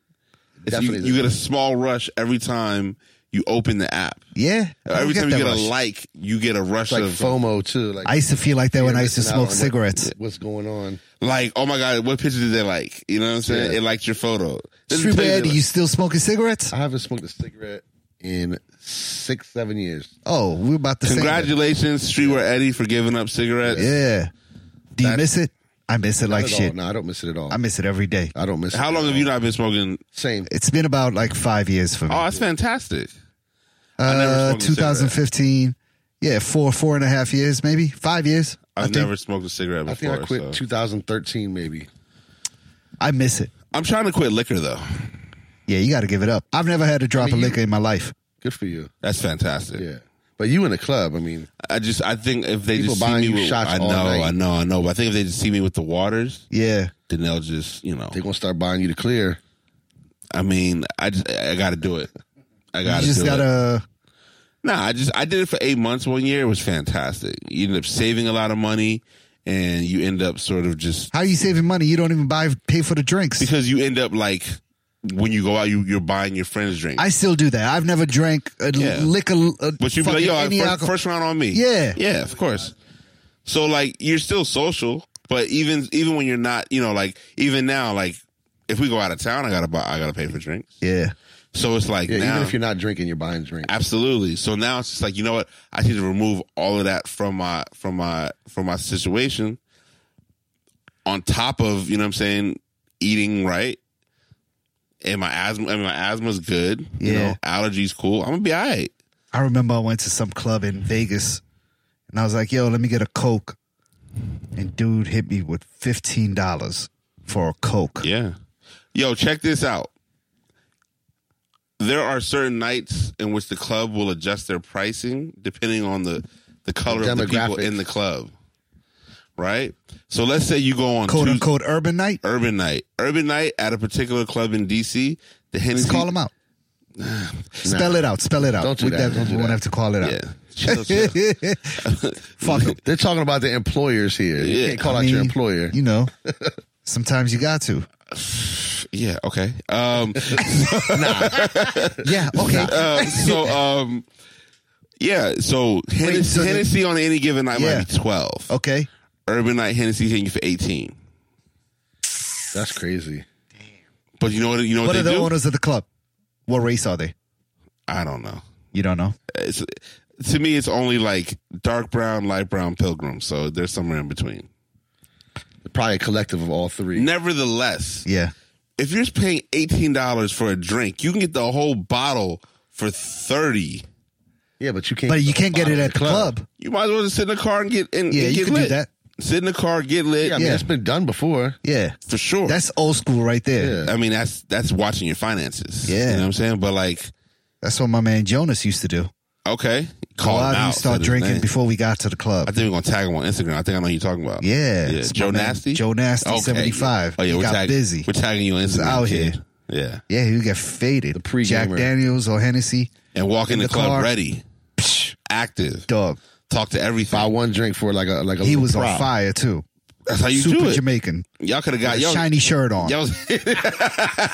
[SPEAKER 1] It's, you,
[SPEAKER 3] Definitely.
[SPEAKER 1] you get a small rush every time you open the app.
[SPEAKER 2] Yeah. I don't
[SPEAKER 1] Every
[SPEAKER 2] get
[SPEAKER 1] time you
[SPEAKER 2] that
[SPEAKER 1] get a
[SPEAKER 2] rush.
[SPEAKER 1] like, you get a rush
[SPEAKER 3] Like
[SPEAKER 1] of
[SPEAKER 3] FOMO too. Like
[SPEAKER 2] I used to feel like that when I used to
[SPEAKER 3] missing out on
[SPEAKER 2] smoke
[SPEAKER 3] what-
[SPEAKER 2] cigarettes.
[SPEAKER 3] What's going on?
[SPEAKER 1] like, oh my god, what picture did they like? You know what I'm saying?
[SPEAKER 3] Yeah.
[SPEAKER 1] It liked your photo. Doesn't
[SPEAKER 2] Street
[SPEAKER 1] tell you
[SPEAKER 2] Eddie,
[SPEAKER 1] they
[SPEAKER 2] you still smoking cigarettes?
[SPEAKER 3] I haven't smoked a cigarette in six, seven years.
[SPEAKER 2] Oh, we're about to
[SPEAKER 1] like-
[SPEAKER 2] say that.
[SPEAKER 1] Congratulations, Streetwear Eddie, for giving up cigarettes.
[SPEAKER 2] Yeah. Do you miss it? I miss it like
[SPEAKER 3] Not at
[SPEAKER 2] shit.
[SPEAKER 3] all. No, I don't miss it at all.
[SPEAKER 2] I miss it every day.
[SPEAKER 3] I don't miss
[SPEAKER 1] How
[SPEAKER 3] it.
[SPEAKER 1] long have you not been smoking?
[SPEAKER 3] Same.
[SPEAKER 2] It's been about like five years for me.
[SPEAKER 1] Oh, that's fantastic. I never
[SPEAKER 2] uh,
[SPEAKER 1] smoked a cigarette.
[SPEAKER 2] 2015. Yeah, four, four and a half years, maybe five years. I
[SPEAKER 1] I've
[SPEAKER 2] think
[SPEAKER 1] never smoked a cigarette
[SPEAKER 3] I
[SPEAKER 1] before.
[SPEAKER 3] think I quit
[SPEAKER 1] so.
[SPEAKER 3] 2013 maybe.
[SPEAKER 2] I miss it.
[SPEAKER 1] I'm trying to quit liquor though.
[SPEAKER 2] Yeah, you got to give it up. I've never had a drop of liquor in my life.
[SPEAKER 3] Good for you.
[SPEAKER 1] That's fantastic.
[SPEAKER 3] Yeah. But you in the club, I mean,
[SPEAKER 1] I just I think if they
[SPEAKER 3] People
[SPEAKER 1] just see
[SPEAKER 3] buying
[SPEAKER 1] me
[SPEAKER 3] you
[SPEAKER 1] with
[SPEAKER 3] shots
[SPEAKER 1] I know
[SPEAKER 3] all night.
[SPEAKER 1] I know I know but I think if they just see me with the waters
[SPEAKER 2] Yeah,
[SPEAKER 1] then they'll just you know
[SPEAKER 3] they're going to start buying you the clear.
[SPEAKER 1] I mean I just I gotta do it I
[SPEAKER 2] you
[SPEAKER 1] gotta
[SPEAKER 2] just
[SPEAKER 1] do
[SPEAKER 2] got
[SPEAKER 1] it
[SPEAKER 2] to.
[SPEAKER 1] nah I just I did it for eight months one year it was fantastic you end up saving a lot of money and you end up sort of just
[SPEAKER 2] How are you saving money? You don't even buy pay for the drinks.
[SPEAKER 1] because you end up like when you go out you you're buying your friends drinks
[SPEAKER 2] I still do that. I've never drank a
[SPEAKER 1] Yeah.
[SPEAKER 2] liquor. A
[SPEAKER 1] but you be like
[SPEAKER 2] fucking
[SPEAKER 1] yo
[SPEAKER 2] any
[SPEAKER 1] first,
[SPEAKER 2] alcohol-
[SPEAKER 1] first round on me
[SPEAKER 2] Yeah.
[SPEAKER 1] yeah of course so like you're still social but even even when you're not you know like even now like if we go out of town I gotta buy I gotta pay for drinks.
[SPEAKER 2] Yeah,
[SPEAKER 1] So it's like
[SPEAKER 3] Yeah,
[SPEAKER 1] now,
[SPEAKER 3] even if you're not drinking, you're buying drinks.
[SPEAKER 1] absolutely. So now it's just like you know what? I need to remove all of that from my from my from my situation. On top of you know what I'm saying, eating right, and my asthma. I mean, my asthma's good. You
[SPEAKER 2] Yeah.
[SPEAKER 1] know, allergies cool. I'm gonna be all right.
[SPEAKER 2] I remember I went to some club in Vegas, and I was like, "Yo, let me get a coke," and dude hit me with fifteen dollars for a coke.
[SPEAKER 1] Yeah. Yo, check this out. There are certain nights in which the club will adjust their pricing depending on the the color of the people
[SPEAKER 3] demographic.
[SPEAKER 1] in the club. Right? So let's say you go on
[SPEAKER 2] "Quote
[SPEAKER 1] Tues-
[SPEAKER 2] unquote urban night."
[SPEAKER 1] Urban Night. Urban Night at a particular club in DC, the Hennessy
[SPEAKER 2] Let's call them out. Spell it out. Spell it out.
[SPEAKER 3] Don't do
[SPEAKER 2] We
[SPEAKER 3] that.
[SPEAKER 2] def-
[SPEAKER 3] Don't do
[SPEAKER 2] we won't
[SPEAKER 3] that.
[SPEAKER 2] have to call it out.
[SPEAKER 1] Yeah. Chill, chill.
[SPEAKER 2] Fuck 'em.
[SPEAKER 3] They're talking about the employers here. You
[SPEAKER 1] Yeah.
[SPEAKER 3] can't call
[SPEAKER 2] I
[SPEAKER 3] out your
[SPEAKER 2] mean,
[SPEAKER 3] employer.
[SPEAKER 2] You know, sometimes you got to.
[SPEAKER 1] yeah, okay. Um
[SPEAKER 2] Yeah. Okay.
[SPEAKER 1] uh, so um yeah, so Hennessy,
[SPEAKER 2] so the-
[SPEAKER 1] Hennessy on any given night
[SPEAKER 2] Yeah.
[SPEAKER 1] might be 12.
[SPEAKER 2] Okay.
[SPEAKER 1] Urban Night Hennessy hitting you for 18.
[SPEAKER 3] That's crazy.
[SPEAKER 1] But you know what? You know what,
[SPEAKER 2] What are
[SPEAKER 1] they
[SPEAKER 2] the
[SPEAKER 1] do?
[SPEAKER 2] owners of the club? What race are they?
[SPEAKER 1] I don't know.
[SPEAKER 2] You don't know.
[SPEAKER 1] It's, to me, it's only like dark brown, light brown pilgrim. So there's somewhere in between.
[SPEAKER 3] Probably a collective of all three.
[SPEAKER 1] Nevertheless,
[SPEAKER 2] Yeah.
[SPEAKER 1] if you're paying eighteen dollars for a drink, you can get the whole bottle for thirty.
[SPEAKER 3] Yeah, but you can't.
[SPEAKER 2] But you can't get it at the club.
[SPEAKER 1] You might as well just sit in the car and get and,
[SPEAKER 2] Yeah,
[SPEAKER 1] and get
[SPEAKER 2] you could do
[SPEAKER 1] lit.
[SPEAKER 2] that.
[SPEAKER 1] Sit in the car, get lit.
[SPEAKER 3] Yeah, I mean,
[SPEAKER 2] Yeah.
[SPEAKER 3] it's been done before.
[SPEAKER 2] Yeah.
[SPEAKER 1] for sure.
[SPEAKER 2] That's old school right there.
[SPEAKER 3] Yeah.
[SPEAKER 1] I mean, that's that's watching your finances.
[SPEAKER 2] Yeah.
[SPEAKER 1] you know what I'm saying. But like,
[SPEAKER 2] That's what my man Jonas used to do.
[SPEAKER 1] Okay.
[SPEAKER 2] A
[SPEAKER 1] Call him
[SPEAKER 2] lot of you
[SPEAKER 1] out. said
[SPEAKER 2] start
[SPEAKER 1] his
[SPEAKER 2] drinking
[SPEAKER 1] name.
[SPEAKER 2] before we got to the club.
[SPEAKER 1] I think we're gonna tag him on Instagram. I think I know who you're talking about.
[SPEAKER 2] Yeah,
[SPEAKER 1] yeah.
[SPEAKER 2] it's
[SPEAKER 1] Joe
[SPEAKER 2] my man,
[SPEAKER 1] Nasty.
[SPEAKER 2] Joe Nasty, 75.
[SPEAKER 1] Oh yeah,
[SPEAKER 2] He
[SPEAKER 1] we're
[SPEAKER 2] got
[SPEAKER 1] tagging,
[SPEAKER 2] busy.
[SPEAKER 1] We're tagging you on Instagram.
[SPEAKER 2] out
[SPEAKER 1] kid.
[SPEAKER 2] here.
[SPEAKER 1] Yeah,
[SPEAKER 2] yeah, you get faded. The
[SPEAKER 3] pre-gamer.
[SPEAKER 2] Jack Daniels or Hennessy,
[SPEAKER 1] and walk in,
[SPEAKER 2] In
[SPEAKER 1] the,
[SPEAKER 2] the
[SPEAKER 1] club
[SPEAKER 2] car.
[SPEAKER 1] ready, active,
[SPEAKER 2] dog.
[SPEAKER 1] talk to everything.
[SPEAKER 3] Buy one drink for like a like a.
[SPEAKER 2] He
[SPEAKER 3] little
[SPEAKER 2] was
[SPEAKER 3] prop.
[SPEAKER 2] on fire too.
[SPEAKER 1] That's how you
[SPEAKER 2] Super
[SPEAKER 1] do it.
[SPEAKER 2] Jamaican,
[SPEAKER 1] Y'all could have got y'all.
[SPEAKER 2] shiny shirt on,
[SPEAKER 1] Y'all was,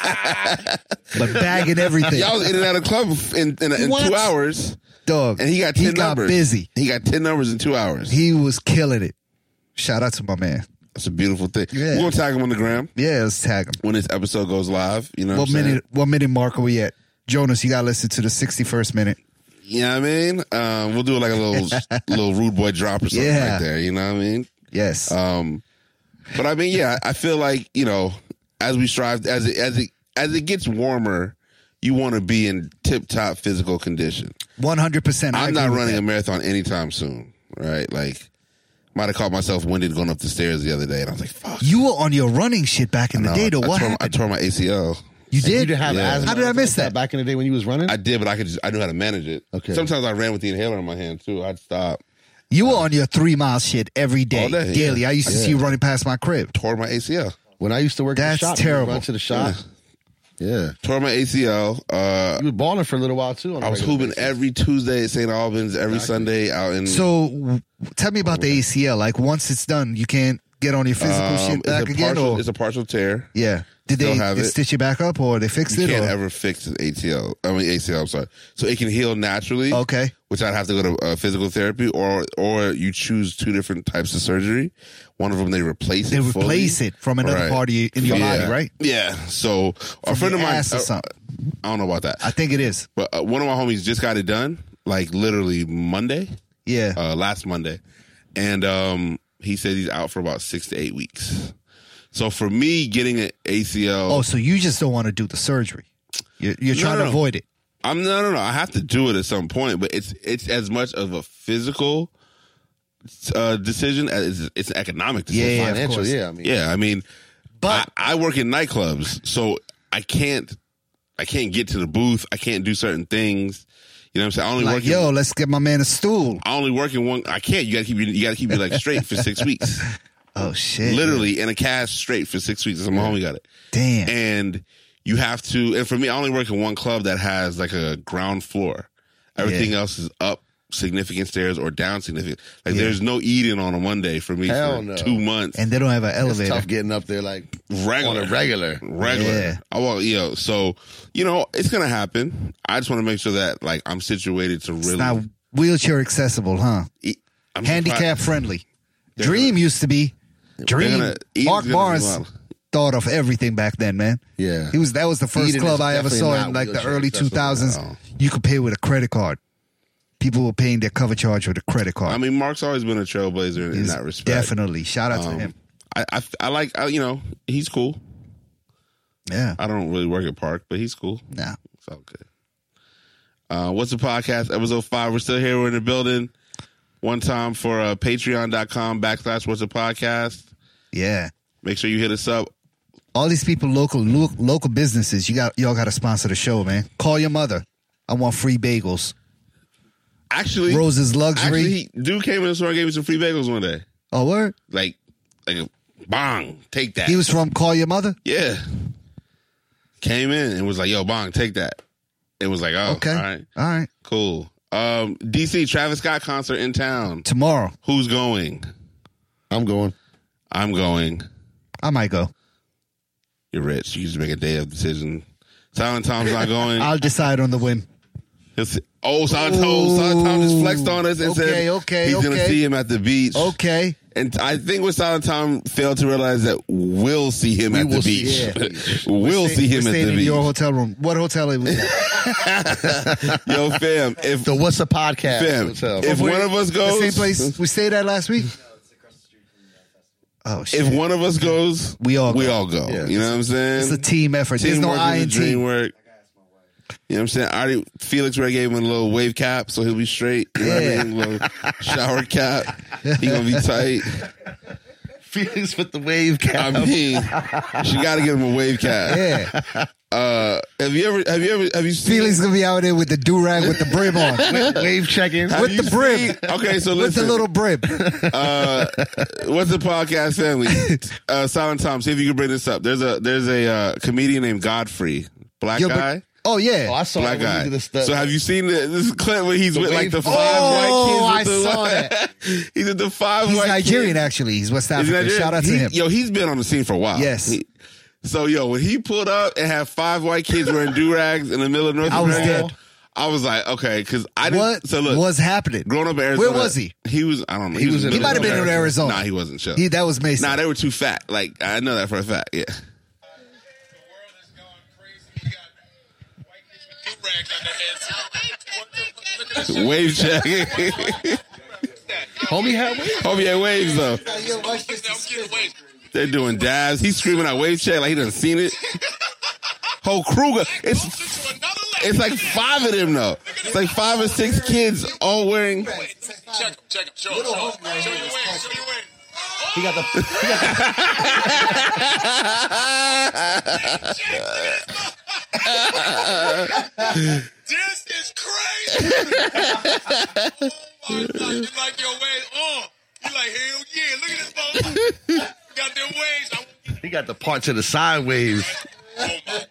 [SPEAKER 2] but bagging everything.
[SPEAKER 1] y'all was in and out of club in, in, in
[SPEAKER 3] What?
[SPEAKER 1] two hours,
[SPEAKER 2] dog,
[SPEAKER 1] and he got ten
[SPEAKER 2] he got
[SPEAKER 1] numbers.
[SPEAKER 2] busy.
[SPEAKER 1] He got ten numbers in two hours.
[SPEAKER 2] He was killing it. Shout out to my man.
[SPEAKER 1] That's a beautiful thing.
[SPEAKER 2] Yeah.
[SPEAKER 1] We're gonna tag him on the gram
[SPEAKER 2] Yeah, let's tag him.
[SPEAKER 1] when this episode goes live. You know what,
[SPEAKER 2] What
[SPEAKER 1] I'm saying?
[SPEAKER 2] minute? What minute mark are we at? Jonas, you got to listen to the sixty-first minute.
[SPEAKER 1] You know what I mean? Um, we'll do like a little little rude boy drop or something
[SPEAKER 2] Yeah.
[SPEAKER 1] like there. You know what I mean?
[SPEAKER 2] Yes,
[SPEAKER 1] Um, but I mean, yeah, I feel like you know, as we strive, as it as it as it gets warmer, you want to be in tip top physical condition.
[SPEAKER 2] one hundred percent.
[SPEAKER 1] I'm not running a marathon anytime soon, right? Like, might have caught myself winded going up the stairs the other day, and I was like, "Fuck."
[SPEAKER 2] You were on your running shit back in the
[SPEAKER 1] No,
[SPEAKER 2] day. Though
[SPEAKER 1] I,
[SPEAKER 2] what
[SPEAKER 1] tore,
[SPEAKER 2] happened?
[SPEAKER 1] I tore my ACL.
[SPEAKER 2] you
[SPEAKER 3] You
[SPEAKER 2] did.
[SPEAKER 3] didn't have
[SPEAKER 1] Yeah.
[SPEAKER 3] asthma.
[SPEAKER 2] How did I miss that?
[SPEAKER 3] back in the day when you was running?
[SPEAKER 1] I did, but I could just I knew how to manage it.
[SPEAKER 3] Okay.
[SPEAKER 1] Sometimes I ran with the inhaler in my hand too. I'd stop.
[SPEAKER 2] You were on your three mile shit every day,
[SPEAKER 1] All day,
[SPEAKER 2] daily.
[SPEAKER 1] yeah.
[SPEAKER 2] I used to see you running past my crib.
[SPEAKER 1] Tore my ACL.
[SPEAKER 3] when I used to work,
[SPEAKER 2] That's
[SPEAKER 3] the shop,
[SPEAKER 2] terrible.
[SPEAKER 3] You run to the shop. Yeah.
[SPEAKER 1] Tore my ACL. Uh,
[SPEAKER 3] you were balling for a little while too. On a
[SPEAKER 1] I was
[SPEAKER 3] regular
[SPEAKER 1] hooping
[SPEAKER 3] basis.
[SPEAKER 1] every Tuesday at St. Albans, every Sunday out in.
[SPEAKER 2] So w- tell me about the ACL. Like once it's done, you can't get on your physical
[SPEAKER 1] um,
[SPEAKER 2] shit
[SPEAKER 1] it's
[SPEAKER 2] back
[SPEAKER 1] a
[SPEAKER 2] again.
[SPEAKER 1] partial-
[SPEAKER 2] or
[SPEAKER 1] It's a partial tear.
[SPEAKER 2] yeah, did
[SPEAKER 1] Still
[SPEAKER 2] they,
[SPEAKER 1] have
[SPEAKER 2] they
[SPEAKER 1] it.
[SPEAKER 2] stitch it back up or they fixed
[SPEAKER 1] You
[SPEAKER 2] it?
[SPEAKER 1] can't
[SPEAKER 2] or-
[SPEAKER 1] ever fix an ATL. I mean ACL. I'm sorry. So it can heal naturally.
[SPEAKER 2] Okay.
[SPEAKER 1] Which I'd have to go to uh, physical therapy, or or you choose two different types of surgery. One of them they replace.
[SPEAKER 2] they
[SPEAKER 1] it fully.
[SPEAKER 2] replace it from another
[SPEAKER 1] Right.
[SPEAKER 2] part of you in your
[SPEAKER 1] yeah.
[SPEAKER 2] body, right?
[SPEAKER 1] Yeah. So a friend of
[SPEAKER 2] Your
[SPEAKER 1] mine.
[SPEAKER 2] ass or
[SPEAKER 1] uh,
[SPEAKER 2] something.
[SPEAKER 1] I don't know about that,
[SPEAKER 2] I think it is.
[SPEAKER 1] but uh, one of my homies just got it done, like literally Monday,
[SPEAKER 2] Yeah.
[SPEAKER 1] uh, last Monday, and um, he said he's out for about six to eight weeks. So for me, getting an ACL.
[SPEAKER 2] oh, so you just don't want to do the surgery. You're, you're
[SPEAKER 1] No,
[SPEAKER 2] trying
[SPEAKER 1] no,
[SPEAKER 2] to
[SPEAKER 1] no.
[SPEAKER 2] avoid it.
[SPEAKER 1] I'm no, no, no. I have to do it at some point, but it's it's as much of a physical uh, decision as it's, it's an economic
[SPEAKER 2] Yeah,
[SPEAKER 1] decision.
[SPEAKER 2] of
[SPEAKER 3] Financial,
[SPEAKER 2] course.
[SPEAKER 3] yeah. I mean,
[SPEAKER 1] yeah. I mean,
[SPEAKER 2] But
[SPEAKER 1] I, I work in nightclubs, so I can't I can't get to the booth. I can't do certain things. You know what I'm saying? I only
[SPEAKER 2] like,
[SPEAKER 1] work. in-
[SPEAKER 2] yo, let's get my man a stool.
[SPEAKER 1] I only work in one. I can't. You gotta keep. your- You gotta keep your legs straight for six weeks,
[SPEAKER 2] Oh shit!
[SPEAKER 1] literally in a cast straight for six weeks. That's my homie got it.
[SPEAKER 2] damn.
[SPEAKER 1] and you have to and for me i only work in one club that has like a ground floor everything else is up significant stairs or down significant like there's no eating on a monday for me
[SPEAKER 3] Hell
[SPEAKER 1] for
[SPEAKER 3] no.
[SPEAKER 1] two months
[SPEAKER 2] and they don't have an
[SPEAKER 3] it's
[SPEAKER 2] elevator.
[SPEAKER 3] tough getting up there like
[SPEAKER 1] regular
[SPEAKER 3] on a regular.
[SPEAKER 1] regular
[SPEAKER 2] Yeah.
[SPEAKER 1] i want you know so you know it's gonna happen i just want to make sure that like i'm situated to really
[SPEAKER 2] It's not wheelchair accessible, huh?
[SPEAKER 1] I'm
[SPEAKER 2] Handicap
[SPEAKER 1] surprised-
[SPEAKER 2] friendly. Dream used to be. Dream.
[SPEAKER 1] gonna- Eden's
[SPEAKER 2] Mark
[SPEAKER 1] gonna
[SPEAKER 2] Barnes
[SPEAKER 1] do well.
[SPEAKER 2] thought of everything back then, man.
[SPEAKER 3] Yeah.
[SPEAKER 2] He was that was the first
[SPEAKER 3] Eden
[SPEAKER 2] club
[SPEAKER 3] is
[SPEAKER 2] I ever
[SPEAKER 3] definitely
[SPEAKER 2] saw
[SPEAKER 3] not
[SPEAKER 2] in like the
[SPEAKER 3] wheelchair
[SPEAKER 2] early two
[SPEAKER 3] accessible.
[SPEAKER 2] thousands.
[SPEAKER 1] No.
[SPEAKER 2] You could pay with a credit card. People were paying their cover charge with a credit card.
[SPEAKER 1] i mean mark's always been a trailblazer in, in
[SPEAKER 2] He's
[SPEAKER 1] that respect Um,
[SPEAKER 2] Definitely. Shout out to him.
[SPEAKER 1] I, I i like I, you know he's cool
[SPEAKER 2] Yeah.
[SPEAKER 1] i don't really work at park but he's cool
[SPEAKER 2] Nah.
[SPEAKER 1] It's all good. Uh, what's the podcast? Episode five. We're still here. We're in the building. One time for uh, patreon.com backslash what's the podcast.
[SPEAKER 2] Yeah.
[SPEAKER 1] Make sure you hit us up.
[SPEAKER 2] All these people, local lo- local businesses, you got y'all got to sponsor the show, man. Call your mother. I want free bagels.
[SPEAKER 1] Actually,
[SPEAKER 2] Rose's luxury.
[SPEAKER 1] actually, he, dude came in the store and gave me some free bagels one day.
[SPEAKER 2] oh, word.
[SPEAKER 1] Like, like a bong, take that.
[SPEAKER 2] He was from Call Your Mother.
[SPEAKER 1] yeah. Came in and was like, "Yo, bong, take that." It was like, "Oh,
[SPEAKER 2] Okay.
[SPEAKER 1] all right,
[SPEAKER 2] All right.
[SPEAKER 1] cool." Um, DC Travis Scott concert in town.
[SPEAKER 2] Tomorrow,
[SPEAKER 1] Who's going?
[SPEAKER 3] I'm going.
[SPEAKER 1] I'm going.
[SPEAKER 2] I might go.
[SPEAKER 1] You're rich. You just make a day of decision. Silent Tom's not going.
[SPEAKER 2] I'll decide on the whim.
[SPEAKER 1] He'll see- oh, Silent Tom, Silent Tom just flexed on us and
[SPEAKER 2] Okay,
[SPEAKER 1] said
[SPEAKER 2] okay,
[SPEAKER 1] he's gonna
[SPEAKER 2] okay.
[SPEAKER 1] see him at the beach.
[SPEAKER 2] Okay.
[SPEAKER 1] And I think what Silent Tom failed to realize that we'll see him at the
[SPEAKER 3] will see-
[SPEAKER 1] beach.
[SPEAKER 3] yeah.
[SPEAKER 1] we'll see
[SPEAKER 2] We're
[SPEAKER 1] him at
[SPEAKER 2] staying
[SPEAKER 1] the
[SPEAKER 2] in
[SPEAKER 1] beach.
[SPEAKER 2] your hotel room. What hotel it was?
[SPEAKER 1] Yo, fam, if
[SPEAKER 3] The What's a Podcast
[SPEAKER 1] fam,
[SPEAKER 3] Hotel.
[SPEAKER 1] if one of us
[SPEAKER 2] the
[SPEAKER 1] goes,
[SPEAKER 2] same place we stayed at last week. Oh shit!
[SPEAKER 1] if one of us goes,
[SPEAKER 2] We all
[SPEAKER 1] we
[SPEAKER 2] go.
[SPEAKER 1] all go.
[SPEAKER 3] Yeah.
[SPEAKER 1] You know what I'm saying?
[SPEAKER 2] it's a team effort. There's no
[SPEAKER 1] Teamwork
[SPEAKER 2] I
[SPEAKER 1] is
[SPEAKER 2] in
[SPEAKER 1] the dream
[SPEAKER 2] team.
[SPEAKER 1] work. You know what I'm saying? I already Felix Ray gave him a little wave cap, so he'll be straight. You know what I
[SPEAKER 2] Yeah.
[SPEAKER 1] mean? Little shower cap. He gonna be tight.
[SPEAKER 3] Felix with the wave cap.
[SPEAKER 1] I mean, she gotta give him a wave cap.
[SPEAKER 2] Yeah.
[SPEAKER 1] Uh, have you ever? Have you ever? Have you seen?
[SPEAKER 2] Felix gonna be out there with the do rag with the brim on,
[SPEAKER 3] Wave checking.
[SPEAKER 1] have
[SPEAKER 2] with
[SPEAKER 1] you
[SPEAKER 2] the brim.
[SPEAKER 1] seen- Okay, so
[SPEAKER 2] with the
[SPEAKER 1] listen.
[SPEAKER 2] little brim.
[SPEAKER 1] uh, what's the podcast family? Uh, Silent Tom, see if you can bring this up. There's a there's a uh, comedian named Godfrey, black
[SPEAKER 2] Yo, but-
[SPEAKER 1] guy.
[SPEAKER 2] oh yeah.
[SPEAKER 3] Oh, I saw
[SPEAKER 1] Black
[SPEAKER 3] it when you
[SPEAKER 1] guy.
[SPEAKER 3] did the stuff.
[SPEAKER 1] So have you seen the, this clip where he's with like
[SPEAKER 3] wave-
[SPEAKER 1] the five
[SPEAKER 2] Oh,
[SPEAKER 1] white kids?
[SPEAKER 2] I
[SPEAKER 1] with the,
[SPEAKER 2] saw
[SPEAKER 1] he's with the five
[SPEAKER 2] He's
[SPEAKER 1] white
[SPEAKER 2] Nigerian,
[SPEAKER 1] kids.
[SPEAKER 2] actually. He's West
[SPEAKER 1] He's
[SPEAKER 2] African.
[SPEAKER 1] Nigerian.
[SPEAKER 2] Shout out to
[SPEAKER 1] He-
[SPEAKER 2] him.
[SPEAKER 1] Yo, he's been on the scene for a while.
[SPEAKER 2] Yes.
[SPEAKER 1] He- so yo, when he pulled up and had five white kids wearing do rags in the middle of North
[SPEAKER 2] I was
[SPEAKER 1] America,
[SPEAKER 2] dead.
[SPEAKER 1] I was like, okay, because I didn't.
[SPEAKER 2] What
[SPEAKER 1] so look,
[SPEAKER 2] was happening?
[SPEAKER 1] growing up in Arizona,
[SPEAKER 2] Where was he?
[SPEAKER 1] He was. I don't know.
[SPEAKER 3] He was in-
[SPEAKER 2] He might have been in Arizona.
[SPEAKER 1] Nah, he wasn't. Sure.
[SPEAKER 2] He- that was Mason.
[SPEAKER 1] Nah, they were too fat. Like I know that for a fact. Yeah.
[SPEAKER 4] The world has gone crazy. We got white kids with two rags on their heads. What the fuck? Look at this shit.
[SPEAKER 1] Wave check.
[SPEAKER 4] What's that?
[SPEAKER 3] Homie had wave.
[SPEAKER 1] Hope you had waves though.
[SPEAKER 4] I'm getting away.
[SPEAKER 1] They're doing dabs. He's screaming out wave check like he done seen it. Whole Kruger. It's
[SPEAKER 4] Closer to another level.
[SPEAKER 1] it's like five of them though. It's like five or six kids all wearing.
[SPEAKER 4] Check him, check him. Show him, show him. Show your wings, show your wings.
[SPEAKER 3] He got the.
[SPEAKER 4] This is crazy. oh my God. You like your ways? Oh, you like, hell yeah. Look at this motherfucker. got them ways. I-
[SPEAKER 3] He got the part to the side waves.
[SPEAKER 4] Oh my God.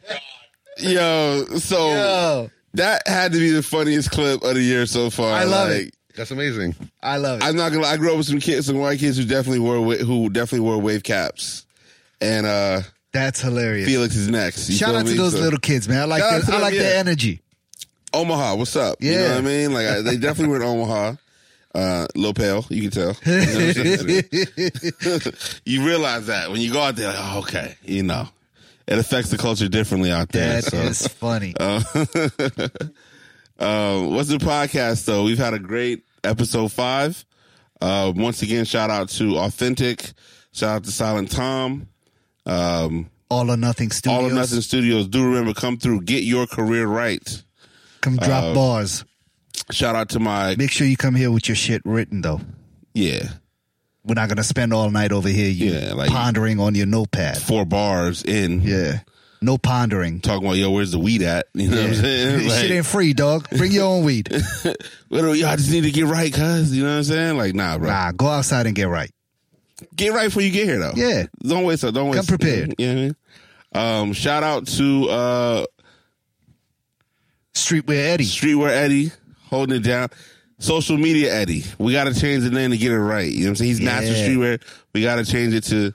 [SPEAKER 1] Yo, so
[SPEAKER 2] Yo,
[SPEAKER 1] that had to be the funniest clip of the year so far.
[SPEAKER 2] I love
[SPEAKER 1] Like,
[SPEAKER 2] it.
[SPEAKER 3] That's amazing.
[SPEAKER 2] I love it.
[SPEAKER 1] I'm not gonna. lie, I grew up with some kids, some white kids who definitely wore wa- who definitely wore wave caps, and uh
[SPEAKER 2] That's hilarious.
[SPEAKER 1] Felix is next. You
[SPEAKER 2] Shout
[SPEAKER 1] feel
[SPEAKER 2] out to
[SPEAKER 1] me?
[SPEAKER 2] those
[SPEAKER 1] So-
[SPEAKER 2] little kids, man. I like
[SPEAKER 1] Shout out
[SPEAKER 2] that.
[SPEAKER 1] to
[SPEAKER 2] I
[SPEAKER 1] them,
[SPEAKER 2] like
[SPEAKER 1] yeah.
[SPEAKER 2] their energy.
[SPEAKER 1] Omaha, what's up? You know
[SPEAKER 2] Yeah.
[SPEAKER 1] what I mean? Like I, they definitely were in Omaha. Uh Lopel, you can tell. you realize that when you go out there, like, oh, okay, you know. It affects the culture differently out there.
[SPEAKER 2] That
[SPEAKER 1] So
[SPEAKER 2] is funny.
[SPEAKER 1] Uh, um, what's the podcast though? We've had a great episode five. Uh once again, shout out to Authentic, shout out to Silent Tom. Um
[SPEAKER 2] All or nothing studios.
[SPEAKER 1] All or Nothing Studios. Do remember, come through, get your career right.
[SPEAKER 2] Come drop
[SPEAKER 1] Uh,
[SPEAKER 2] bars.
[SPEAKER 1] Shout out to my
[SPEAKER 2] Make sure you come here with your shit written though.
[SPEAKER 1] yeah.
[SPEAKER 2] We're not gonna spend all night over here. You
[SPEAKER 1] Yeah, like-
[SPEAKER 2] pondering on your notepad.
[SPEAKER 1] four bars in
[SPEAKER 2] Yeah. No pondering.
[SPEAKER 1] talking about yo where's the weed at you know what i'm saying
[SPEAKER 2] This shit
[SPEAKER 1] like
[SPEAKER 2] ain't free, dog. Bring your own weed.
[SPEAKER 1] literally, yo, i just need to get right cuz you know what i'm saying like nah bro
[SPEAKER 2] nah, go outside and get right.
[SPEAKER 1] get right before you get here though
[SPEAKER 2] Yeah.
[SPEAKER 1] don't waste up don't waste
[SPEAKER 2] prepared.
[SPEAKER 1] you know what i mean um shout out to uh
[SPEAKER 2] Streetwear Eddie.
[SPEAKER 1] streetwear eddie holding it down social media eddie we gotta change the name to get it right you know what i'm saying he's master
[SPEAKER 2] Yeah.
[SPEAKER 1] streetwear we gotta change it to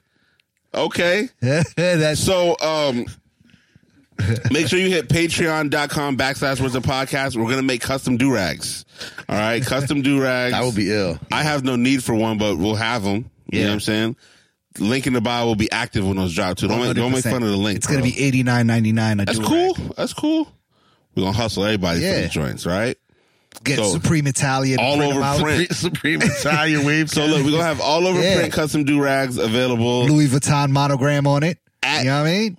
[SPEAKER 1] okay
[SPEAKER 2] That's
[SPEAKER 1] So, um, make sure you hit patreon.com backslash what's the podcast. We're going to make custom do rags. All right. Custom do rags.
[SPEAKER 3] That would be ill.
[SPEAKER 1] I have no need for one, but we'll have them. You know
[SPEAKER 2] Yeah.
[SPEAKER 1] what I'm saying? Link in the bio will be active when those drop too. Don't make, don't make
[SPEAKER 2] 100%.
[SPEAKER 1] fun of the link.
[SPEAKER 2] It's gonna
[SPEAKER 1] bro.
[SPEAKER 2] be eighty nine ninety nine.
[SPEAKER 1] That's cool. That's cool. We're going to hustle everybody for
[SPEAKER 2] Yeah.
[SPEAKER 1] these joints, right?
[SPEAKER 2] Get
[SPEAKER 1] So-
[SPEAKER 2] Supreme Italian
[SPEAKER 1] All
[SPEAKER 2] print
[SPEAKER 1] over
[SPEAKER 2] 'em out.
[SPEAKER 1] print.
[SPEAKER 3] Supreme Italian waves.
[SPEAKER 1] So, look, we're going to have all over
[SPEAKER 2] Yeah.
[SPEAKER 1] print custom do rags available.
[SPEAKER 2] Louis Vuitton monogram on it.
[SPEAKER 1] Oh. At-
[SPEAKER 2] you know what I mean?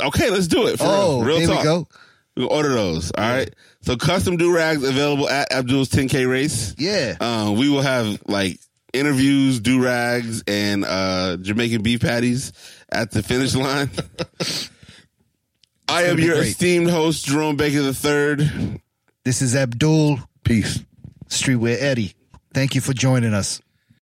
[SPEAKER 1] Okay, let's do it. For
[SPEAKER 2] Oh,
[SPEAKER 1] real. real
[SPEAKER 2] there
[SPEAKER 1] talk.
[SPEAKER 2] we go.
[SPEAKER 1] We can order those. All right. So custom do rags available at Abdul's 10K race.
[SPEAKER 2] Yeah.
[SPEAKER 1] Um, we will have like interviews, do rags, and uh, Jamaican beef patties at the finish line. I am
[SPEAKER 2] be
[SPEAKER 1] your
[SPEAKER 2] great.
[SPEAKER 1] esteemed host, Jerome Baker III.
[SPEAKER 2] This is Abdul
[SPEAKER 3] Peace.
[SPEAKER 2] Streetwear Eddie. Thank you for joining us.